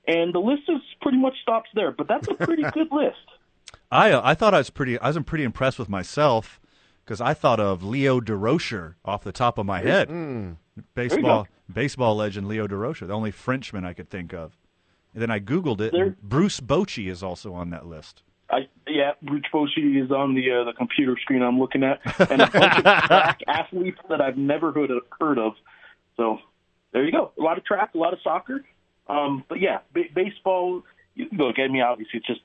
S10: and the list is pretty much stops there. But that's a pretty good list.
S1: I uh, I thought I was pretty I was pretty impressed with myself because I thought of Leo DeRocher off the top of my head. Baseball baseball legend Leo DeRocher, the only Frenchman I could think of. And then I googled it. and Bruce Bochy is also on that list.
S10: I yeah, Rich Boshi is on the uh, the computer screen I'm looking at, and a bunch of track athletes that I've never heard of, heard of. So there you go. A lot of track, a lot of soccer. Um, but yeah, b- baseball. you- Look, I mean, obviously, it's just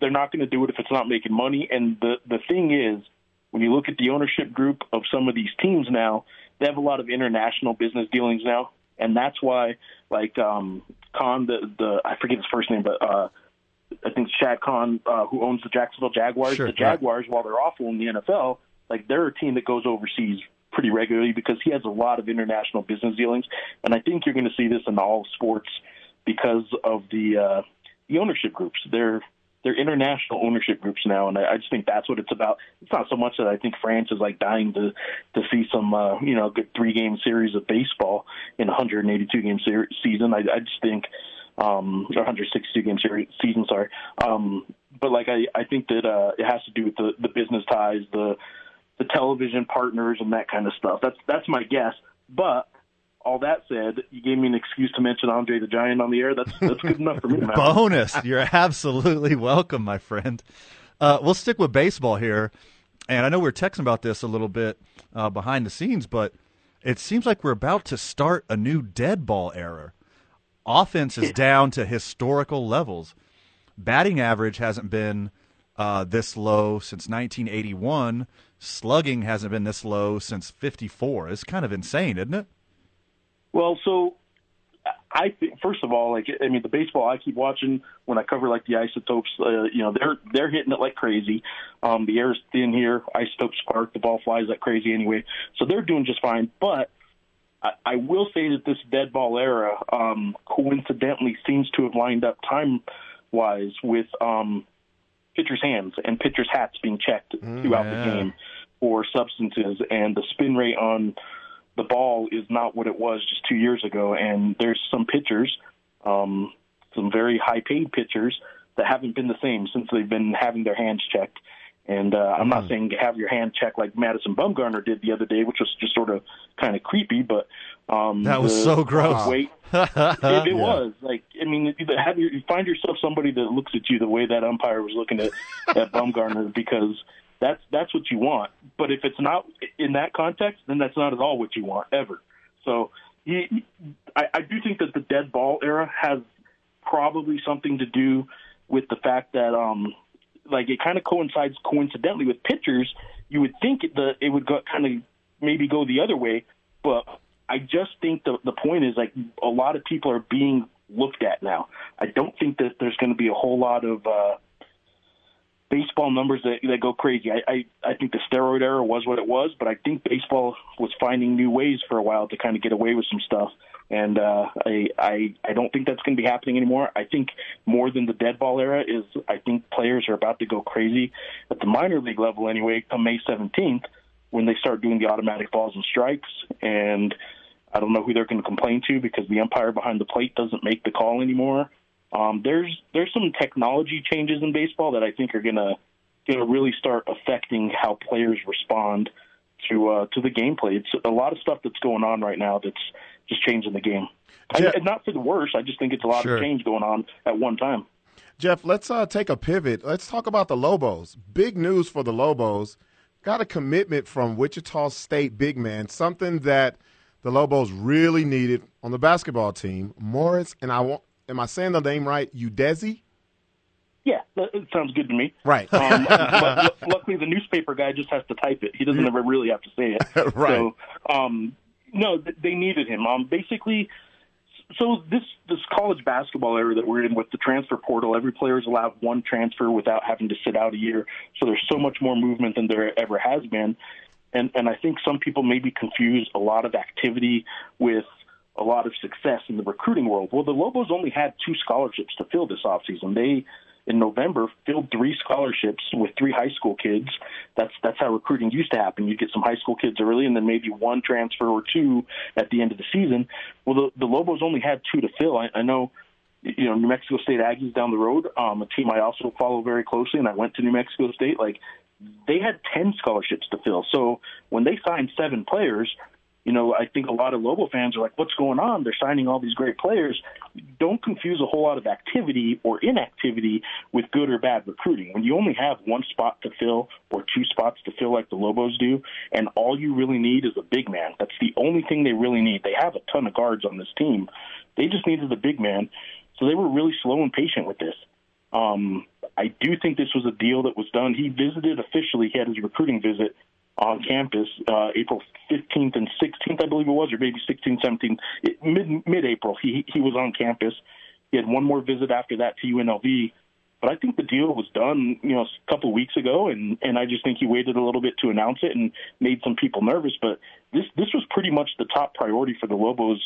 S10: they're not going to do it if it's not making money. And the the thing is, when you look at the ownership group of some of these teams now, they have a lot of international business dealings now, and that's why, like, um, Khan, the the I forget his first name, but uh, I think Shad Khan, uh, who owns the Jacksonville Jaguars,
S1: Sure,
S10: the
S1: yeah.
S10: Jaguars, while they're awful in the NFL, like they're a team that goes overseas pretty regularly because he has a lot of international business dealings, and I think you're going to see this in all sports because of the uh, the ownership groups. They're they're international ownership groups now, and I, I just think that's what it's about. It's not so much that I think France is like dying to to see some uh, you know good three game series of baseball in a 182 game ser- season. I, I just think um, or 162 game series season. Sorry, um, but like I, I think that uh, it has to do with the the business ties, the the television partners, and that kind of stuff. That's that's my guess, but. All that said, you gave me an excuse to mention Andre the Giant on the air. That's that's good enough for me. man.
S1: bonus. You're absolutely welcome, my friend. Uh, we'll stick with baseball here, and I know we we're texting about this a little bit uh, behind the scenes, but it seems like we're about to start a new dead ball era. Offense is down to historical levels. Batting average hasn't been uh, this low since 1981. Slugging hasn't been this low since 54. It's kind of insane, isn't it?
S10: Well, so I think first of all, like I mean, the baseball I keep watching when I cover like the isotopes. Uh, you know, they're they're hitting it like crazy. Um, the air's thin here. Isotopes spark. The ball flies like crazy anyway. So they're doing just fine. But I, I will say that this dead ball era um, coincidentally seems to have lined up time wise with um, pitchers' hands and pitchers' hats being checked
S1: Mm,
S10: throughout the game for substances, and the spin rate on the ball is not what it was just two years ago. And there's some pitchers, um, some very high paid pitchers, that haven't been the same since they've been having their hands checked. And uh, I'm
S1: Mm.
S10: not saying have your hand checked like Madison Bumgarner did the other day, which was just sort of kind of creepy, but um,
S1: That was
S10: the-
S1: so gross.
S10: Wait, it, it was like I mean, if you have your, you find yourself somebody that looks at you the way that umpire was looking at at Bumgarner because that's that's what you want. But if it's not in that context, then that's not at all what you want ever. So you, I, I do think that the dead ball era has probably something to do with the fact that um like it kind of coincides coincidentally with pitchers. You would think it, the it would go, kind of maybe go the other way, but I just think the the point is like a lot of people are being looked at now. I don't think that there's going to be a whole lot of uh, baseball numbers that, that go crazy. I, I I think the steroid era was what it was, but I think baseball was finding new ways for a while to kind of get away with some stuff. And uh, I, I I don't think that's going to be happening anymore. I think more than the dead ball era is I think players are about to go crazy at the minor league level anyway. Come May 17th, when they start doing the automatic balls and strikes, and I don't know who they're going to complain to because the umpire behind the plate doesn't make the call anymore. Um, there's there's some technology changes in baseball that I think are gonna gonna really start affecting how players respond to uh, to the gameplay. It's a lot of stuff that's going on right now that's just changing the game, and,
S2: Yeah.
S10: and not for the worse. I just think it's a lot
S2: Sure.
S10: of change going on at one time.
S2: Jeff, let's uh, take a pivot. Let's talk about the Lobos. Big news for the Lobos. Got a commitment from Wichita State big man, something that the Lobos really needed on the basketball team. Morris, and I want, am I saying the name right? Udesi?
S10: Yeah, that it sounds good to me.
S2: Right.
S10: Um, lu- lu- luckily, the newspaper guy just has to type it. He doesn't ever really have to say it.
S2: Right.
S10: So, um, no, th- they needed him. Um, basically, so this this college basketball era that we're in with the transfer portal, every player is allowed one transfer without having to sit out a year. So there's so much more movement than there ever has been, and and I think some people maybe confuse a lot of activity with a lot of success in the recruiting world. Well, the Lobos only had two scholarships to fill this offseason. They in November filled three scholarships with three high school kids. That's that's how recruiting used to happen. You'd get some high school kids early and then maybe one transfer or two at the end of the season. Well, the, the Lobos only had two to fill. I, I know you know New Mexico State Aggies down the road, um, a team I also follow very closely, and I went to New Mexico State. Like they had ten scholarships to fill. So when they signed seven players, you know I think a lot of Lobo fans are like, "What's going on? They're signing all these great players." Don't confuse a whole lot of activity or inactivity with good or bad recruiting. When you only have one spot to fill or two spots to fill, like the Lobos do, and all you really need is a big man. That's the only thing they really need. They have a ton of guards on this team. They just needed the big man. So they were really slow and patient with this. Um, I do think this was a deal that was done. He visited officially. He had his recruiting visit on campus uh, April 15th and 16th, I believe it was, or maybe 16th, 17th, It- mid mid April. He he was on campus. He had one more visit after that to UNLV. But I think the deal was done, you know, a couple of weeks ago, and and I just think he waited a little bit to announce it and made some people nervous. But this this was pretty much the top priority for the Lobos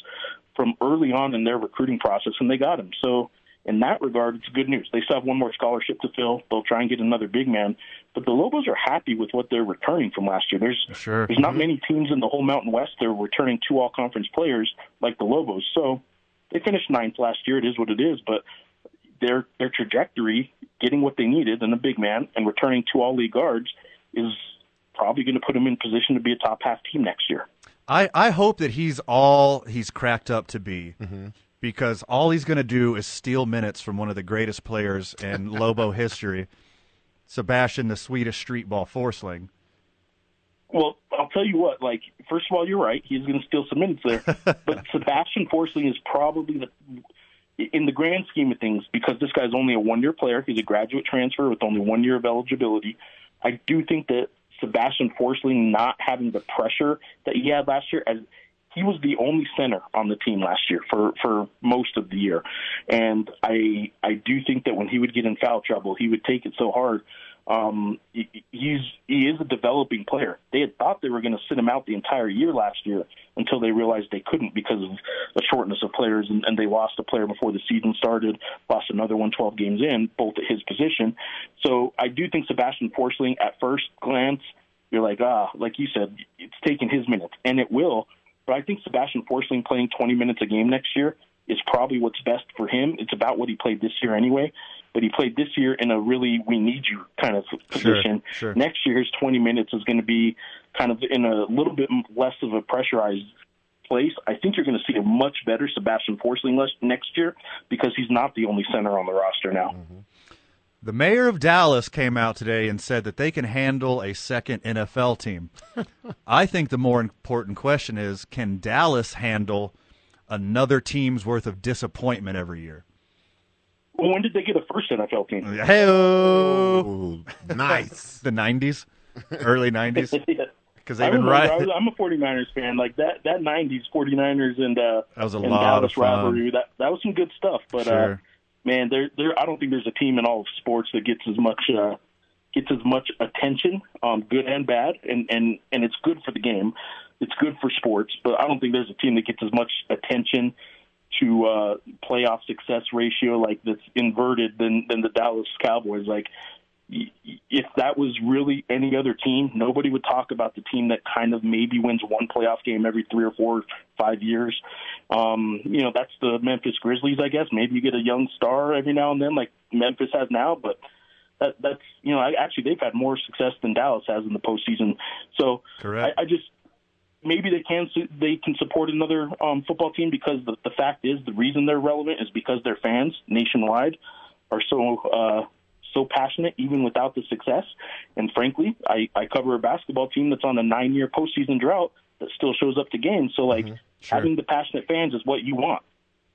S10: from early on in their recruiting process, and they got him. So in that regard, it's good news. They still have one more scholarship to fill. They'll try and get another big man, but the Lobos are happy with what they're returning from last year. There's
S1: Sure.
S10: there's not many teams in the whole Mountain West that are returning two All Conference players like the Lobos. So they finished ninth last year. It is what it is, but their their trajectory, getting what they needed and a big man, and returning two All League guards is probably going to put them in position to be a top half team next year.
S1: I, I hope that he's all he's cracked up to be
S10: Mm-hmm.
S1: because all he's going to do is steal minutes from one of the greatest players in Lobo history, Sebastian the Swedish Streetball Forsling.
S10: Well, I'll tell you what. Like, first of all, you're right. He's going to steal some minutes there, but Sebastian Forsling is probably the, in the grand scheme of things, because this guy's only a one-year player. He's a graduate transfer with only one year of eligibility. I do think that Sebastian Forsling not having the pressure that he had last year, as he was the only center on the team last year for for most of the year, and I I do think that when he would get in foul trouble, he would take it so hard. Um, he, he's he is a developing player. They had thought they were going to sit him out the entire year last year until they realized they couldn't because of the shortness of players, and, and they lost a player before the season started, lost another one 12 games in, both at his position. So I do think Sebastian Forsling, at first glance, you're like ah, like you said, it's taking his minutes, and it will. But I think Sebastian Forsling playing 20 minutes a game next year is probably what's best for him. It's about what he played this year anyway. But he played this year in a really we need you kind of position.
S1: sure.
S10: Next year, his 20 minutes is going to be kind of in a little bit less of a pressurized place. I think you're going to see a much better Sebastian Forsling less- next year because he's not the only center on the roster now.
S1: The mayor of Dallas came out today and said that they can handle a second NFL team. I think the more important question is can Dallas handle another team's worth of disappointment every year?
S10: Well, when did they get a first NFL team?
S1: Oh, Hey,
S2: nice.
S1: the 90s, early 90s. because
S10: I
S1: they've been
S10: remember, I
S1: right.
S10: was, I'm a 49ers fan. Like that that 90s 49ers and uh
S1: That was a
S10: and
S1: lot
S10: Dallas
S1: of fun.
S10: rivalry. That that was some good stuff, but uh
S1: Sure.
S10: man, there there I don't think there's a team in all of sports that gets as much uh gets as much attention, um good and bad, and and and it's good for the game. It's good for sports, but I don't think there's a team that gets as much attention to uh playoff success ratio like that's inverted than than the Dallas Cowboys like if that was really any other team, nobody would talk about the team that kind of maybe wins one playoff game every three or four, five years. Um, you know, that's the Memphis Grizzlies, I guess. Maybe you get a young star every now and then, like Memphis has now, but that, that's you know, I, actually they've had more success than Dallas has in the postseason. So
S1: Correct.
S10: I, I just maybe they can su- they can support another um, football team because the, the fact is the reason they're relevant is because their fans nationwide are so uh, so passionate even without the success. And frankly, I, I cover a basketball team that's on a nine year postseason drought that still shows up to games. So like having the passionate fans is what you want.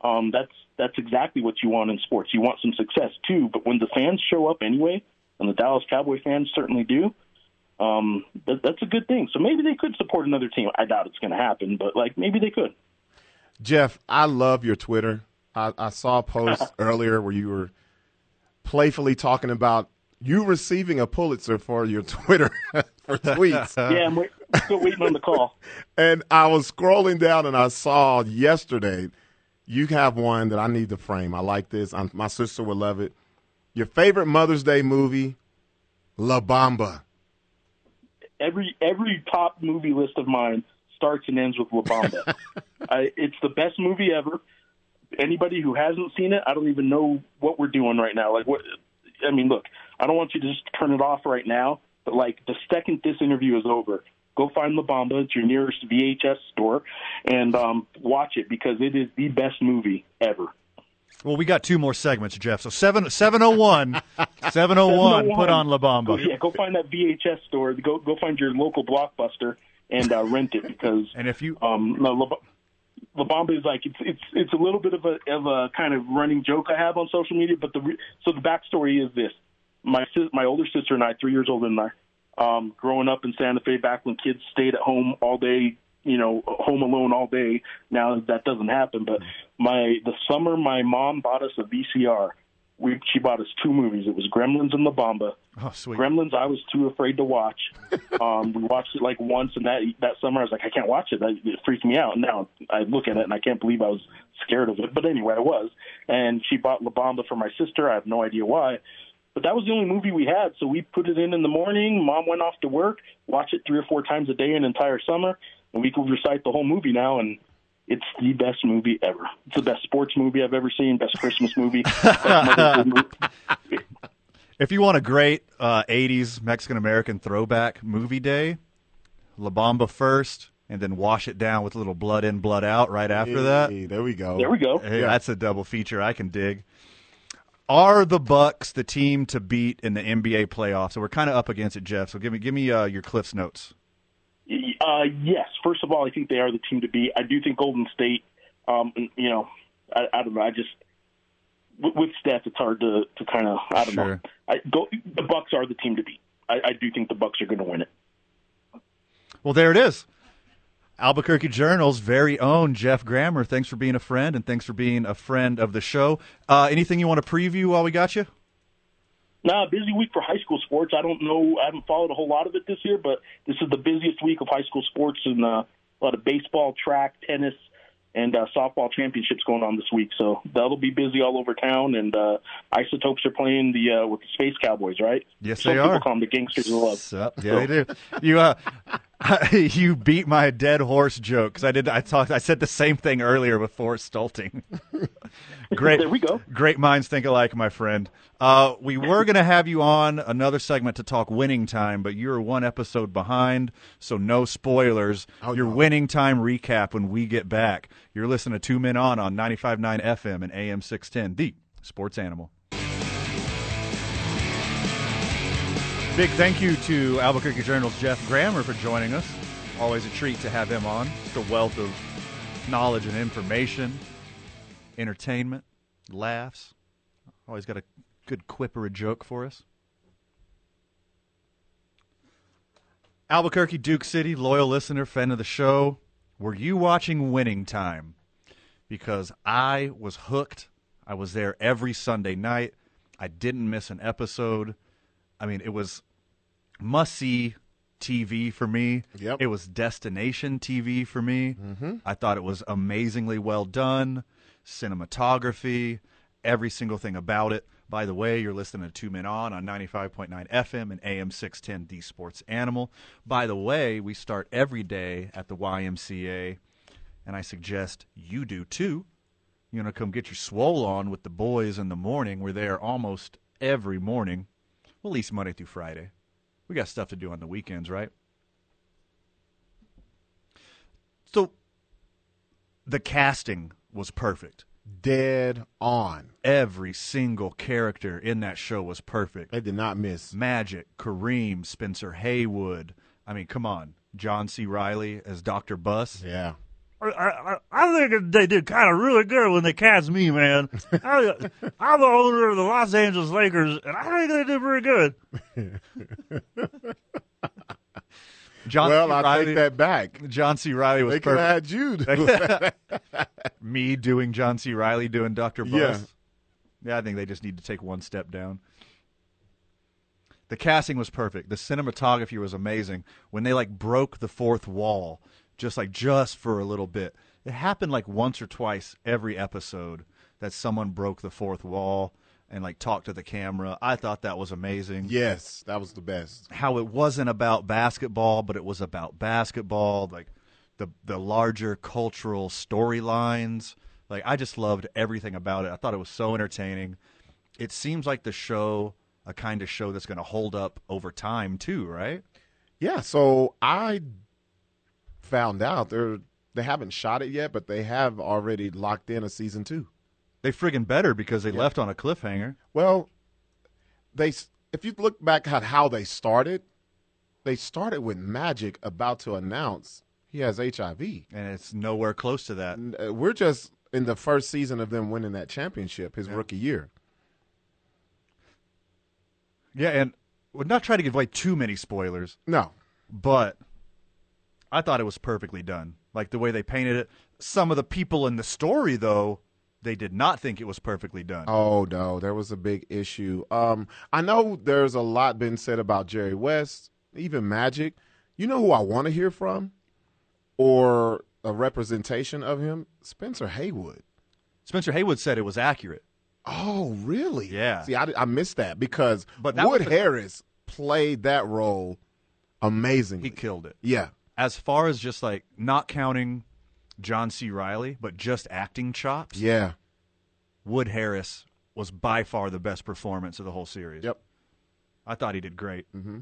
S10: Um, that's that's exactly what you want in sports. You want some success too, but when the fans show up anyway, and the Dallas Cowboy fans certainly do, um, that, that's a good thing. So maybe they could support another team. I doubt it's going to happen, but like maybe they could.
S2: Jeff, I love your Twitter. I, I saw a post earlier where you were playfully talking about you receiving a Pulitzer for your Twitter for tweets.
S10: yeah, I'm wait, still waiting on the call.
S2: And I was scrolling down and I saw yesterday you have one that I need to frame. I like this. i my sister would love it. Your favorite Mother's Day movie, La Bamba.
S10: Every every top movie list of mine starts and ends with La Bamba. I, it's the best movie ever. Anybody who hasn't seen it, I don't even know what we're doing right now. Like what? I mean, look, I don't want you to just turn it off right now. But like the second this interview is over, go find La Bamba. It's your nearest VHS store, and um, watch it because it is the best movie ever.
S1: Well, we got two more segments, Jeff. So seven seven oh one, seven oh one. Put on La
S10: Go-
S1: Bamba.
S10: Yeah, go find that VHS store. Go go find your local blockbuster and uh, rent it because.
S1: and if you
S10: um no, La, La Bamba is like it's it's it's a little bit of a of a kind of running joke I have on social media. But the re- so the backstory is this: my sis, my older sister and I, three years older than I, um, growing up in Santa Fe back when kids stayed at home all day, you know, home alone all day. Now that doesn't happen, but my the summer my mom bought us a VCR. We she bought us two movies. It was Gremlins and La Bamba.
S1: Oh, sweet.
S10: Gremlins, I was too afraid to watch. um, we watched it like once, and that that summer I was like, I can't watch it. That, it freaked me out. And now I look at it and I can't believe I was scared of it. But anyway, I was. And she bought La Bamba for my sister. I have no idea why. But that was the only movie we had, so we put it in in the morning. Mom went off to work, watched it three or four times a day an entire summer, and we could recite the whole movie now. And it's the best movie ever. It's the best sports movie I've ever seen. Best Christmas movie. Best Mother's Day movie.
S1: if you want a great uh, '80s Mexican American throwback movie day, La Bamba first, and then wash it down with a little blood in, blood out right after that.
S2: there we go.
S10: There we go.
S1: Hey,
S10: Yeah.
S1: That's a double feature I can dig. Are the Bucks the team to beat in the NBA playoffs? So we're kind of up against it, Jeff. So give me give me uh, your Cliff's notes.
S10: Uh, yes. First of all, I think they are the team to beat. I do think Golden State. Um, you know, I, I don't know. I just with, with Steph, it's hard to to kind of I don't know.
S1: Sure.
S10: I, go, the Bucks are the team to beat. I, I do think the Bucks are going to win it.
S1: Well, there it is. Albuquerque Journal's very own Jeff Grammer. Thanks for being a friend, and thanks for being a friend of the show. Uh, anything you want to preview while we got you?
S10: Nah, busy week for high school sports. I don't know. I haven't followed a whole lot of it this year, but this is the busiest week of high school sports and uh, a lot of baseball, track, tennis, and uh, softball championships going on this week. So that'll be busy all over town. And uh, Isotopes are playing the uh, with the Space Cowboys, right?
S1: Yes,
S10: Some
S1: they
S10: people
S1: are.
S10: call them the Gangsters of Love.
S1: So, yeah, they do. You uh, you beat my dead horse joke because I did. I talked. I said the same thing earlier with Forrest Stulting. Great.
S10: There we go.
S1: Great minds think alike, my friend. Uh, we were going to have you on another segment to talk winning time, but you're one episode behind, so no spoilers.
S10: Oh,
S1: Your winning time recap when we get back. You're listening to Two Men On on 95.9 FM and AM 610, the sports animal. Big thank you to Albuquerque Journal's Jeff Grammer for joining us. Always a treat to have him on. Just a wealth of knowledge and information, entertainment, laughs. Always got a good quip or a joke for us. Albuquerque, Duke City, loyal listener, fan of the show. Were you watching Winning Time? Because I was hooked. I was there every Sunday night. I didn't miss an episode. I mean, it was must see TV for me. Yep. It was destination TV for me. I thought it was amazingly well done. Cinematography, every single thing about it. By the way, you're listening to Two Men On on 95.9 FM and AM 610 D Sports Animal. By the way, we start every day at the YMCA, and I suggest you do too. You know, come get your swole on with the boys in the morning. We're there almost every morning, well, at least Monday through Friday. We got stuff to do on the weekends, right? So the casting was perfect.
S2: Dead on.
S1: Every single character in that show was perfect. They
S2: did not miss.
S1: Magic, Kareem, Spencer Haywood. I mean, come on. John C. Riley as Dr. Bus.
S2: Yeah.
S11: I, I, I think they did kind of really good when they cast me, man. I, I'm the owner of the Los Angeles Lakers, and I think they did pretty good.
S1: John
S2: well,
S1: C.
S2: I
S1: Riley,
S2: take that back.
S1: John C. Riley was
S2: They could have
S1: perfect.
S2: had you. do that.
S1: Me doing John C. Riley doing Dr. Bus.
S2: Yeah.
S1: Yeah, I think they just need to take one step down. The casting was perfect. The cinematography was amazing. When they like broke the fourth wall, just like just for a little bit. It happened like once or twice every episode that someone broke the fourth wall and like talked to the camera. I thought that was amazing.
S2: Yes, that was the best.
S1: How it wasn't about basketball, but it was about basketball, like the the larger cultural storylines. Like I just loved everything about it. I thought it was so entertaining. It seems like the show, a kind of show that's going to hold up over time too, right?
S2: Yeah, so I found out they're they haven't shot it yet, but they have already locked in a season two.
S1: They friggin' better because they left on a cliffhanger.
S2: Well, they s- if you look back at how they started, they started with Magic about to announce he has HIV,
S1: and it's nowhere close to that.
S2: uh, We're just in the first season of them winning that championship, his rookie year.
S1: Yeah, and would not try to give away too many spoilers.
S2: No.
S1: But I thought it was perfectly done. Like the way they painted it. Some of the people in the story though, they did not think it was perfectly done.
S2: Oh no, there was a big issue. Um, I know there's a lot been said about Jerry West, even Magic. You know who I want to hear from, or a representation of him? Spencer Haywood.
S1: Spencer Haywood said it was accurate.
S2: Oh, really?
S1: Yeah.
S2: See, I, I missed that because
S1: But that
S2: Wood
S1: was the-
S2: Harris played that role amazingly. He
S1: killed it.
S2: Yeah.
S1: As far as just like not counting John C. Riley, but just acting chops.
S2: Yeah.
S1: Wood Harris was by far the best performance of the whole series.
S2: Yep.
S1: I thought he did great. Mm-hmm.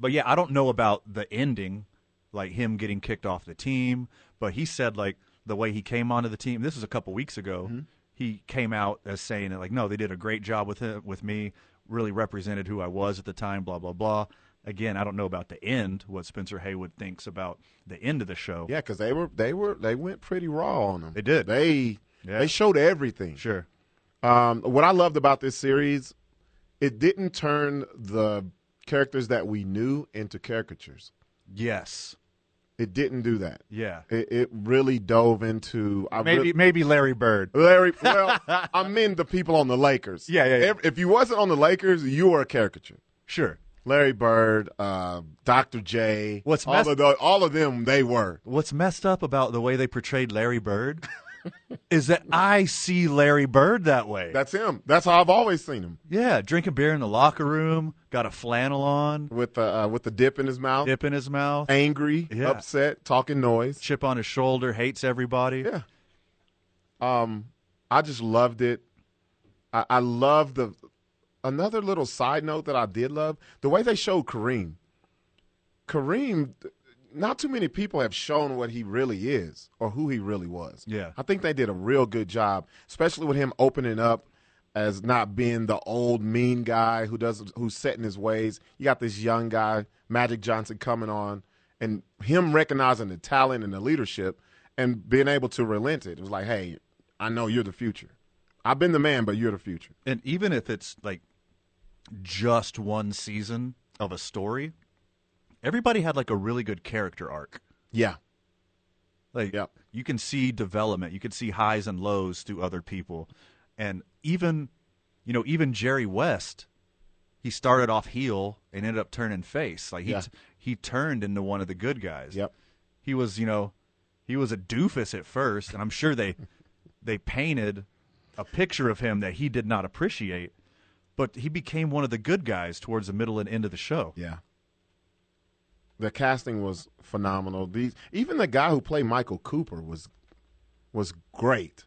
S1: But yeah, I don't know about the ending, like him getting kicked off the team. But he said like the way he came onto the team. This was a couple weeks ago. He came out as saying it like, no, they did a great job with him, with me. Really represented who I was at the time. Blah blah blah. Again, I don't know about the end. What Spencer Haywood thinks about the end of the show.
S2: Yeah, because they were they were they went pretty raw on them. They
S1: did.
S2: They they showed everything.
S1: Sure.
S2: Um, what I loved about this series, it didn't turn the characters that we knew into caricatures.
S1: Yes.
S2: It didn't do that.
S1: Yeah.
S2: It, it really dove into I
S1: Maybe
S2: really-
S1: maybe Larry Bird.
S2: Larry. Well, I mean the people on the Lakers.
S1: Yeah, yeah. yeah.
S2: If, if you wasn't on the Lakers, you were a caricature.
S1: Sure.
S2: Larry Bird, uh, Dr. J.
S1: What's
S2: all
S1: messed-
S2: of the, all of them? They were.
S1: What's messed up about the way they portrayed Larry Bird is that I see Larry Bird that way.
S2: That's him. That's how I've always seen him.
S1: Yeah, drinking beer in the locker room, got a flannel on,
S2: with the uh, with the dip in his mouth,
S1: dip in his mouth,
S2: angry,
S1: Yeah.
S2: upset, talking noise,
S1: chip on his shoulder, hates everybody.
S2: Yeah. Um, I just loved it. I, I love the another little side note that I did love the way they showed Kareem. Kareem, not too many people have shown what he really is or who he really was.
S1: Yeah.
S2: I think they did a real good job, especially with him opening up as not being the old mean guy who does who's set in his ways. You got this young guy, Magic Johnson, coming on, and him recognizing the talent and the leadership, and being able to relent it. It was like, hey, I know you're the future. I've been the man, but you're the future.
S1: And even if it's like just one season of a story, everybody had like a really good character arc.
S2: Yeah.
S1: Like you can see development, you can see highs and lows through other people. And even you know, even Jerry West, he started off heel and ended up turning face. Like he
S2: Yeah.
S1: t- he turned into one of the good guys.
S2: Yep.
S1: He was, you know, he was a doofus at first, and I'm sure they they painted a picture of him that he did not appreciate, but he became one of the good guys towards the middle and end of the show.
S2: Yeah. The casting was phenomenal. These even the guy who played Michael Cooper was was great.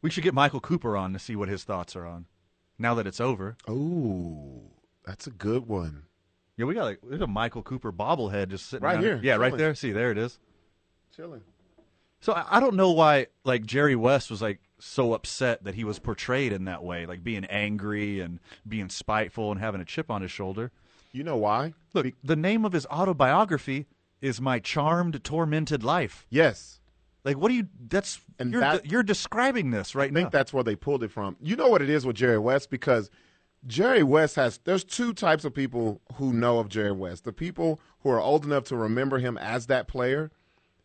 S1: We should get Michael Cooper on to see what his thoughts are on now that it's over.
S2: Oh, that's a good one.
S1: Yeah, we got like there's a Michael Cooper bobblehead just sitting
S2: Right
S1: down
S2: here,
S1: Yeah, right
S2: chilling.
S1: there. See, there it is.
S2: Chilling.
S1: So I, I don't know why like Jerry West was like so upset that he was portrayed in that way, like being angry and being spiteful and having a chip on his shoulder.
S2: You know why?
S1: Look, the name of his autobiography is My Charmed Tormented Life.
S2: Yes.
S1: Like what do you that's
S2: And
S1: you're
S2: that-
S1: de- you're describing this right
S2: I think that's where they pulled it from. You know what it is with Jerry West because Jerry West has there's two types of people who know of Jerry West. The people who are old enough to remember him as that player,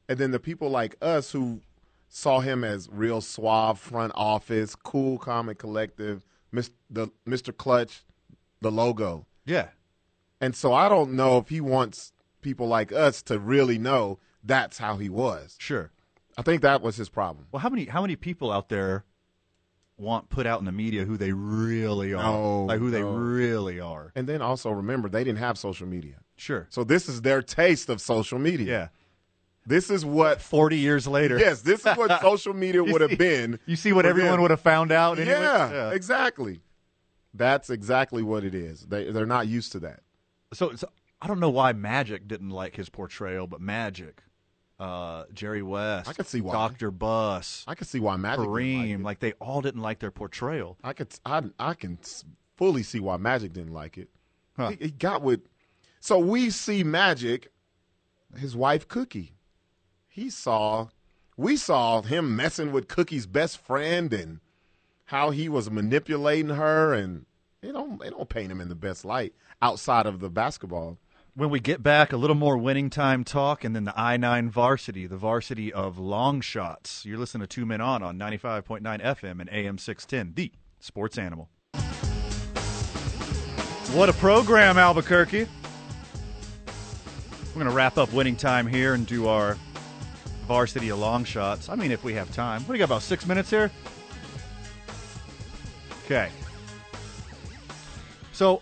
S2: and then the people like us who saw him as real suave front office, cool comic collective, Mr. the Mr. Clutch, the logo.
S1: Yeah.
S2: And so I don't know if he wants people like us to really know that's how he was.
S1: Sure.
S2: I think that was his problem.
S1: Well, how many how many people out there want put out in the media who they really are?
S2: No,
S1: like who they
S2: no.
S1: really are.
S2: And then also remember, they didn't have social media.
S1: Sure.
S2: So this is their taste of social media.
S1: Yeah.
S2: This is what
S1: 40 years later.
S2: Yes, this is what social media
S1: You
S2: would
S1: see-
S2: have been.
S1: You see what everyone would have found out anyway?
S2: Yeah, exactly. That's exactly what it is. They they're not used to that.
S1: So, so I don't know why Magic didn't like his portrayal, but Magic, uh, Jerry West,
S2: I could see why.
S1: Doctor Bus,
S2: I could see why Magic didn't
S1: Kareem, like, they all didn't like their portrayal.
S2: I could I I can s- fully see why Magic didn't like it. He, he got with so we see Magic, his wife Cookie. He saw we saw him messing with Cookie's best friend and how he was manipulating her and they don't they don't paint him in the best light outside of the basketball.
S1: When we get back, a little more winning time talk, and then the I nine varsity, the varsity of long shots. You're listening to Two Men On on 95.9 FM and AM 610, the Sports Animal. What a program, Albuquerque. We're going to wrap up winning time here and do our varsity of long shots. I mean, if we have time. What do you got, about six minutes here? Okay. So,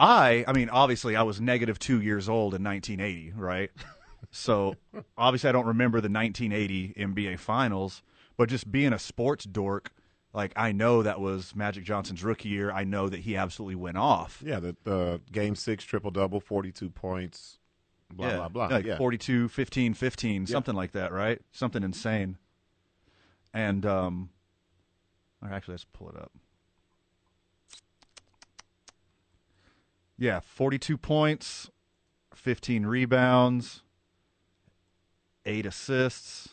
S1: I, I mean, obviously, I was negative two years old in 1980, right? so, obviously, I don't remember the 1980 NBA Finals, but just being a sports dork, like, I know that was Magic Johnson's rookie year. I know that he absolutely went off.
S2: Yeah, the, the game six triple double, forty two points, blah
S1: yeah.
S2: blah blah.
S1: Like
S2: yeah.
S1: 42, 15, 15, something like that, right? Something insane. And, um, or actually, let's pull it up. Yeah, 42 points, 15 rebounds, eight assists.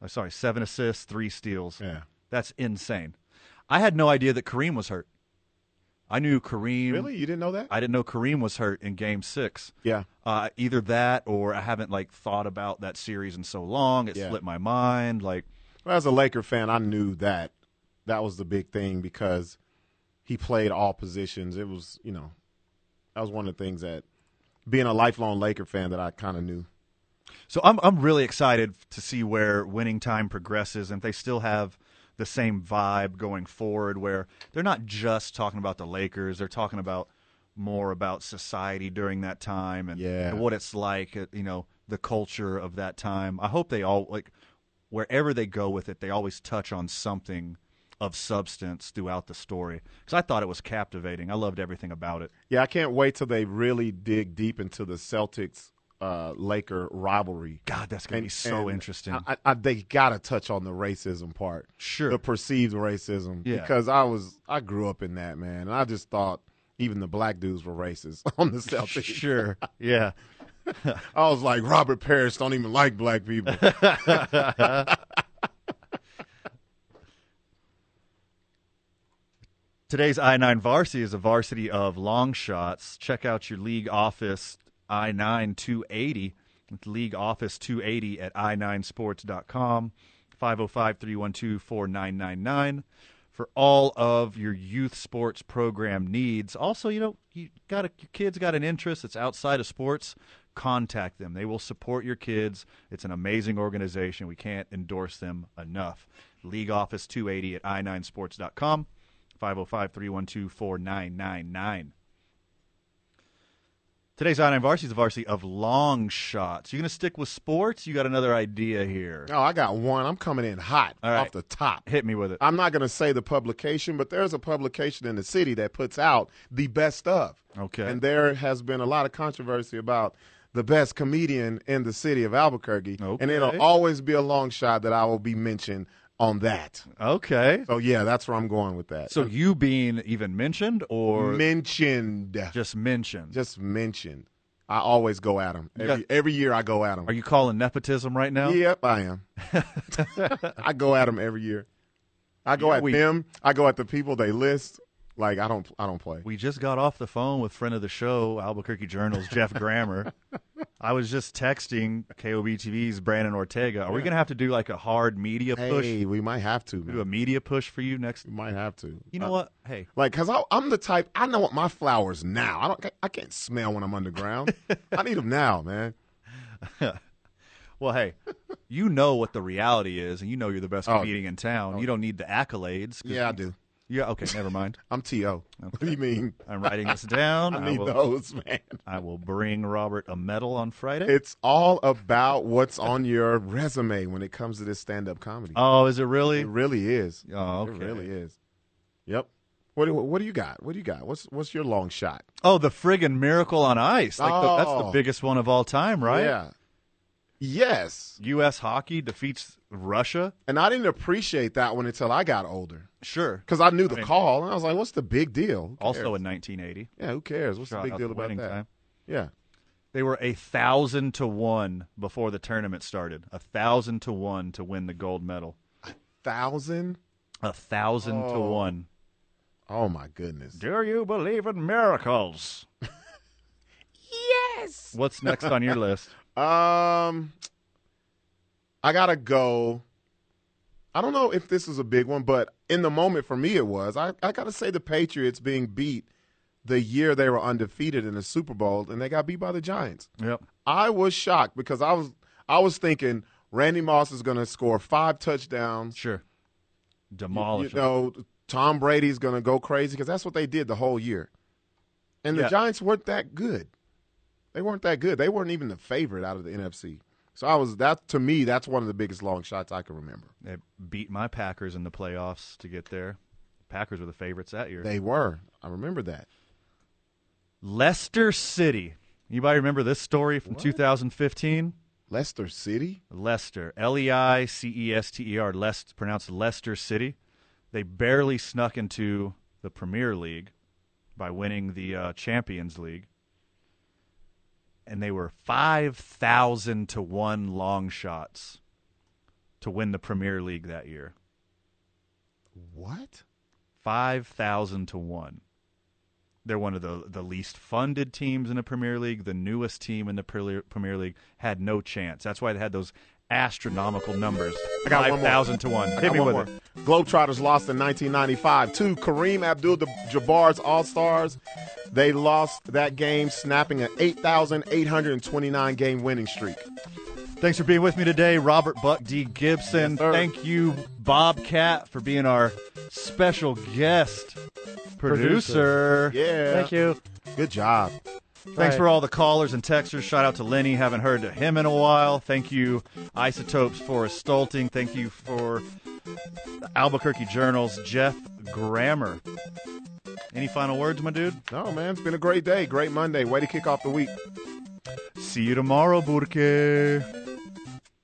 S1: Oh, sorry, seven assists, three steals.
S2: Yeah.
S1: That's insane. I had no idea that Kareem was hurt. I knew Kareem.
S2: Really? You didn't know that?
S1: I didn't know Kareem was hurt in Game Six.
S2: Yeah.
S1: Uh, either that, or I haven't like thought about that series in so long. It
S2: Yeah.
S1: slipped my mind. Like,
S2: Well, as a Laker fan, I knew that that was the big thing because he played all positions. It was, you know, that was one of the things that being a lifelong Laker fan that I kind of knew.
S1: so I'm I'm really excited to see where winning time progresses, and if they still have the same vibe going forward, where they're not just talking about the Lakers, they're talking about more about society during that time and,
S2: Yeah.
S1: and what it's like, uh, you know, the culture of that time. I hope they all like wherever they go with it, they always touch on something of substance throughout the story because I thought it was captivating. I loved everything about it.
S2: Yeah, I can't wait till they really dig deep into the Celtics uh, Laker rivalry.
S1: God, that's gonna be so interesting.
S2: I, I, they gotta touch on the racism part,
S1: Sure.
S2: the perceived racism,
S1: Yeah.
S2: because I was I grew up in that man, and I just thought even the black dudes were racist on the Celtics.
S1: Sure. Yeah.
S2: I was like, Robert Parrish don't even like black people.
S1: Tell Today's I 9 varsity is a varsity of long shots. Check out your league office I 9 280. It's league office 280 at i9sports.com, 505 312 4999 for all of your youth sports program needs. Also, you know, you got a, your kids got an interest that's outside of sports, contact them. They will support your kids. It's an amazing organization. We can't endorse them enough. League Office 280 at i9sports.com, 505 312 4999. Today's I 9 varsity is a varsity of long shots. You're going to stick with sports? You got another idea here.
S2: Oh, I got one. I'm coming in hot off the top.
S1: Hit me with it.
S2: I'm not going to say the publication, but there's a publication in the city that puts out the best of.
S1: Okay.
S2: And there has been a lot of controversy about the best comedian in the city of Albuquerque. And it'll always be a long shot that I will be mentioned on that.
S1: Okay.
S2: So, yeah, that's where I'm going with that.
S1: So uh, you being even mentioned or
S2: mentioned?
S1: Just mentioned.
S2: Just mentioned. I always go at them.
S1: You
S2: Every, every year I go at them.
S1: Are you calling nepotism right now?
S2: Yep, I am. I go at them every year. I go
S1: Yeah,
S2: at
S1: we-
S2: them. I go at the people they list. Like I don't, I don't play.
S1: We just got off the phone with friend of the show, Albuquerque Journal's Jeff Grammer. I was just texting KOB TV's Brandon Ortega. Are we
S2: Yeah.
S1: going to have to do like a hard media push?
S2: Hey, we might have to man.
S1: do a media push for you next.
S2: We might have to.
S1: You know what? Uh, Hey,
S2: Like, cause I, I'm the type. I know what my flowers now. I don't. I can't smell when I'm underground. I need them now, man.
S1: well, hey, you know what the reality is, and you know you're the best
S2: Oh.
S1: comedian in town. You don't need the accolades. 'cause
S2: Yeah, I
S1: you-
S2: do.
S1: Yeah. Okay. Never mind.
S2: I'm to. What do you mean?
S1: I'm writing this down.
S2: I need
S1: will-
S2: those, man.
S1: I will bring Robert a medal on Friday.
S2: It's all about what's on your resume when it comes to this stand-up comedy.
S1: oh, is it really?
S2: It really is.
S1: Oh, okay.
S2: It really is. Yep. What do, what do you got? What do you got? What's what's your long shot?
S1: Oh, the friggin' miracle on ice. Like the, that's the
S2: Oh.
S1: biggest one of all time, right?
S2: Yeah. Yes.
S1: U.S. hockey defeats Russia.
S2: And I didn't appreciate that one until I got older.
S1: Sure.
S2: Because I knew the
S1: mean-
S2: call, and I was like, what's the big deal? Who
S1: Also
S2: cares?
S1: in 1980.
S2: Yeah, who cares? What's the
S1: Shot
S2: big
S1: out
S2: deal about
S1: winning
S2: that?
S1: time.
S2: Yeah.
S1: They were a thousand to one before the tournament started. A thousand to one to win the gold medal.
S2: Thousand?
S1: A thousand to
S2: Oh.
S1: one.
S2: Oh, my goodness.
S1: Do you believe in miracles?
S2: Yes.
S1: What's next on your list?
S2: Um, I gotta go. I don't know if this is a big one, but in the moment for me, it was. I, I gotta say the Patriots being beat the year they were undefeated in the Super Bowl, and they got beat by the Giants.
S1: Yep.
S2: I was shocked because I was I was thinking Randy Moss is gonna score five touchdowns.
S1: Sure.
S2: You-
S1: Demolish.
S2: You know, Tom Brady's gonna go crazy because that's what they did the whole year. And the
S1: Yeah.
S2: Giants weren't that good. They weren't that good. They weren't even the favorite out of the NFC. So I was that to me, that's one of the biggest long shots I can remember.
S1: They beat my Packers in the playoffs to get there. Packers were the favorites that year.
S2: They were. I remember that.
S1: Leicester City. Anybody remember this story from 2015?
S2: Leicester City?
S1: Leicester. L E I C E S T E R. Leicester, pronounced Leicester City. They barely snuck into the Premier League by winning the uh, Champions League. And they were 5,000 to 1 long shots to win the Premier League that year.
S2: What?
S1: 5,000 to 1. They're one of the, the least funded teams in the Premier League. The newest team in the Premier Premier League had no chance. That's why they had those astronomical numbers.
S2: I got one more.
S1: 5,000 to 1.
S2: I
S1: Hit
S2: got
S1: me
S2: one
S1: with
S2: more.
S1: it.
S2: Globetrotters lost in 1995 to Kareem Abdul-Jabbar's All-Stars. They lost that game, snapping an 8,829 game winning streak.
S1: Thanks for being with me today, Robert Buck D. Gibson.
S2: Yes, sir.
S1: Thank you, Bobcat, for being our special guest producer.
S2: Yeah.
S3: Thank you.
S2: Good job.
S1: Thanks for all the callers and texters. Shout out to Lenny. Haven't heard to him in a while. Thank you, Isotopes, for Stolting. Thank you for Albuquerque Journal's Jeff Grammer. Any final words, my dude?
S2: No, man, it's been a great day. Great Monday. Way to kick off the week.
S1: See you tomorrow, Burke.